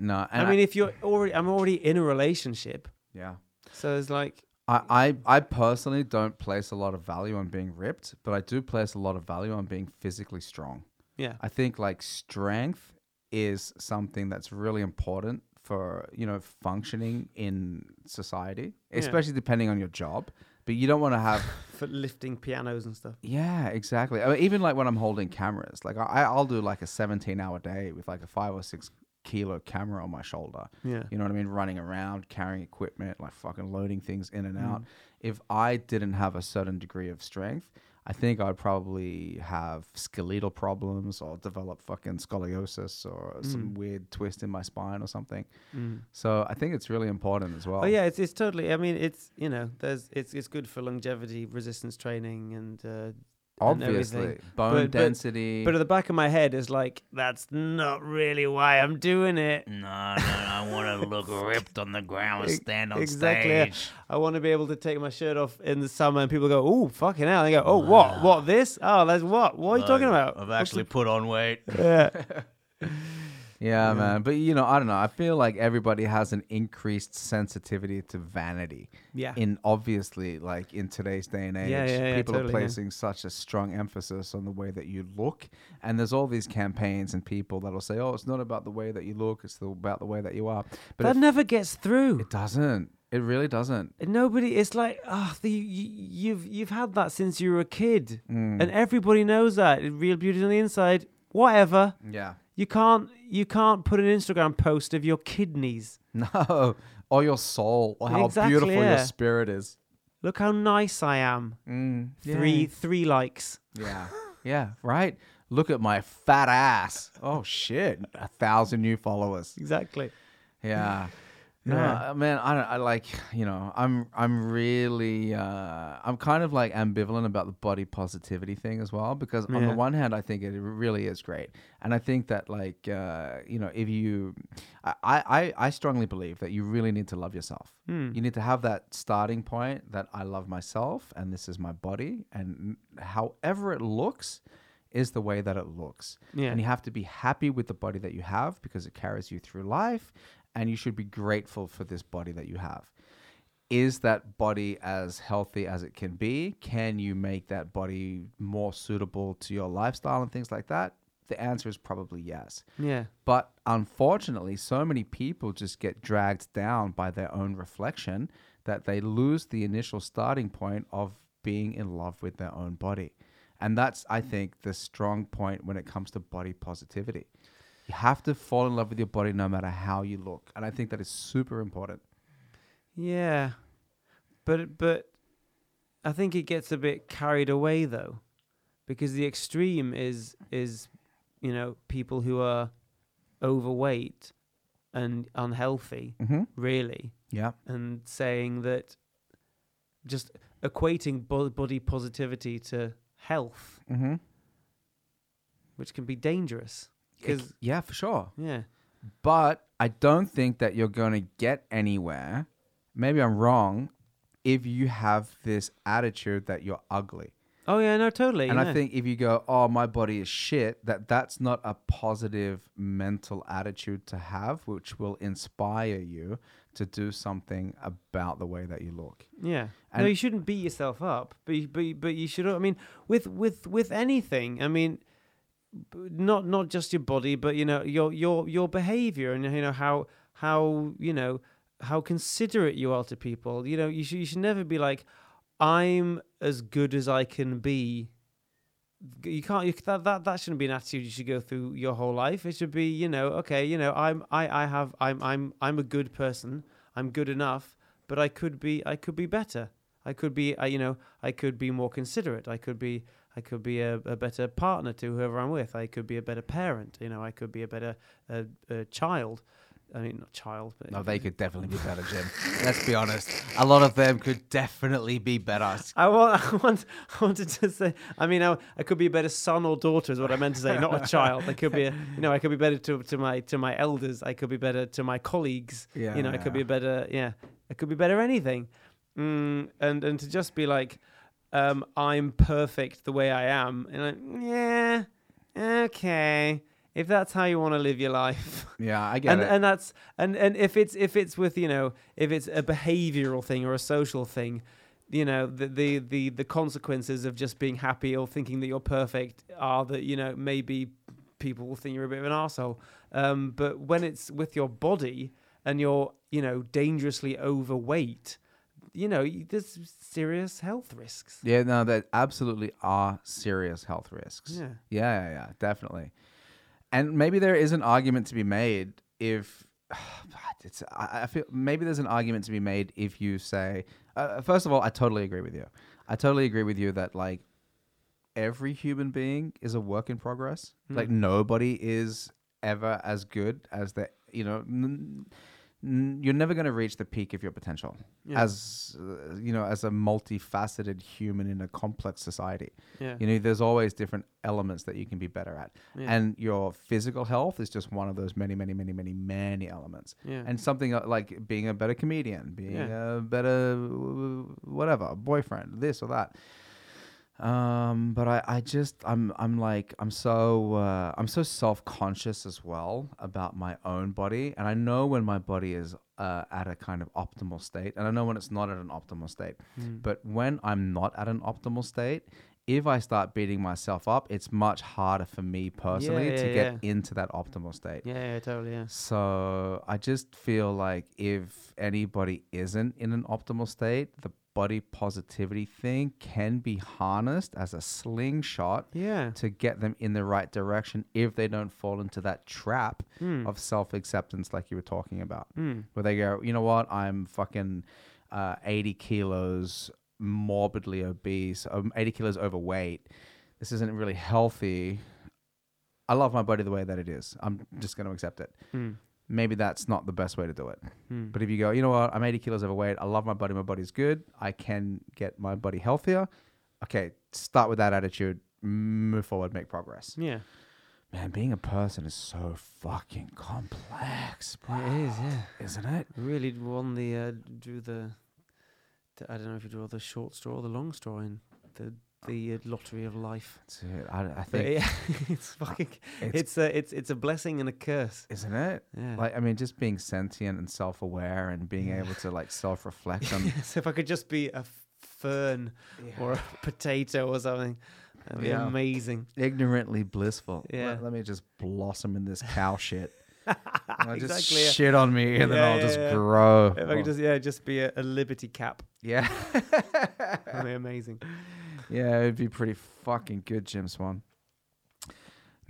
Speaker 1: No, and
Speaker 2: I mean, if you're already, I'm already in a relationship,
Speaker 1: yeah.
Speaker 2: so it's like,
Speaker 1: I, I, I personally don't place a lot of value on being ripped, but I do place a lot of value on being physically strong.
Speaker 2: yeah,
Speaker 1: I think like strength is something that's really important for you know functioning in society,
Speaker 2: Yeah.
Speaker 1: especially depending on your job. But you don't want to have
Speaker 2: for lifting pianos and stuff.
Speaker 1: yeah, exactly. I mean, even like when I'm holding cameras, like I, I'll do like a 17 hour day with like a five or six kilo camera on my shoulder.
Speaker 2: Yeah.
Speaker 1: You know what I mean? Running around, carrying equipment, like fucking loading things in and
Speaker 2: Mm.
Speaker 1: out. If I didn't have a certain degree of strength, I think I'd probably have skeletal problems or develop fucking scoliosis or some
Speaker 2: Mm.
Speaker 1: weird twist in my spine or something. So I think it's really important as well.
Speaker 2: Oh yeah, it's it's totally. I mean, it's you know, there's it's it's good for longevity, resistance training, and uh, and everything.
Speaker 1: Obviously, bone
Speaker 2: But- but-
Speaker 1: density.
Speaker 2: But at the back of my head is like, that's not really why I'm doing it.
Speaker 3: No, no, I want to look ripped on the ground and
Speaker 2: Ex-
Speaker 3: stand on
Speaker 2: exactly.
Speaker 3: stage.
Speaker 2: I want to be able to take my shirt off in the summer, and people go, "Oh, fucking hell!" And I go, "Oh, what? What this? Oh, that's what? What are you talking
Speaker 3: Look,
Speaker 2: about?"
Speaker 3: I've actually put on weight.
Speaker 2: yeah.
Speaker 1: Yeah, man. But you know, I don't know. I feel like everybody has an increased sensitivity to vanity.
Speaker 2: Yeah.
Speaker 1: In obviously, like in today's day and age,
Speaker 2: Yeah, yeah, yeah,
Speaker 1: people
Speaker 2: totally,
Speaker 1: are
Speaker 2: yeah.
Speaker 1: placing such a strong emphasis on the way that you look. And there's all these campaigns and people that'll say, "Oh, it's not about the way that you look; it's the, about the way that you are." But
Speaker 2: that
Speaker 1: it,
Speaker 2: never gets through.
Speaker 1: it doesn't. It really doesn't.
Speaker 2: Nobody. It's like, ah, the, you, you've you've had that since you were a kid, and everybody knows that. Real beauty on the inside. Whatever.
Speaker 1: Yeah.
Speaker 2: You can't you can't put an Instagram post of your kidneys.
Speaker 1: No. Or your soul, or how
Speaker 2: Exactly,
Speaker 1: beautiful
Speaker 2: yeah.
Speaker 1: your spirit is.
Speaker 2: Look how nice I am.
Speaker 1: Mm,
Speaker 2: Three three likes.
Speaker 1: Yeah. Yeah. Right. Look at my fat ass. Oh shit. A thousand new followers.
Speaker 2: Exactly.
Speaker 1: Yeah. No,
Speaker 2: Yeah.
Speaker 1: uh, man, I don't I like, you know, I'm I'm really uh I'm kind of like ambivalent about the body positivity thing as well because on
Speaker 2: Yeah.
Speaker 1: the one hand I think it really is great. And I think that like uh you know, if you I I I strongly believe that you really need to love yourself.
Speaker 2: Hmm.
Speaker 1: You need to have that starting point that I love myself and this is my body and however it looks is the way that it looks.
Speaker 2: Yeah.
Speaker 1: And you have to be happy with the body that you have because it carries you through life and you should be grateful for this body that you have is that body as healthy as it can be can you make that body more suitable to your lifestyle and things like that the answer is probably yes
Speaker 2: Yeah.
Speaker 1: but unfortunately, so many people just get dragged down by their own reflection that they lose the initial starting point of being in love with their own body. And that's, I think, the strong point when it comes to body positivity. You have to fall in love with your body no matter how you look. And I think that is super important.
Speaker 2: Yeah. But but I think it gets a bit carried away though. Because the extreme is is you know, people who are overweight and unhealthy,
Speaker 1: Mm-hmm.
Speaker 2: really,
Speaker 1: Yeah.
Speaker 2: and saying that just equating bo- body positivity to health.
Speaker 1: Mm-hmm.
Speaker 2: which can be dangerous. Because
Speaker 1: Yeah, for sure.
Speaker 2: yeah,
Speaker 1: But I don't think that you're going to get anywhere. Maybe I'm wrong. If you have this attitude that you're ugly.
Speaker 2: oh yeah, no, totally.
Speaker 1: and
Speaker 2: no.
Speaker 1: I think if you go, oh, my body is shit, that that's not a positive mental attitude to have, which will inspire you to do something about the way that you look.
Speaker 2: yeah, no,
Speaker 1: and-
Speaker 2: you shouldn't beat yourself up, but you, but you- but you should. I mean, with with with anything, I mean, b- not not just your body, but you know your your your behavior and you know how how you know how considerate you are to people. You know, you should you should never be like, I'm as good as I can be. You can't. You, that, that that shouldn't be an attitude you should go through your whole life. It should be, you know, okay, you know, I'm I I have I'm I'm I'm a good person. I'm good enough, but I could be I could be better. I could be, I, you know, I could be more considerate. I could be I could be a, a better partner to whoever I'm with. I could be a better parent. You know, I could be a better uh, uh, child. I mean, not child, but
Speaker 1: No, they could definitely be better, Jim. Let's be honest. A lot of them could definitely be better.
Speaker 2: I want, I want, I wanted to say. I mean, I, I could be a better son or daughter is what I meant to say, not a child. I could be, a, you know, I could be better to, to my to my elders. I could be better to my colleagues. you know, I could be
Speaker 1: Yeah.
Speaker 2: better. Yeah, I could be better anything. Mm, and and to just be like, um, I'm perfect the way I am, and like, yeah, okay, if that's how you want to live your life
Speaker 1: Yeah, I get
Speaker 2: and
Speaker 1: it.
Speaker 2: and that's and and if it's if it's with you know if it's a behavioral thing or a social thing you know the the the, the consequences of just being happy or thinking that you're perfect are that you know maybe people will think you're a bit of an asshole um, but when it's with your body and you're you know dangerously overweight, you know y- there's serious health risks.
Speaker 1: Yeah, no, there absolutely are serious health risks.
Speaker 2: Yeah.
Speaker 1: yeah, yeah, yeah, definitely. And maybe there is an argument to be made if it's. I I feel maybe there's an argument to be made if you say. Uh, first of all, I totally agree with you. I totally agree with you that like every human being is a work in progress.
Speaker 2: Hmm.
Speaker 1: Like nobody is ever as good as the you know. N- n- you're never going to reach the peak of your potential
Speaker 2: Yeah.
Speaker 1: as uh, you know as a multifaceted human in a complex society.
Speaker 2: Yeah.
Speaker 1: You know, there's always different elements that you can be better at,
Speaker 2: Yeah.
Speaker 1: and your physical health is just one of those many, many, many, many, many elements.
Speaker 2: Yeah.
Speaker 1: And something uh, like being a better comedian, being
Speaker 2: Yeah.
Speaker 1: a better w- whatever boyfriend, this or that. Um, but I, I just, I'm, I'm like, I'm so, uh, I'm so self-conscious as well about my own body, and I know when my body is uh, at a kind of optimal state, and I know when it's not at an optimal state. But when I'm not at an optimal state, if I start beating myself up, it's much harder for me personally to
Speaker 2: yeah,
Speaker 1: get
Speaker 2: yeah.
Speaker 1: into that optimal state.
Speaker 2: Yeah, yeah, totally. Yeah.
Speaker 1: So I just feel like if anybody isn't in an optimal state, the body positivity thing can be harnessed as a slingshot
Speaker 2: Yeah.
Speaker 1: to get them in the right direction if they don't fall into that trap
Speaker 2: Hmm.
Speaker 1: of self acceptance, like you were talking about, where they go, you know what, I'm fucking uh, 80 kilos morbidly obese, um, 80 kilos overweight. This isn't really healthy. I love my body the way that it is. I'm just going to accept it.
Speaker 2: Hmm.
Speaker 1: Maybe that's not the best way to do it. But if you go, you know what, I'm 80 kilos overweight. I love my body. My body's good. I can get my body healthier. Okay, start with that attitude. Move forward, make progress.
Speaker 2: Yeah.
Speaker 1: Man, being a person is so fucking complex, bro.
Speaker 2: It is. Yeah.
Speaker 1: Isn't it?
Speaker 2: Really won the uh, drew the, the. I don't know if you draw the short straw or the long straw in the the uh, lottery of life.
Speaker 1: Dude, I, I
Speaker 2: But
Speaker 1: think,
Speaker 2: yeah, it's fucking.
Speaker 1: it's-
Speaker 2: It's, a it's it's a blessing and a curse.
Speaker 1: isn't it?
Speaker 2: Yeah.
Speaker 1: Like, I mean, just being sentient and self aware and being able to like self reflect on.
Speaker 2: so if I could just be a fern or a potato or something, that'd be
Speaker 1: Yeah.
Speaker 2: amazing.
Speaker 1: Ignorantly blissful. Let-
Speaker 2: Yeah.
Speaker 1: Let, me just blossom in this cow shit. And I'll just
Speaker 2: Exactly, yeah.
Speaker 1: shit on me and then
Speaker 2: Yeah,
Speaker 1: I'll
Speaker 2: yeah,
Speaker 1: just
Speaker 2: yeah.
Speaker 1: grow.
Speaker 2: If I could just yeah just be a, a liberty cap,
Speaker 1: yeah.
Speaker 2: that'd be amazing.
Speaker 1: Yeah, it'd be pretty fucking good, Jim Swan.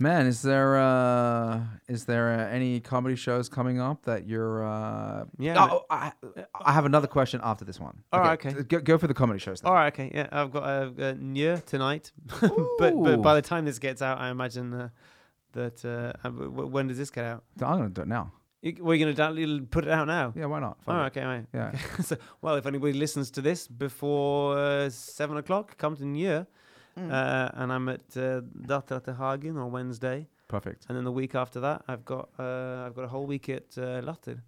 Speaker 1: Man, is there uh is there uh, any comedy shows coming up that you're uh
Speaker 2: Yeah,
Speaker 1: Oh, I, I have another question after this one.
Speaker 2: All right, okay.
Speaker 1: Go, go for the comedy shows. Then.
Speaker 2: All right, okay, yeah, I've got a, uh new tonight, but but by
Speaker 1: Ooh.
Speaker 2: the time this gets out, I imagine uh, that uh, uh, w- w- when does this get out?
Speaker 1: I'm gonna do it now.
Speaker 2: You, we're gonna down- put it out now.
Speaker 1: Yeah, why not? Fuck
Speaker 2: All
Speaker 1: it.
Speaker 2: right, okay, mate.
Speaker 1: Yeah.
Speaker 2: Okay. so, well, if anybody listens to this before uh, seven o'clock, come to New
Speaker 1: Hmm.
Speaker 2: uh, and I'm at uh, Datra te Hagen on Wednesday,
Speaker 1: Perfect.
Speaker 2: and then the week after that, I've got uh, I've got a whole week at uh, Latin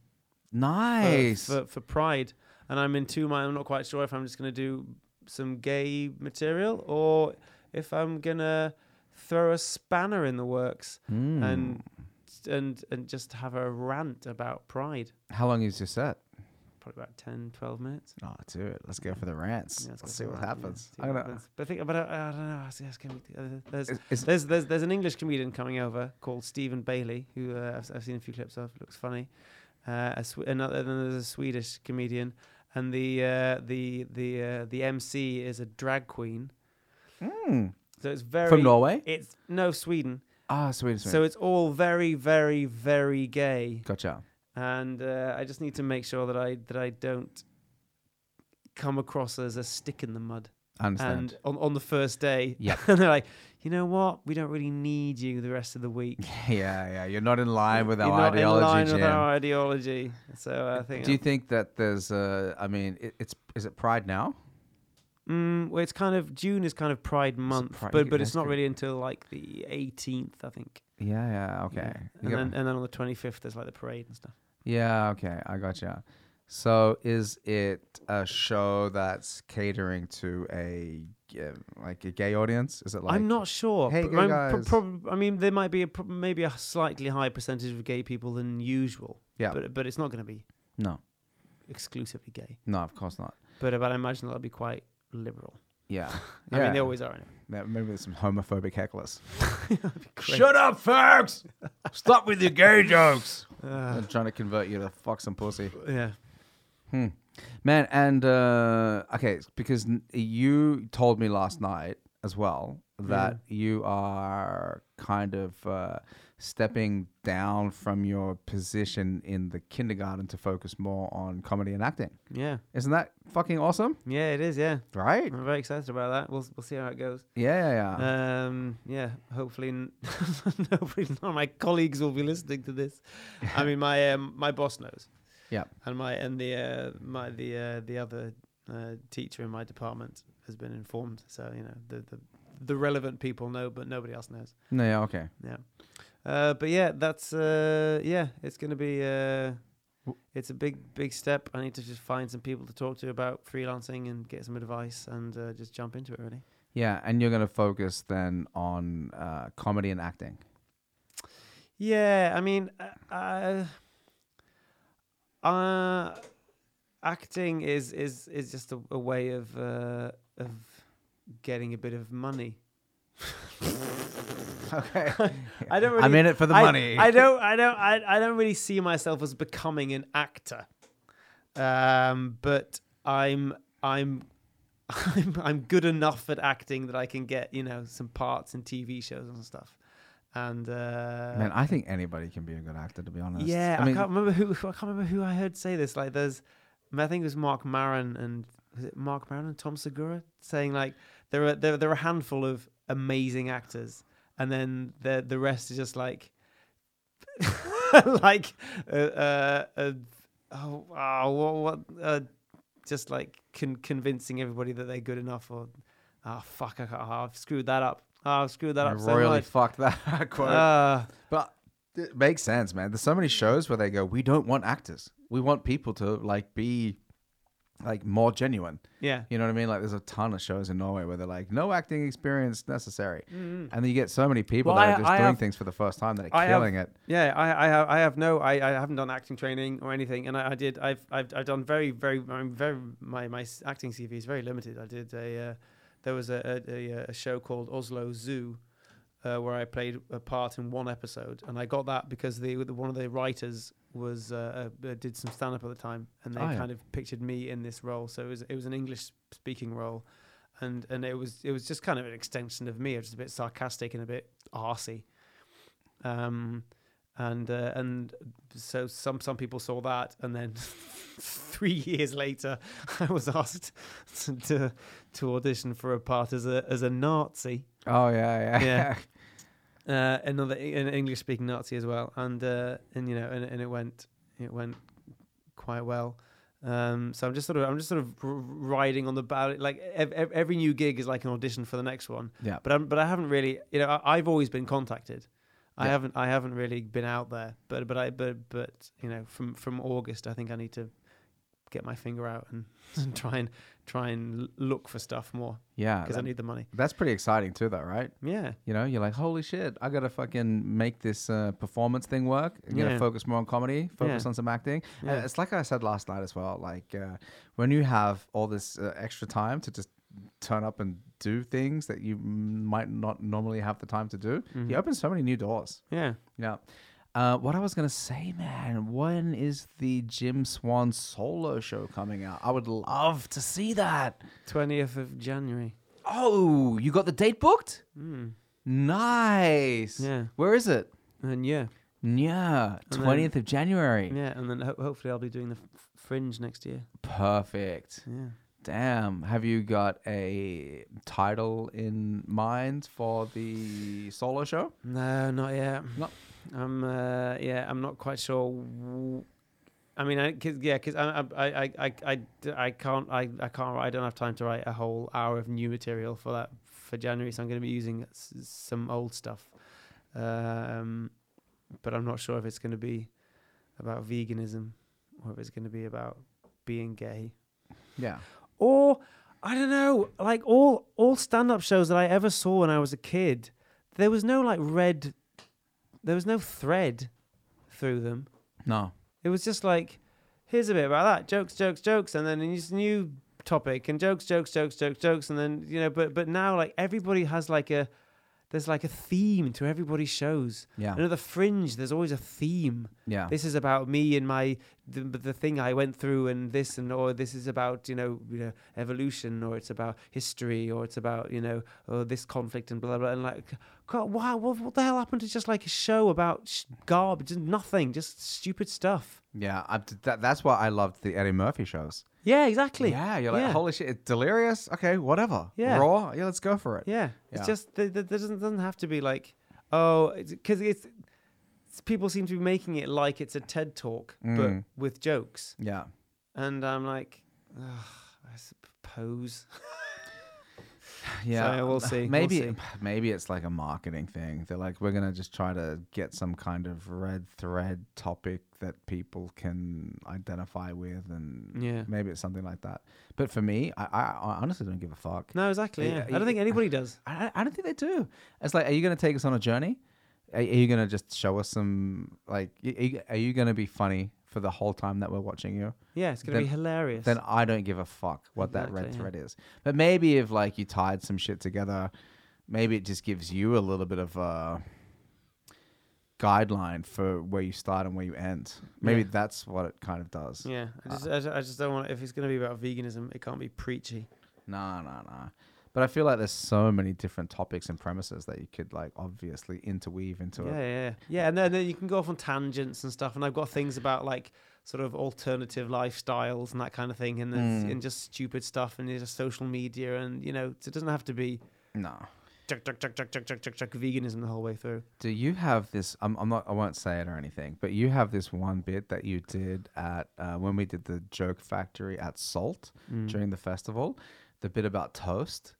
Speaker 1: Nice.
Speaker 2: for, for Pride, and I'm in two minds. I'm not quite sure if I'm just gonna do some gay material or if I'm gonna throw a spanner in the works
Speaker 1: Mm.
Speaker 2: and and and just have a rant about Pride,
Speaker 1: How long is your set?
Speaker 2: probably about 10, 12 minutes.
Speaker 1: Oh, dude, let's go for the rants.
Speaker 2: Yeah,
Speaker 1: let's
Speaker 2: go
Speaker 1: see
Speaker 2: for
Speaker 1: what
Speaker 2: that, yeah,
Speaker 1: happens.
Speaker 2: see
Speaker 1: I'm
Speaker 2: what
Speaker 1: gonna-
Speaker 2: happens. But I think, but I, I don't know. I see, I see, uh, there's,
Speaker 1: Is- is-
Speaker 2: there's, there's, there's an English comedian coming over called Stephen Bailey, who uh, I've, I've seen a few clips of. Looks funny. Uh, a Swe- another, then there's a Swedish comedian, and the uh, the the uh, the MC is a drag queen.
Speaker 1: Mm.
Speaker 2: So it's very
Speaker 1: From Norway?
Speaker 2: It's no Sweden.
Speaker 1: Ah, sweet, sweet.
Speaker 2: So it's all very, very, very gay,
Speaker 1: gotcha.
Speaker 2: and uh, I just need to make sure that I that I don't come across as a stick in the mud
Speaker 1: I understand.
Speaker 2: and on, on the first day.
Speaker 1: Yep.
Speaker 2: and they're like, you know what? We don't really need you the rest of the week.
Speaker 1: yeah, yeah. You're not in line with our
Speaker 2: You're not
Speaker 1: ideology,
Speaker 2: in line
Speaker 1: Jim.
Speaker 2: with our ideology. So uh, I think.
Speaker 1: Do you think that there's uh I mean it, it's is it Pride now?
Speaker 2: Mm, well, it's kind of June is kind of Pride Month,
Speaker 1: Pride-
Speaker 2: but but
Speaker 1: that's
Speaker 2: it's not
Speaker 1: good.
Speaker 2: really until like the 18th, I think.
Speaker 1: Yeah, yeah, okay.
Speaker 2: Yeah.
Speaker 1: You
Speaker 2: And
Speaker 1: got-
Speaker 2: then and then on the 25th, there's like the parade and stuff.
Speaker 1: yeah, okay, I gotcha. So is it a show that's catering to a uh, like a gay audience? Is it like
Speaker 2: I'm not sure.
Speaker 1: Hey,
Speaker 2: but
Speaker 1: gay
Speaker 2: I'm
Speaker 1: guys.
Speaker 2: prob- I mean, there might be a prob- maybe a slightly higher percentage of gay people than usual.
Speaker 1: Yeah.
Speaker 2: But but it's not going to be
Speaker 1: No,
Speaker 2: exclusively gay.
Speaker 1: no, of course not.
Speaker 2: But but I imagine that'll be quite liberal.
Speaker 1: Yeah.
Speaker 2: I mean, they
Speaker 1: Yeah.
Speaker 2: always are. Anyway.
Speaker 1: Now, Maybe there's some homophobic hecklers.
Speaker 3: Shut up, folks! Stop with your gay jokes.
Speaker 1: They're trying to convert you to fuck some pussy.
Speaker 2: Yeah.
Speaker 1: Hmm. Man, and uh, okay, it's because n- you told me last night as well that you are kind of uh, stepping down from your position in the kindergarten to focus more on comedy and acting.
Speaker 2: Yeah.
Speaker 1: Isn't that fucking awesome?
Speaker 2: Yeah, it is. Yeah.
Speaker 1: Right? Uh,
Speaker 2: I'm very excited about that. We'll, we'll see how it goes.
Speaker 1: Yeah, yeah, yeah.
Speaker 2: Um, yeah, hopefully, n- hopefully none of my colleagues will be listening to this. I mean, my um, my boss knows,
Speaker 1: yeah.
Speaker 2: and my and the uh, my the uh, the other uh, teacher in my department has been informed. So you know, the the, the relevant people know, but nobody else knows.
Speaker 1: No, yeah, okay.
Speaker 2: Yeah, uh, but yeah, that's uh, yeah, it's gonna be. Uh, it's a big, big step. I need to just find some people to talk to about freelancing and get some advice and uh, just jump into it, really.
Speaker 1: Yeah, and you're going to focus then on uh, comedy and acting.
Speaker 2: Yeah, I mean, uh, uh, uh, acting is is is just a, a way of uh, of getting a bit of money.
Speaker 1: Okay.
Speaker 2: I don't. Really,
Speaker 1: I'm in it for the
Speaker 2: I-
Speaker 1: money.
Speaker 2: I don't. I don't. I, I don't really see myself as becoming an actor. Um, but I'm I'm I'm I'm good enough at acting that I can get you know some parts in TV shows and stuff. And uh,
Speaker 1: Man, I think anybody can be a good actor, to be honest.
Speaker 2: Yeah, I,
Speaker 1: I mean,
Speaker 2: can't remember who I can't remember who I heard say this. Like, there's, I think it was Mark Maron and was it Mark Maron and Tom Segura saying like there are there, there are a handful of amazing actors, and then the the rest is just like, like, uh, uh, uh, oh, oh, what, what uh, just like con- convincing everybody that they're good enough or, oh fuck, I can't, oh, I've screwed that up. Oh, I've screwed that
Speaker 1: I
Speaker 2: up so
Speaker 1: royally
Speaker 2: much.
Speaker 1: fucked that quote.
Speaker 2: Uh,
Speaker 1: But it makes sense, man. There's so many shows where they go, we don't want actors. We want people to like be like more genuine.
Speaker 2: yeah.
Speaker 1: You know what I mean? Like there's a ton of shows in Norway where they're like, no acting experience necessary. And then you get so many people
Speaker 2: Mm-hmm. Well,
Speaker 1: that
Speaker 2: I-
Speaker 1: are just
Speaker 2: I
Speaker 1: doing
Speaker 2: have-
Speaker 1: things for the first time that are
Speaker 2: I have-
Speaker 1: killing it.
Speaker 2: Yeah, I, I have, I have no, I, I haven't done acting training or anything, and I, I did, I've, I've, I've done very, very, I'm very, my, my s- acting CV is very limited. I did a, uh, there was a, a, a, a show called Oslo Zoo, uh, where I played a part in one episode, and I got that because the, the one of the writers was uh, uh, uh, did some stand up at the time, and they
Speaker 1: Oh, yeah.
Speaker 2: kind of pictured me in this role. So it was, it was an English speaking role, and and it was, it was just kind of an extension of me. It was just a bit sarcastic and a bit arsey. Um, and uh, and so some some people saw that, and then three years later, I was asked to to, to audition for a part as a as a Nazi,
Speaker 1: Oh yeah, yeah.
Speaker 2: Yeah. uh, another an English speaking Nazi as well, and uh, and you know and, and it went it went quite well. Um, so I'm just sort of I'm just sort of r- riding on the ballot. Like ev- ev- every new gig is like an audition for the next one.
Speaker 1: Yeah.
Speaker 2: But I'm, but I haven't really, you know, I, I've always been contacted. I
Speaker 1: Yeah.
Speaker 2: haven't I haven't really been out there. But but I but but you know, from from August, I think I need to get my finger out and, and try and try and l- look for stuff more
Speaker 1: yeah.
Speaker 2: because I
Speaker 1: that-
Speaker 2: need the money.
Speaker 1: that's pretty exciting too, though, right?
Speaker 2: Yeah.
Speaker 1: You know, you're like, holy shit, I gotta fucking make this uh, performance thing work. I'm gonna
Speaker 2: Yeah.
Speaker 1: focus more on comedy, focus
Speaker 2: Yeah.
Speaker 1: on some acting. And
Speaker 2: Yeah.
Speaker 1: it's like I said last night as well. Like uh, when you have all this uh, extra time to just turn up and do things that you m- might not normally have the time to do,
Speaker 2: Mm-hmm.
Speaker 1: you open so many new doors.
Speaker 2: Yeah.
Speaker 1: Yeah. Uh, what I was gonna say, man, when is the Jim Swan solo show coming out? I would love to see that.
Speaker 2: Twentieth of January. Hmm.
Speaker 1: Oh, you got the date booked? Nice.
Speaker 2: Yeah.
Speaker 1: Where is it?
Speaker 2: And yeah,
Speaker 1: Yeah,
Speaker 2: then-
Speaker 1: twentieth of January.
Speaker 2: yeah, and then ho- hopefully I'll be doing the f- fringe next year.
Speaker 1: Perfect.
Speaker 2: Yeah.
Speaker 1: Damn. Have you got a title in mind for the solo show?
Speaker 2: No, not yet.
Speaker 1: No.
Speaker 2: I'm. Uh, yeah, I'm not quite sure. W- I mean, I, cause, yeah, because I, I, I, I, I, d- I can't, I, I can't. write- I don't have time to write a whole hour of new material for that for January. So I'm going to be using s- some old stuff. Um, but I'm not sure if it's going to be about veganism or if it's going to be about being gay
Speaker 1: Yeah.
Speaker 2: or I don't know, like all all stand up shows that I ever saw when I was a kid, there was no like red, there was no thread through them.
Speaker 1: No.
Speaker 2: It was just like, here's a bit about that, jokes, jokes, jokes, and then you just knew topic and jokes, jokes, jokes, jokes, jokes, and then you know, but but now like everybody has like a there's like a theme to everybody's shows.
Speaker 1: Yeah.
Speaker 2: And at the fringe, there's always a theme.
Speaker 1: Yeah.
Speaker 2: This is about me and my the, the thing I went through and this and or this is about you know you know evolution or it's about history or it's about you know oh, this conflict and blah blah and like God, wow what, what the hell happened to just like a show about sh- garbage and nothing just stupid stuff.
Speaker 1: Yeah, I, that, that's why I loved the Eddie Murphy shows.
Speaker 2: Yeah, exactly.
Speaker 1: Yeah, you're like, holy shit, it's delirious. Okay, whatever.
Speaker 2: Yeah.
Speaker 1: Raw. Yeah, let's go for it.
Speaker 2: Yeah,
Speaker 1: Yeah.
Speaker 2: it's just there th- there doesn't doesn't have to be like oh because it's, it's- people seem to be making it like it's a TED talk
Speaker 1: Mm.
Speaker 2: but with jokes,
Speaker 1: Yeah.
Speaker 2: and I'm like, ugh, I suppose.
Speaker 1: Yeah,
Speaker 2: So we'll see, we'll
Speaker 1: um, Maybe
Speaker 2: see.
Speaker 1: maybe it's like a marketing thing. They're like, we're gonna just try to get some kind of red thread topic that people can identify with, and
Speaker 2: Yeah.
Speaker 1: maybe it's something like that. But for me, I, I, I honestly don't give a fuck.
Speaker 2: No, exactly.
Speaker 1: Yeah,
Speaker 2: Yeah. I don't think
Speaker 1: y-
Speaker 2: anybody does.
Speaker 1: I, I don't think they do. It's like, are you gonna take us on a journey? Are, are you gonna just show us some like? y- Are you, are you gonna be funny for the whole time that we're watching you?
Speaker 2: Yeah, it's gonna be
Speaker 1: Then-
Speaker 2: hilarious.
Speaker 1: then I don't give a fuck what that red
Speaker 2: Exactly, yeah.
Speaker 1: thread is. But maybe if like you tied some shit together, maybe it just gives you a little bit of a guideline for where you start and where you end. Maybe
Speaker 2: Yeah.
Speaker 1: that's what it kind of does.
Speaker 2: yeah, I just, I just I just don't want if it's gonna be about veganism, it can't be preachy.
Speaker 1: No, no, no. But I feel like there's so many different topics and premises that you could like obviously interweave into
Speaker 2: Yeah,
Speaker 1: it.
Speaker 2: yeah, yeah. And then, then you can go off on tangents and stuff. And I've got things about like sort of alternative lifestyles and that kind of thing, and it's- and just stupid stuff and just social media, and you know, so it doesn't have to be
Speaker 1: No.
Speaker 2: chuck chuck chuck chuck chuck chuck chuck chuck veganism the whole way through.
Speaker 1: Do you have this? I'm, I'm not. I won't say it or anything. But you have this one bit that you did at uh, when we did the joke factory at Salt during the festival. The bit about toast.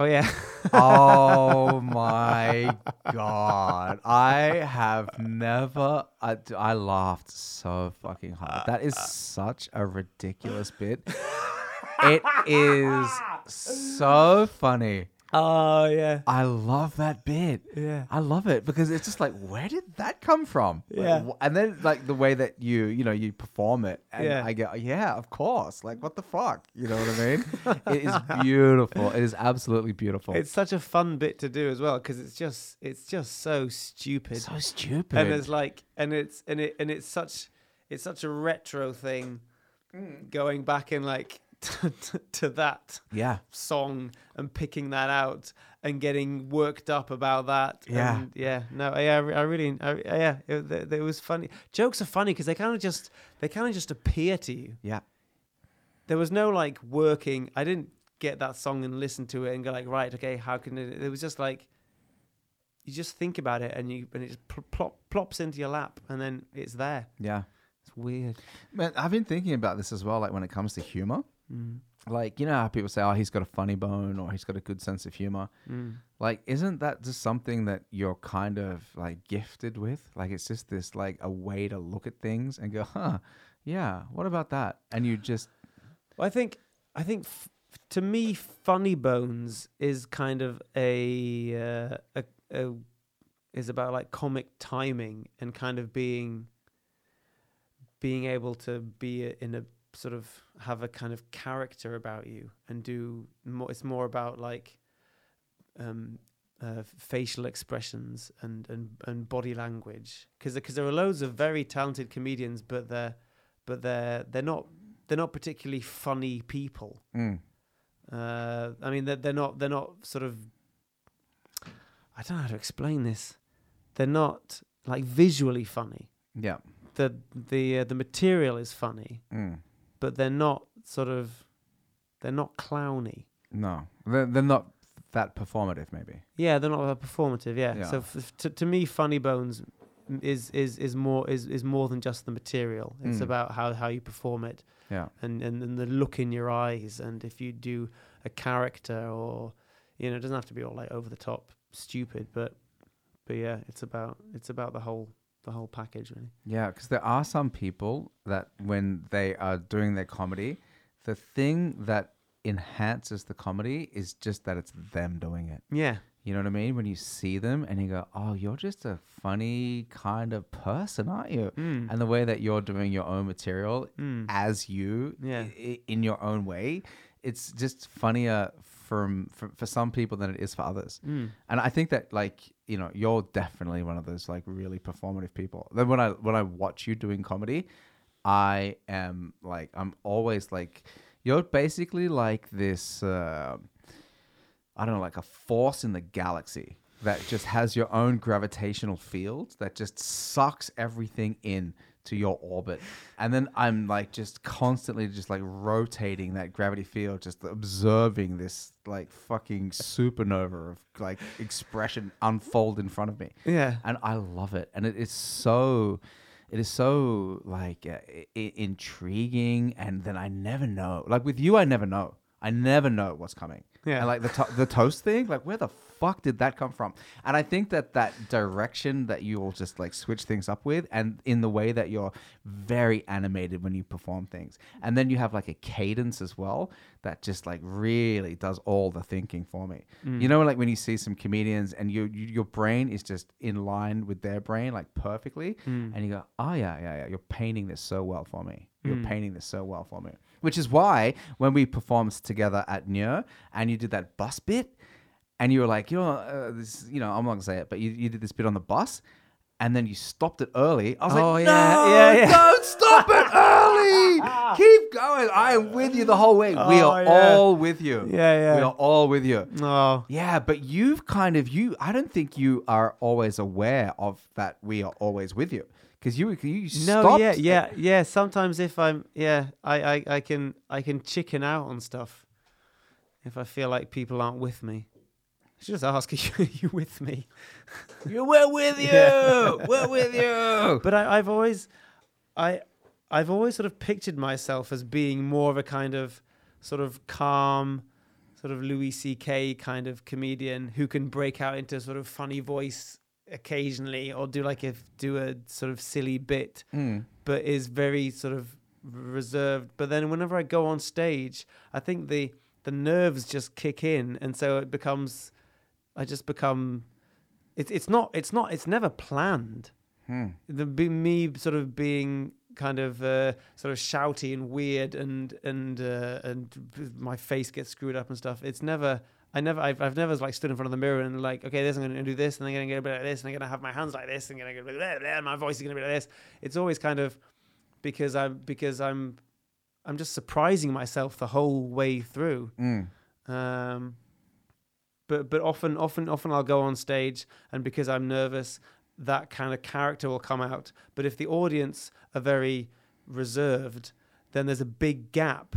Speaker 2: Oh yeah,
Speaker 1: Oh my god! I have never. I, d- I laughed so fucking hard. That is such a ridiculous bit. It is so funny.
Speaker 2: oh yeah,
Speaker 1: I love that bit.
Speaker 2: Yeah.
Speaker 1: I love it because it's just like, where did that come from? Like,
Speaker 2: Yeah.
Speaker 1: wh- and then like the way that you, you know, you perform it, and
Speaker 2: Yeah.
Speaker 1: I go, yeah, of course. Like, what the fuck? You know what I mean? it is beautiful. It is absolutely beautiful.
Speaker 2: it's such a fun bit to do as well because it's just it's just so stupid.
Speaker 1: so stupid.
Speaker 2: and there's like and it's and it and it's such it's such a retro thing going back in like to, to that
Speaker 1: yeah.
Speaker 2: song and picking that out and getting worked up about that
Speaker 1: Yeah.
Speaker 2: and yeah no i, I, re- I really I, I- yeah it, it, it was funny jokes are funny because they kind of just they kind of just appear to you
Speaker 1: Yeah.
Speaker 2: there was no like working i didn't get that song and listen to it and go like right okay how can it it was just like you just think about it and you and it just pl- plop, plops into your lap and then it's there
Speaker 1: Yeah.
Speaker 2: it's weird
Speaker 1: Man, I've been thinking about this as well. Like when it comes to humor, like you know how people say, "Oh, he's got a funny bone," or "He's got a good sense of humor." Like, isn't that just something that you're kind of like gifted with? Like, it's just this like a way to look at things and go, "Huh, yeah, what about that?" And you just
Speaker 2: Well, I think I think f- to me, Funny Bones is kind of a, uh, a a is about like comic timing and kind of being being able to be a, in a sort of have a kind of character about you and do more. It's more about like um, uh, facial expressions and and and body language because because there are loads of very talented comedians, but they're but they're they're not they're not particularly funny people.
Speaker 1: mm,
Speaker 2: Uh, I mean, they're, they're not they're not sort of. I don't know how to explain this. They're not like visually funny.
Speaker 1: yeah,
Speaker 2: The the uh, the material is funny,
Speaker 1: mm,
Speaker 2: but they're not sort of they're not clowny.
Speaker 1: no, they're, they're not that performative, maybe.
Speaker 2: Yeah, they're not that performative. Yeah.
Speaker 1: Yeah.
Speaker 2: So f- f- to to me, Funny Bones m- is is is more is is more than just the material. It's
Speaker 1: Mm.
Speaker 2: about how how you perform it
Speaker 1: Yeah,
Speaker 2: and, and and the look in your eyes and if you do a character or you know it doesn't have to be all like over the top stupid but but yeah it's about it's about the whole the whole package really
Speaker 1: yeah, because there are some people that when they are doing their comedy, the thing that enhances the comedy is just that it's them doing it.
Speaker 2: yeah
Speaker 1: You know what I mean? When you see them and you go, oh, you're just a funny kind of person, aren't you?
Speaker 2: Mm.
Speaker 1: And the way that you're doing your own material as you
Speaker 2: Yeah.
Speaker 1: i- i- in your own way, it's just funnier from, for, for some people than it is for others.
Speaker 2: Mm.
Speaker 1: Mm. And I think that like, you know, you're definitely one of those like really performative people. Then when I, when I watch you doing comedy, I am like, I'm always like, you're basically like this, uh, I don't know, like a force in the galaxy that just has your own gravitational field that just sucks everything in to your orbit. And then I'm like just constantly just like rotating that gravity field, just observing this like fucking supernova of like expression unfold in front of me
Speaker 2: Yeah.
Speaker 1: and I love it. And it is so, it is so like uh, I- I- intriguing. And then I never know. Like with you, I never know. I never know what's coming.
Speaker 2: Yeah.
Speaker 1: And like the to- the toast thing, like where the fuck did that come from? And I think that that direction that you'll just like switch things up with, and in the way that you're very animated when you perform things, and then you have like a cadence as well that just like really does all the thinking for me. You know, like when you see some comedians and you, you your brain is just in line with their brain like perfectly, and you go, oh yeah, yeah, yeah, you're painting this so well for me. You're
Speaker 2: Hmm.
Speaker 1: painting this so well for me. Which is why when we performed together at Nure and you did that bus bit, and you were like, you know, uh, this, you know, I'm not gonna say it, but you, you did this bit on the bus, and then you stopped it early. I was
Speaker 2: Oh,
Speaker 1: like,
Speaker 2: yeah,
Speaker 1: no,
Speaker 2: yeah, yeah."
Speaker 1: don't stop it early. Keep going. I am with you the whole way. we
Speaker 2: Oh,
Speaker 1: are
Speaker 2: yeah.
Speaker 1: all with you.
Speaker 2: Yeah,
Speaker 1: We
Speaker 2: yeah.
Speaker 1: are all with you.
Speaker 2: Oh,
Speaker 1: Yeah, but you've kind of you. I don't think you are always aware of that. We are always with you because you you
Speaker 2: no,
Speaker 1: stopped.
Speaker 2: yeah, yeah, yeah. Sometimes if I'm, yeah, I, I, I can, I can chicken out on stuff if I feel like people aren't with me. I should just ask, are you, are you with me?
Speaker 1: You we're with you. we're with you.
Speaker 2: But I, I've always, I, I've always sort of pictured myself as being more of a kind of, sort of calm, sort of Louis C.K. kind of comedian who can break out into sort of funny voice occasionally or do like a do a sort of silly bit, but is very sort of reserved. But then whenever I go on stage, I think the the nerves just kick in, and so it becomes, I just become. It's it's not it's not it's never planned the be, me sort of being kind of uh, sort of shouty and weird and and uh, and my face gets screwed up and stuff. It's never. I never, I've, I've never like stood in front of the mirror and like, okay, this I'm going to do this, and I'm going to go a bit like this, and I'm going to have my hands like this, and I'm going to go blah, blah, and my voice is going to be like this. It's always kind of because I'm because I'm I'm just surprising myself the whole way through. Um, but but often often often I'll go on stage and because I'm nervous, that kind of character will come out. But if the audience are very reserved, then there's a big gap.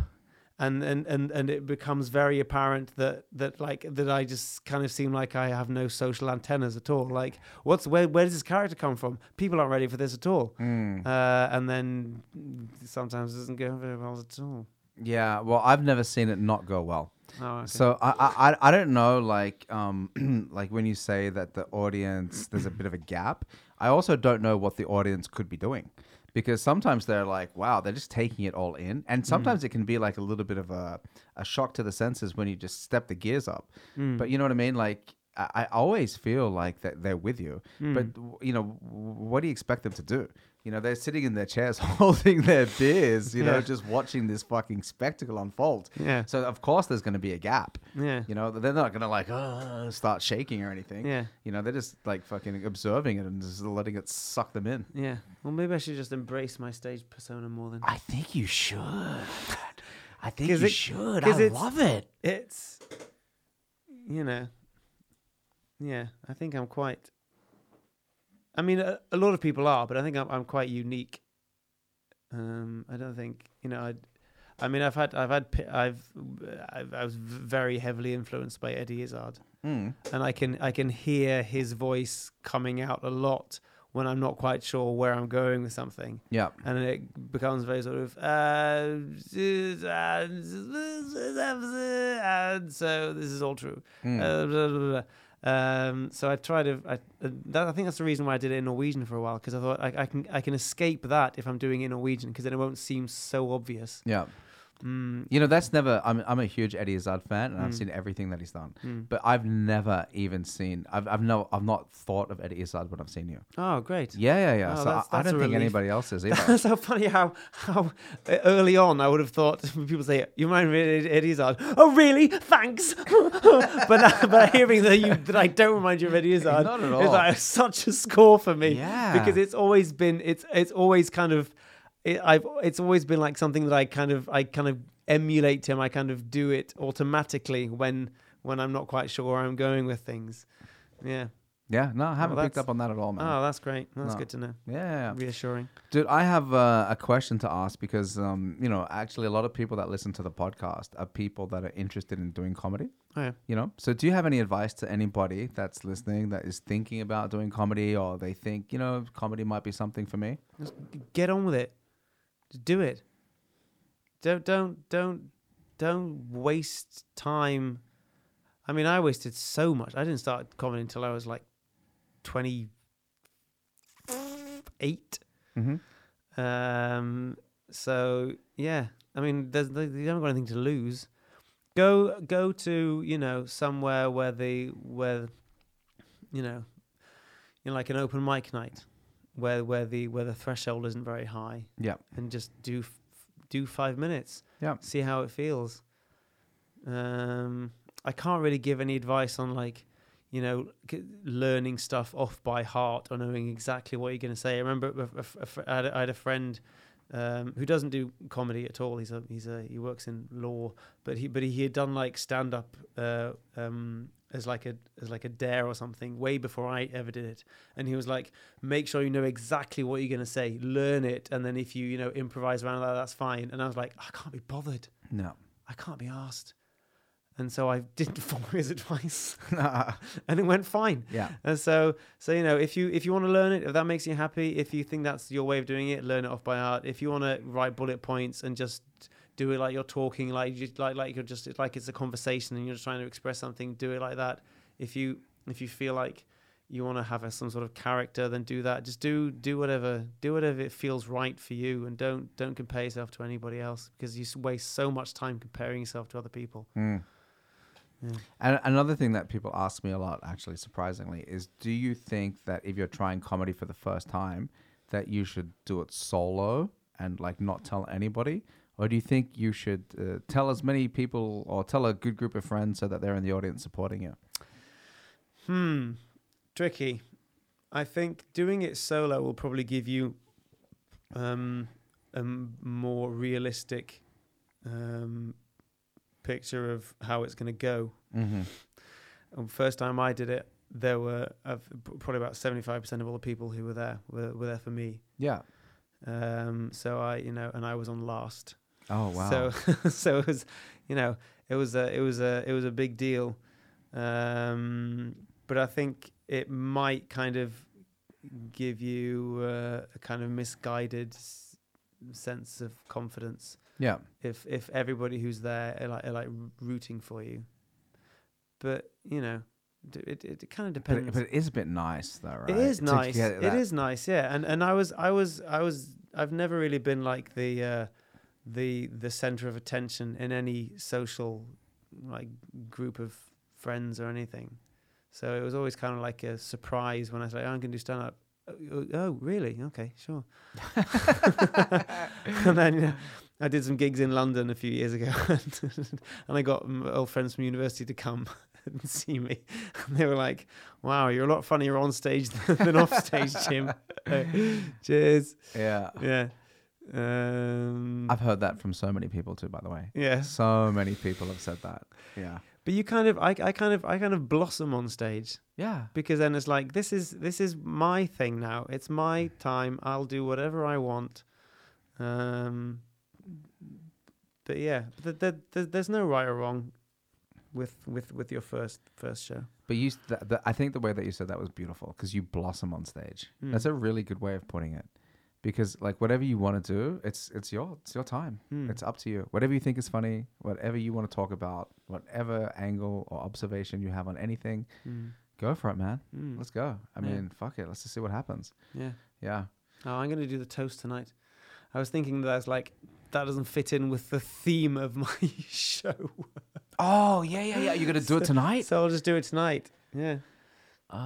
Speaker 2: And, and, and, and it becomes very apparent that, that like that I just kind of seem like I have no social antennas at all. Like what's where where does this character come from? People aren't ready for this at all. Uh, and then sometimes it doesn't go very well at all.
Speaker 1: Yeah. Well, I've never seen it not go well.
Speaker 2: Oh, okay.
Speaker 1: So I, I I- I don't know like um like when you say that the audience there's a bit of a gap. I also don't know what the audience could be doing because sometimes they're like wow they're just taking it all in
Speaker 2: Mm.
Speaker 1: and sometimes it can be like a little bit of a a shock to the senses when you just step the gears up.
Speaker 2: Mm.
Speaker 1: But you know what I mean like. I I always feel like that they're with you,
Speaker 2: Mm.
Speaker 1: but w- you know, w- what do you expect them to do? You know, they're sitting in their chairs holding their beers, you know,
Speaker 2: Yeah.
Speaker 1: just watching this fucking spectacle unfold.
Speaker 2: Yeah.
Speaker 1: So of course there's going to be a gap.
Speaker 2: Yeah.
Speaker 1: You know, they're not going to like uh, start shaking or anything.
Speaker 2: Yeah.
Speaker 1: You know, they're just like fucking observing it and just letting it suck them in.
Speaker 2: Yeah. Well, maybe I should just embrace my stage persona more than
Speaker 1: I think you should. I think
Speaker 2: 'Cause
Speaker 1: you
Speaker 2: it-
Speaker 1: should.
Speaker 2: 'cause
Speaker 1: I
Speaker 2: it's-
Speaker 1: love it.
Speaker 2: it's. You know. Yeah, I think I'm quite. I mean, a, a lot of people are, but I think I'm, I'm quite unique. Um, I don't think you know. I'd, I mean, I've had, I've had, pi- I've, I've, I was very heavily influenced by Eddie Izzard.
Speaker 1: Mm.
Speaker 2: and I can I can hear his voice coming out a lot when I'm not quite sure where I'm going with something,
Speaker 1: Yeah.
Speaker 2: and it becomes very sort of uh, and so this is all true. Uh, blah, blah, blah. Um, so I tried to. I, uh, that, I think that's the reason why I did it in Norwegian for a while because I thought I, I can I can escape that if I'm doing it in Norwegian because then it won't seem so obvious.
Speaker 1: Yeah.
Speaker 2: Mm,
Speaker 1: You know, that's never. I'm I'm a huge Eddie Izzard fan, and I've
Speaker 2: Mm.
Speaker 1: seen everything that he's done.
Speaker 2: mm.
Speaker 1: But I've never even seen. I've I've no. I've not thought of Eddie Izzard when I've seen you.
Speaker 2: Oh, great.
Speaker 1: Yeah, yeah, yeah.
Speaker 2: Oh,
Speaker 1: so
Speaker 2: that's-
Speaker 1: I, I
Speaker 2: that's
Speaker 1: don't
Speaker 2: a
Speaker 1: think
Speaker 2: relief.
Speaker 1: anybody else is either.
Speaker 2: That's so funny how how uh, early on I would have thought when people say you mind me Ed Izzard. Oh really? Thanks. but uh, but hearing that you that I don't remind you of Ed Izzard
Speaker 1: Not at
Speaker 2: is
Speaker 1: all.
Speaker 2: like such a score for me.
Speaker 1: Yeah.
Speaker 2: Because it's always been it's it's always kind of it, I've it's always been like something that I kind of I kind of emulate him. I kind of do it automatically when when I'm not quite sure where I'm going with things. Yeah.
Speaker 1: yeah, no, I haven't picked
Speaker 2: that's-
Speaker 1: up on that at all, man.
Speaker 2: Oh, that's great. That's
Speaker 1: No.
Speaker 2: good to know.
Speaker 1: yeah,
Speaker 2: Reassuring.
Speaker 1: dude, I have uh, a question to ask because um, you know, actually, a lot of people that listen to the podcast are people that are interested in doing comedy.
Speaker 2: Oh yeah.
Speaker 1: you know so do you have any advice to anybody that's listening that is thinking about doing comedy or they think you know comedy might be something for me
Speaker 2: Just g- get on with it. Just do it. Don't don't don't don't waste time. I mean, I wasted so much. I didn't start comedy until I was like twenty eight.
Speaker 1: Mhm.
Speaker 2: Um. So yeah, I mean, there's they they haven't got anything to lose. Go go to you know somewhere where the where you know you know like an open mic night where where the where the threshold isn't very high
Speaker 1: yeah
Speaker 2: and just do f- do five minutes.
Speaker 1: Yeah.
Speaker 2: See how it feels. Um, I can't really give any advice on like, you know, c- learning stuff off by heart or knowing exactly what you're going to say. I remember a- a- a fr- I had a- I had a friend um, who doesn't do comedy at all. He's a he's a he works in law, but he but he had done like stand up uh, um, as like a as like a dare or something way before I ever did it. And he was like, make sure you know exactly what you're going to say, learn it, and then if you you know improvise around that, that's fine. And I was like, I can't be bothered.
Speaker 1: no
Speaker 2: I can't be asked. And so I didn't follow his advice, and it went fine.
Speaker 1: yeah
Speaker 2: And so, so you know, if you if you want to learn it, if that makes you happy, if you think that's your way of doing it, learn it off by heart. If you want to write bullet points and just do it like you're talking, like you like like you're just it's like it's a conversation and you're just trying to express something, do it like that. If you if you feel like you want to have a, some sort of character, then do that. Just do do whatever do whatever it feels right for you, and don't don't compare yourself to anybody else because you s- waste so much time comparing yourself to other people.
Speaker 1: Mm.
Speaker 2: Yeah.
Speaker 1: and another thing that people ask me a lot actually surprisingly is do you think that if you're trying comedy for the first time that you should do it solo and like not tell anybody or do you think you should uh, tell as many people or tell a good group of friends so that they're in the audience supporting you
Speaker 2: Hmm. Tricky. I think doing it solo will probably give you um, a m- more realistic um, picture of how it's going to go.
Speaker 1: mm-hmm.
Speaker 2: Um, First time I did it, there were uh, probably about 75% of all the people who were there were, were there for me.
Speaker 1: yeah
Speaker 2: Um, so I, you know, and I was on last.
Speaker 1: oh wow
Speaker 2: So so it was, you know, it was a it was a it was a big deal, um, but I think it might kind of give you uh, a kind of misguided s- sense of confidence
Speaker 1: yeah
Speaker 2: if if everybody who's there are like, are like rooting for you. But you know, d- it it, it kind of
Speaker 1: But
Speaker 2: depends.
Speaker 1: it, but it is a bit nice, though, right?
Speaker 2: It is
Speaker 1: To
Speaker 2: nice.
Speaker 1: get
Speaker 2: It
Speaker 1: that-
Speaker 2: is nice. Yeah. And and I was I was I was I've never really been like the uh, the the center of attention in any social like group of friends or anything. So it was always kind of like a surprise when I said, oh, "I'm going to do stand up." Oh, oh, really? Okay, sure. and then you know, I did some gigs in London a few years ago, and I got m- old friends from university to come and see me. And they were like, "Wow, you're a lot funnier on stage than off stage, Jim." Uh, cheers.
Speaker 1: Yeah.
Speaker 2: Yeah. Um,
Speaker 1: I've heard that from so many people, too, by the way.
Speaker 2: yeah.
Speaker 1: So many people have said that. Yeah.
Speaker 2: But you kind of, I, I kind of, I kind of blossom on stage.
Speaker 1: Yeah.
Speaker 2: because then it's like this is this is my thing now. It's my time. I'll do whatever I want. Um, but yeah, th- th- th- there's no right or wrong with with with your first first show.
Speaker 1: But you, s- th the, I think the way that you said that was beautiful because you blossom on stage.
Speaker 2: Mm.
Speaker 1: That's a really good way of putting it. Because like whatever you want to do, it's it's your it's your time.
Speaker 2: Mm.
Speaker 1: It's up to you. Whatever you think is funny, whatever you want to talk about, whatever angle or observation you have on anything,
Speaker 2: Mm.
Speaker 1: go for it, man.
Speaker 2: Mm.
Speaker 1: Let's go. I
Speaker 2: Yeah.
Speaker 1: mean, fuck it. Let's just see what happens.
Speaker 2: Yeah.
Speaker 1: Yeah.
Speaker 2: Oh, I'm gonna do the toast tonight. I was thinking that I was like that doesn't fit in with the theme of my show.
Speaker 1: Oh yeah, yeah, yeah. You're gonna do it tonight.
Speaker 2: So I'll just do it tonight. Yeah.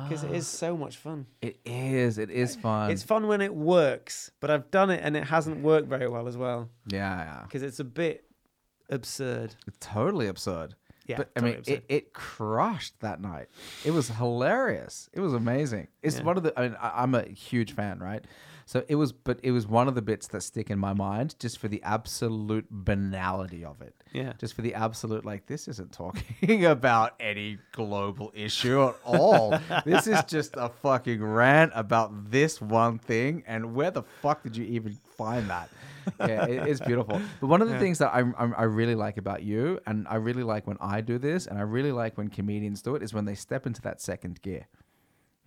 Speaker 2: Because it is so much fun.
Speaker 1: Oh, It is. It is fun.
Speaker 2: It's fun when it works, but I've done it and it hasn't worked very well as well
Speaker 1: yeah, yeah.
Speaker 2: because it's a bit absurd.
Speaker 1: It's totally absurd.
Speaker 2: Yeah,
Speaker 1: but I
Speaker 2: totally
Speaker 1: mean,
Speaker 2: absurd.
Speaker 1: It, it crushed that night. It was hilarious. It was amazing. It's one of the. I mean, I, I'm a huge fan, right? So it was, but it was one of the bits that stick in my mind, just for the absolute banality of it.
Speaker 2: Yeah.
Speaker 1: Just for the absolute, like this isn't talking about any global issue at all. this is just a fucking rant about this one thing, and where the fuck did you even find that? Yeah, it, it's beautiful. But one of the things that I'm, I'm, I really like about you, and I really like when I do this, and I really like when comedians do it, is when they step into that second gear.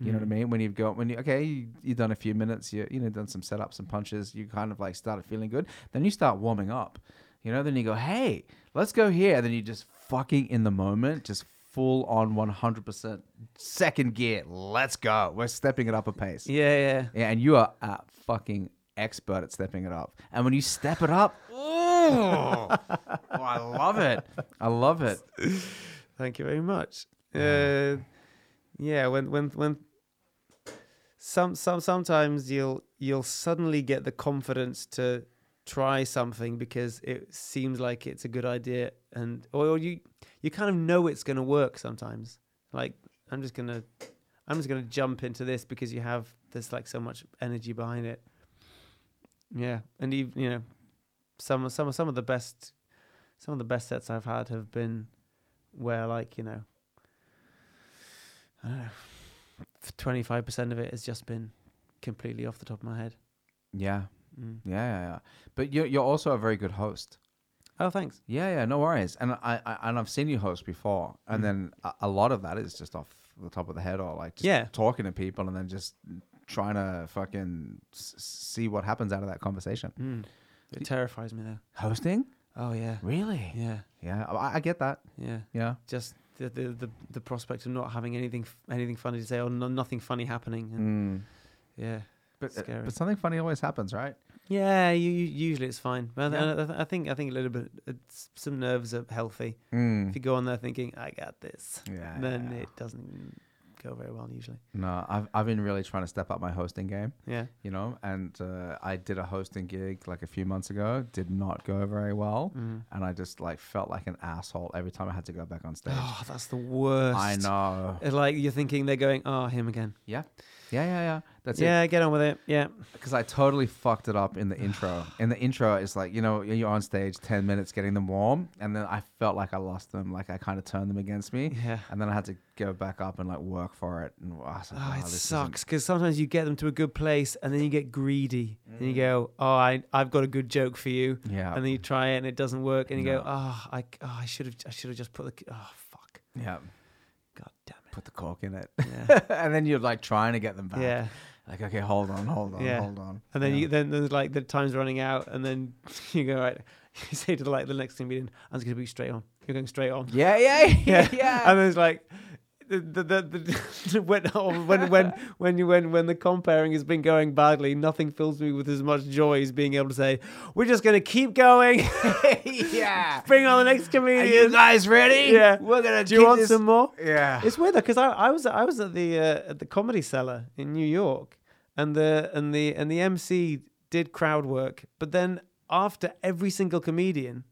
Speaker 1: You know what I mean? When you've got when you okay, you, you've done a few minutes, you you know done some setups and punches, you kind of like started feeling good. Then you start warming up. You know, then you go, hey, let's go here. And then you just fucking in the moment, just full on 100% second gear. Let's go. We're stepping it up a pace.
Speaker 2: Yeah, yeah.
Speaker 1: Yeah, and you are a fucking expert at stepping it up. And when you step it up, ooh, oh, I love it. I love it.
Speaker 2: Thank you very much. Uh, yeah, when when when some some sometimes you'll you'll suddenly get the confidence to try something because it seems like it's a good idea and or you you kind of know it's going to work sometimes. Like I'm just going to I'm just going to jump into this because you have there's like so much energy behind it. Yeah, and even, you know some some some of the best some of the best sets I've had have been where like you know i don't know 25% of it has just been completely off the top of my head
Speaker 1: Yeah.
Speaker 2: Mm.
Speaker 1: Yeah, yeah, yeah. But you're, you're also a very good host.
Speaker 2: oh thanks
Speaker 1: Yeah, yeah, no worries. And I, I and I've seen you host before, and then a, a lot of that is just off the top of the head, or like just
Speaker 2: Yeah.
Speaker 1: talking to people, and then just trying to fucking s- see what happens out of that conversation.
Speaker 2: mm. it terrifies me though
Speaker 1: Hosting,
Speaker 2: oh yeah
Speaker 1: really? Yeah,
Speaker 2: yeah
Speaker 1: I, I get that.
Speaker 2: yeah
Speaker 1: Yeah,
Speaker 2: just the the, the, the prospect of not having anything f- anything funny to say or no, nothing funny happening and yeah
Speaker 1: Mm. but uh,
Speaker 2: Scary.
Speaker 1: but something funny always happens, right?
Speaker 2: yeah you, you usually it's fine but I-
Speaker 1: Yeah.
Speaker 2: I, I, think i think a little bit it's, some nerves are healthy
Speaker 1: Mm.
Speaker 2: if you go on there thinking i got this
Speaker 1: Yeah,
Speaker 2: then
Speaker 1: yeah.
Speaker 2: it doesn't go very well usually
Speaker 1: No, I've I've been really trying to step up my hosting game.
Speaker 2: yeah
Speaker 1: you know and uh, i did a hosting gig like a few months ago did not go very well
Speaker 2: Mm.
Speaker 1: and i just like felt like an asshole every time i had to go back on stage
Speaker 2: Oh, that's the worst.
Speaker 1: i know
Speaker 2: It's Like you're thinking they're going, oh, him again.
Speaker 1: yeah yeah yeah yeah that's it
Speaker 2: yeah, get on with it. Yeah.
Speaker 1: because I totally fucked it up in the intro. In the intro, it's like you know you're on stage ten minutes getting them warm, and then I felt like I lost them, like I kind of turned them against me.
Speaker 2: Yeah.
Speaker 1: And then I had to go back up and like work for it. And I was like,
Speaker 2: Oh,
Speaker 1: "Wow,
Speaker 2: it
Speaker 1: Ah, this isn't-
Speaker 2: sucks because sometimes you get them to a good place and then you get greedy and
Speaker 1: Mm.
Speaker 2: you go, oh, I, I've got a good joke for you.
Speaker 1: Yeah.
Speaker 2: And then you try it and it doesn't work and you
Speaker 1: No.
Speaker 2: go, oh, I, oh, I should have, I should have just put the, oh, fuck,
Speaker 1: Yeah.
Speaker 2: god damn
Speaker 1: Put the cork in it,
Speaker 2: it. Yeah.
Speaker 1: and then you're like trying to get them back.
Speaker 2: yeah.
Speaker 1: Like okay, hold on, hold on,
Speaker 2: Yeah.
Speaker 1: hold on.
Speaker 2: And then
Speaker 1: Yeah.
Speaker 2: you, then there's like the time's running out and then you go right. You say to like the next thing meeting, I'm just gonna be straight on. You're going straight on.
Speaker 1: Yeah, yeah, yeah,
Speaker 2: yeah,
Speaker 1: yeah.
Speaker 2: And it's like the the, the, the when, oh, when when when you when when the comparing has been going badly, nothing fills me with as much joy as being able to say, "We're just gonna keep going,
Speaker 1: yeah.
Speaker 2: bring on the next
Speaker 1: Are you
Speaker 2: comedian."
Speaker 1: guys ready?
Speaker 2: Yeah.
Speaker 1: We're gonna
Speaker 2: Do you
Speaker 1: keep
Speaker 2: want
Speaker 1: this-
Speaker 2: some more?
Speaker 1: Yeah.
Speaker 2: It's weird though, because I, I was I was at the uh, at the comedy cellar in New York, and the and the and the MC did crowd work, but then after every single comedian,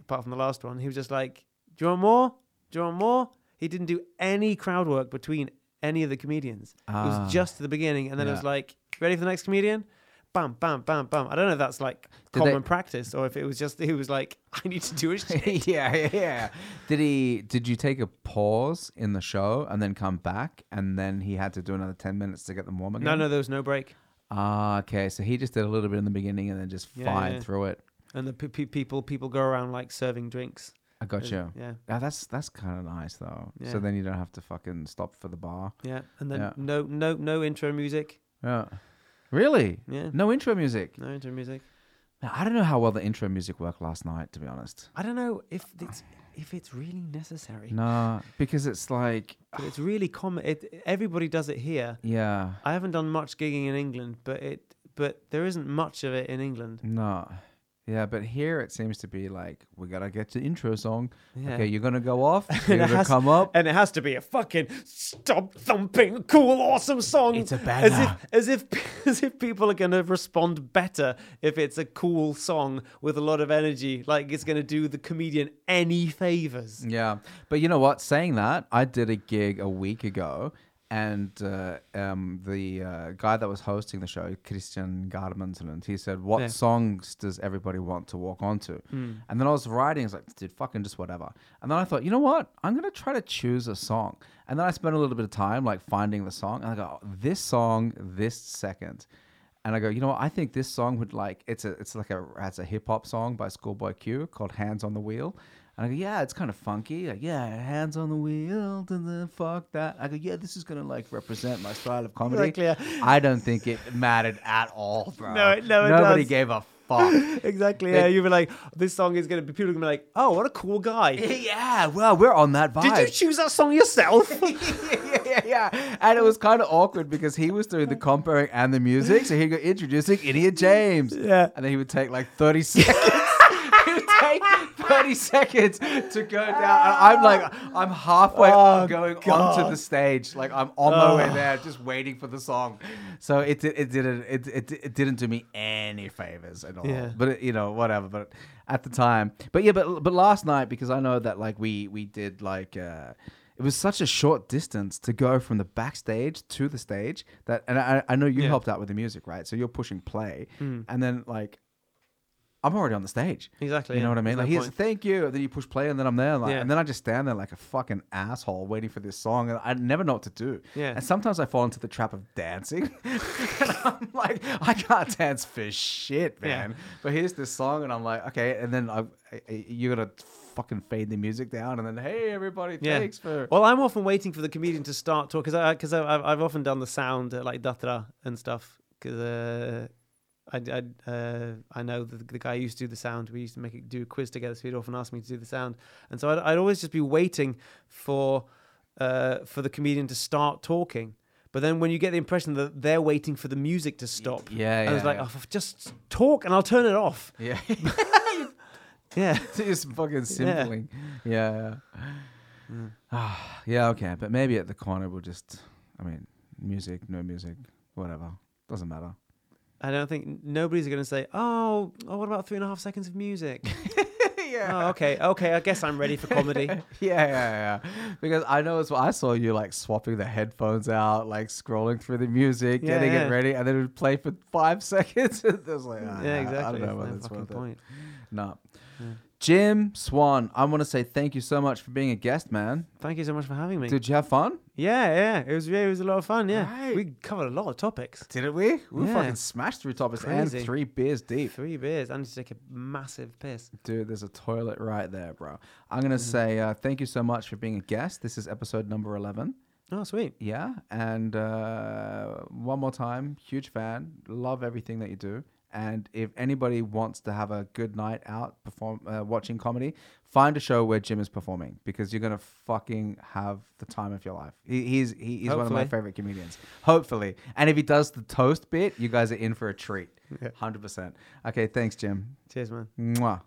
Speaker 2: apart from the last one, he was just like, "Do you want more? Do you want more?" He didn't do any crowd work between any of the comedians. it
Speaker 1: Ah.
Speaker 2: was just the beginning, and then it was
Speaker 1: Yeah.
Speaker 2: like, "Ready for the next comedian?" Bam, bam, bam, bam. I don't know if that's like
Speaker 1: Did they-
Speaker 2: common practice or if it was just he was like, "I need to do a shit."
Speaker 1: yeah, yeah, yeah. Did he? Did you take a pause in the show and then come back, and then he had to do another ten minutes to get them warm again?
Speaker 2: No, no, there was no break.
Speaker 1: Ah, okay. So he just did a little bit in the beginning and then just
Speaker 2: Yeah,
Speaker 1: fired
Speaker 2: yeah.
Speaker 1: through it.
Speaker 2: And the pe- pe- people people go around like serving drinks.
Speaker 1: I got you.
Speaker 2: Yeah,
Speaker 1: Now, that's that's kind of nice though.
Speaker 2: Yeah.
Speaker 1: So then you don't have to fucking stop for the bar.
Speaker 2: yeah. And then
Speaker 1: Yeah.
Speaker 2: no no no intro music.
Speaker 1: Yeah. Really?
Speaker 2: Yeah.
Speaker 1: No intro music.
Speaker 2: No intro music.
Speaker 1: Now, I don't know how well the intro music worked last night, to be honest.
Speaker 2: I don't know if it's if it's really necessary.
Speaker 1: No, because it's like,
Speaker 2: But it's really common. It everybody does it here.
Speaker 1: yeah,
Speaker 2: I haven't done much gigging in England, but it but there isn't much of it in England.
Speaker 1: no, Yeah, but here it seems to be like we gotta get to intro song.
Speaker 2: Yeah.
Speaker 1: Okay, you're gonna go off. You're
Speaker 2: And it
Speaker 1: gonna
Speaker 2: has-
Speaker 1: come up.
Speaker 2: and it has to be a fucking stop thumping, cool, awesome song.
Speaker 1: It's a
Speaker 2: As if,
Speaker 1: banger.
Speaker 2: as if, as if people are going to respond better if it's a cool song with a lot of energy. Like it's going to do the comedian any favors.
Speaker 1: Yeah, but you know what? Saying that, I did a gig a week ago, and uh, um, the uh, guy that was hosting the show, Christian Garmanson, he said, "What
Speaker 2: Yeah.
Speaker 1: songs does everybody want to walk onto?"
Speaker 2: Hmm.
Speaker 1: And then I was writing, it's like, "Dude, fucking just whatever." And then I thought, you know what? I'm gonna try to choose a song. And then I spent a little bit of time like finding the song, and I go, "This song, this second. And I go, you know what? I think this song would like it's a it's like a it's a hip hop song by Schoolboy Q called "Hands on the Wheel." And I go, yeah, it's kind of funky. Like, yeah, hands on the wheel, and then fuck that. I go, yeah, this is gonna like represent my style of comedy.
Speaker 2: Exactly, yeah.
Speaker 1: I don't think it mattered at all, bro.
Speaker 2: No, it- no, it
Speaker 1: nobody
Speaker 2: does.
Speaker 1: gave a fuck.
Speaker 2: Exactly.
Speaker 1: They-
Speaker 2: Yeah, you were like, this song is going to be people are going to be like, oh, what a cool guy.
Speaker 1: yeah, well, we're on that vibe.
Speaker 2: Did you choose that song yourself?
Speaker 1: yeah, yeah, yeah. And it was kind of awkward because he was doing the comparing and the music. So he'd go introducing Idiot James.
Speaker 2: Yeah.
Speaker 1: And then he would take like 30 seconds. he would take 30 seconds to go down. And I'm like, I'm halfway
Speaker 2: Oh,
Speaker 1: going onto
Speaker 2: God. Oh.
Speaker 1: the stage. Like I'm on my way there just waiting for the song. So it, did- it didn't, it, it, it didn't do me any favors at all
Speaker 2: Yeah.
Speaker 1: but it, you know whatever but at the time but yeah but but last night because i know that like we we did like uh it was such a short distance to go from the backstage to the stage that and i i know you
Speaker 2: Yeah. Hmm.
Speaker 1: helped out with the music right so you're pushing play and then like I'm already on the stage.
Speaker 2: Exactly,
Speaker 1: You know
Speaker 2: yeah.
Speaker 1: what I mean?
Speaker 2: There's
Speaker 1: Like,
Speaker 2: no
Speaker 1: here's
Speaker 2: point.
Speaker 1: thank you. And then you push play, and then I'm there. Like,
Speaker 2: Yeah.
Speaker 1: And then I just stand there like a fucking asshole waiting for this song. And I never know what to do.
Speaker 2: Yeah.
Speaker 1: And sometimes I fall into the trap of dancing. and I'm like, I can't dance for shit,
Speaker 2: Yeah.
Speaker 1: man. But here's this song, and I'm like, okay. And then I, I, you're going to fucking fade the music down. And then, hey, everybody, thanks for.
Speaker 2: Well, I'm often waiting for the comedian to start talking because because I've, I've often done the sound uh, like datra and stuff because uh, I I, uh, I know the, the guy who used to do the sound. We used to make it do a quiz together, so he'd often ask me to do the sound, and so I'd, I'd always just be waiting for uh, for the comedian to start talking. But then when you get the impression that they're waiting for the music to stop,
Speaker 1: Yeah,
Speaker 2: and it's
Speaker 1: yeah,
Speaker 2: like,
Speaker 1: yeah.
Speaker 2: oh, f- just talk and I'll turn it off.
Speaker 1: Yeah.
Speaker 2: Yeah. Mm.
Speaker 1: just fucking simpling. Yeah. Yeah. Ah, yeah, okay. But maybe at the corner we'll just, I mean, music, no music, whatever. Doesn't matter.
Speaker 2: I don't think nobody's going to say, oh, oh, what about three and a half seconds of music?
Speaker 1: yeah.
Speaker 2: oh, okay, okay. I guess I'm ready for comedy.
Speaker 1: Yeah, yeah, yeah. Because I know it's I saw you like swapping the headphones out, like scrolling through the music,
Speaker 2: Yeah,
Speaker 1: getting
Speaker 2: yeah.
Speaker 1: it ready, and then it would play for five seconds. it was like, ah,
Speaker 2: yeah, exactly.
Speaker 1: I don't know
Speaker 2: There's
Speaker 1: whether
Speaker 2: no
Speaker 1: it's
Speaker 2: fucking
Speaker 1: worth it.
Speaker 2: point.
Speaker 1: No. Jim Swan, I want to say thank you so much for being a guest, man.
Speaker 2: Thank you so much for having me.
Speaker 1: Did you have fun?
Speaker 2: yeah, yeah. It was yeah, it was a lot of fun. Yeah,
Speaker 1: Right.
Speaker 2: we covered a lot of topics.
Speaker 1: Didn't we? We
Speaker 2: Yeah.
Speaker 1: fucking smashed through topics
Speaker 2: Crazy.
Speaker 1: and three beers deep.
Speaker 2: Three beers. I need to take a massive piss.
Speaker 1: Dude, there's a toilet right there, bro. I'm going to say uh, thank you so much for being a guest. This is episode number 11.
Speaker 2: Oh, sweet.
Speaker 1: Yeah. And uh, one more time, huge fan. Love everything that you do. And if anybody wants to have a good night out perform uh, watching comedy, find a show where Jim is performing because you're gonna fucking have the time of your life. He, he's he, he's one of my
Speaker 2: Hopefully.
Speaker 1: favorite comedians. Hopefully, and if he does the toast bit, you guys are in for a treat. Hundred percent. Okay, thanks, Jim.
Speaker 2: Cheers, man.
Speaker 1: Mwah.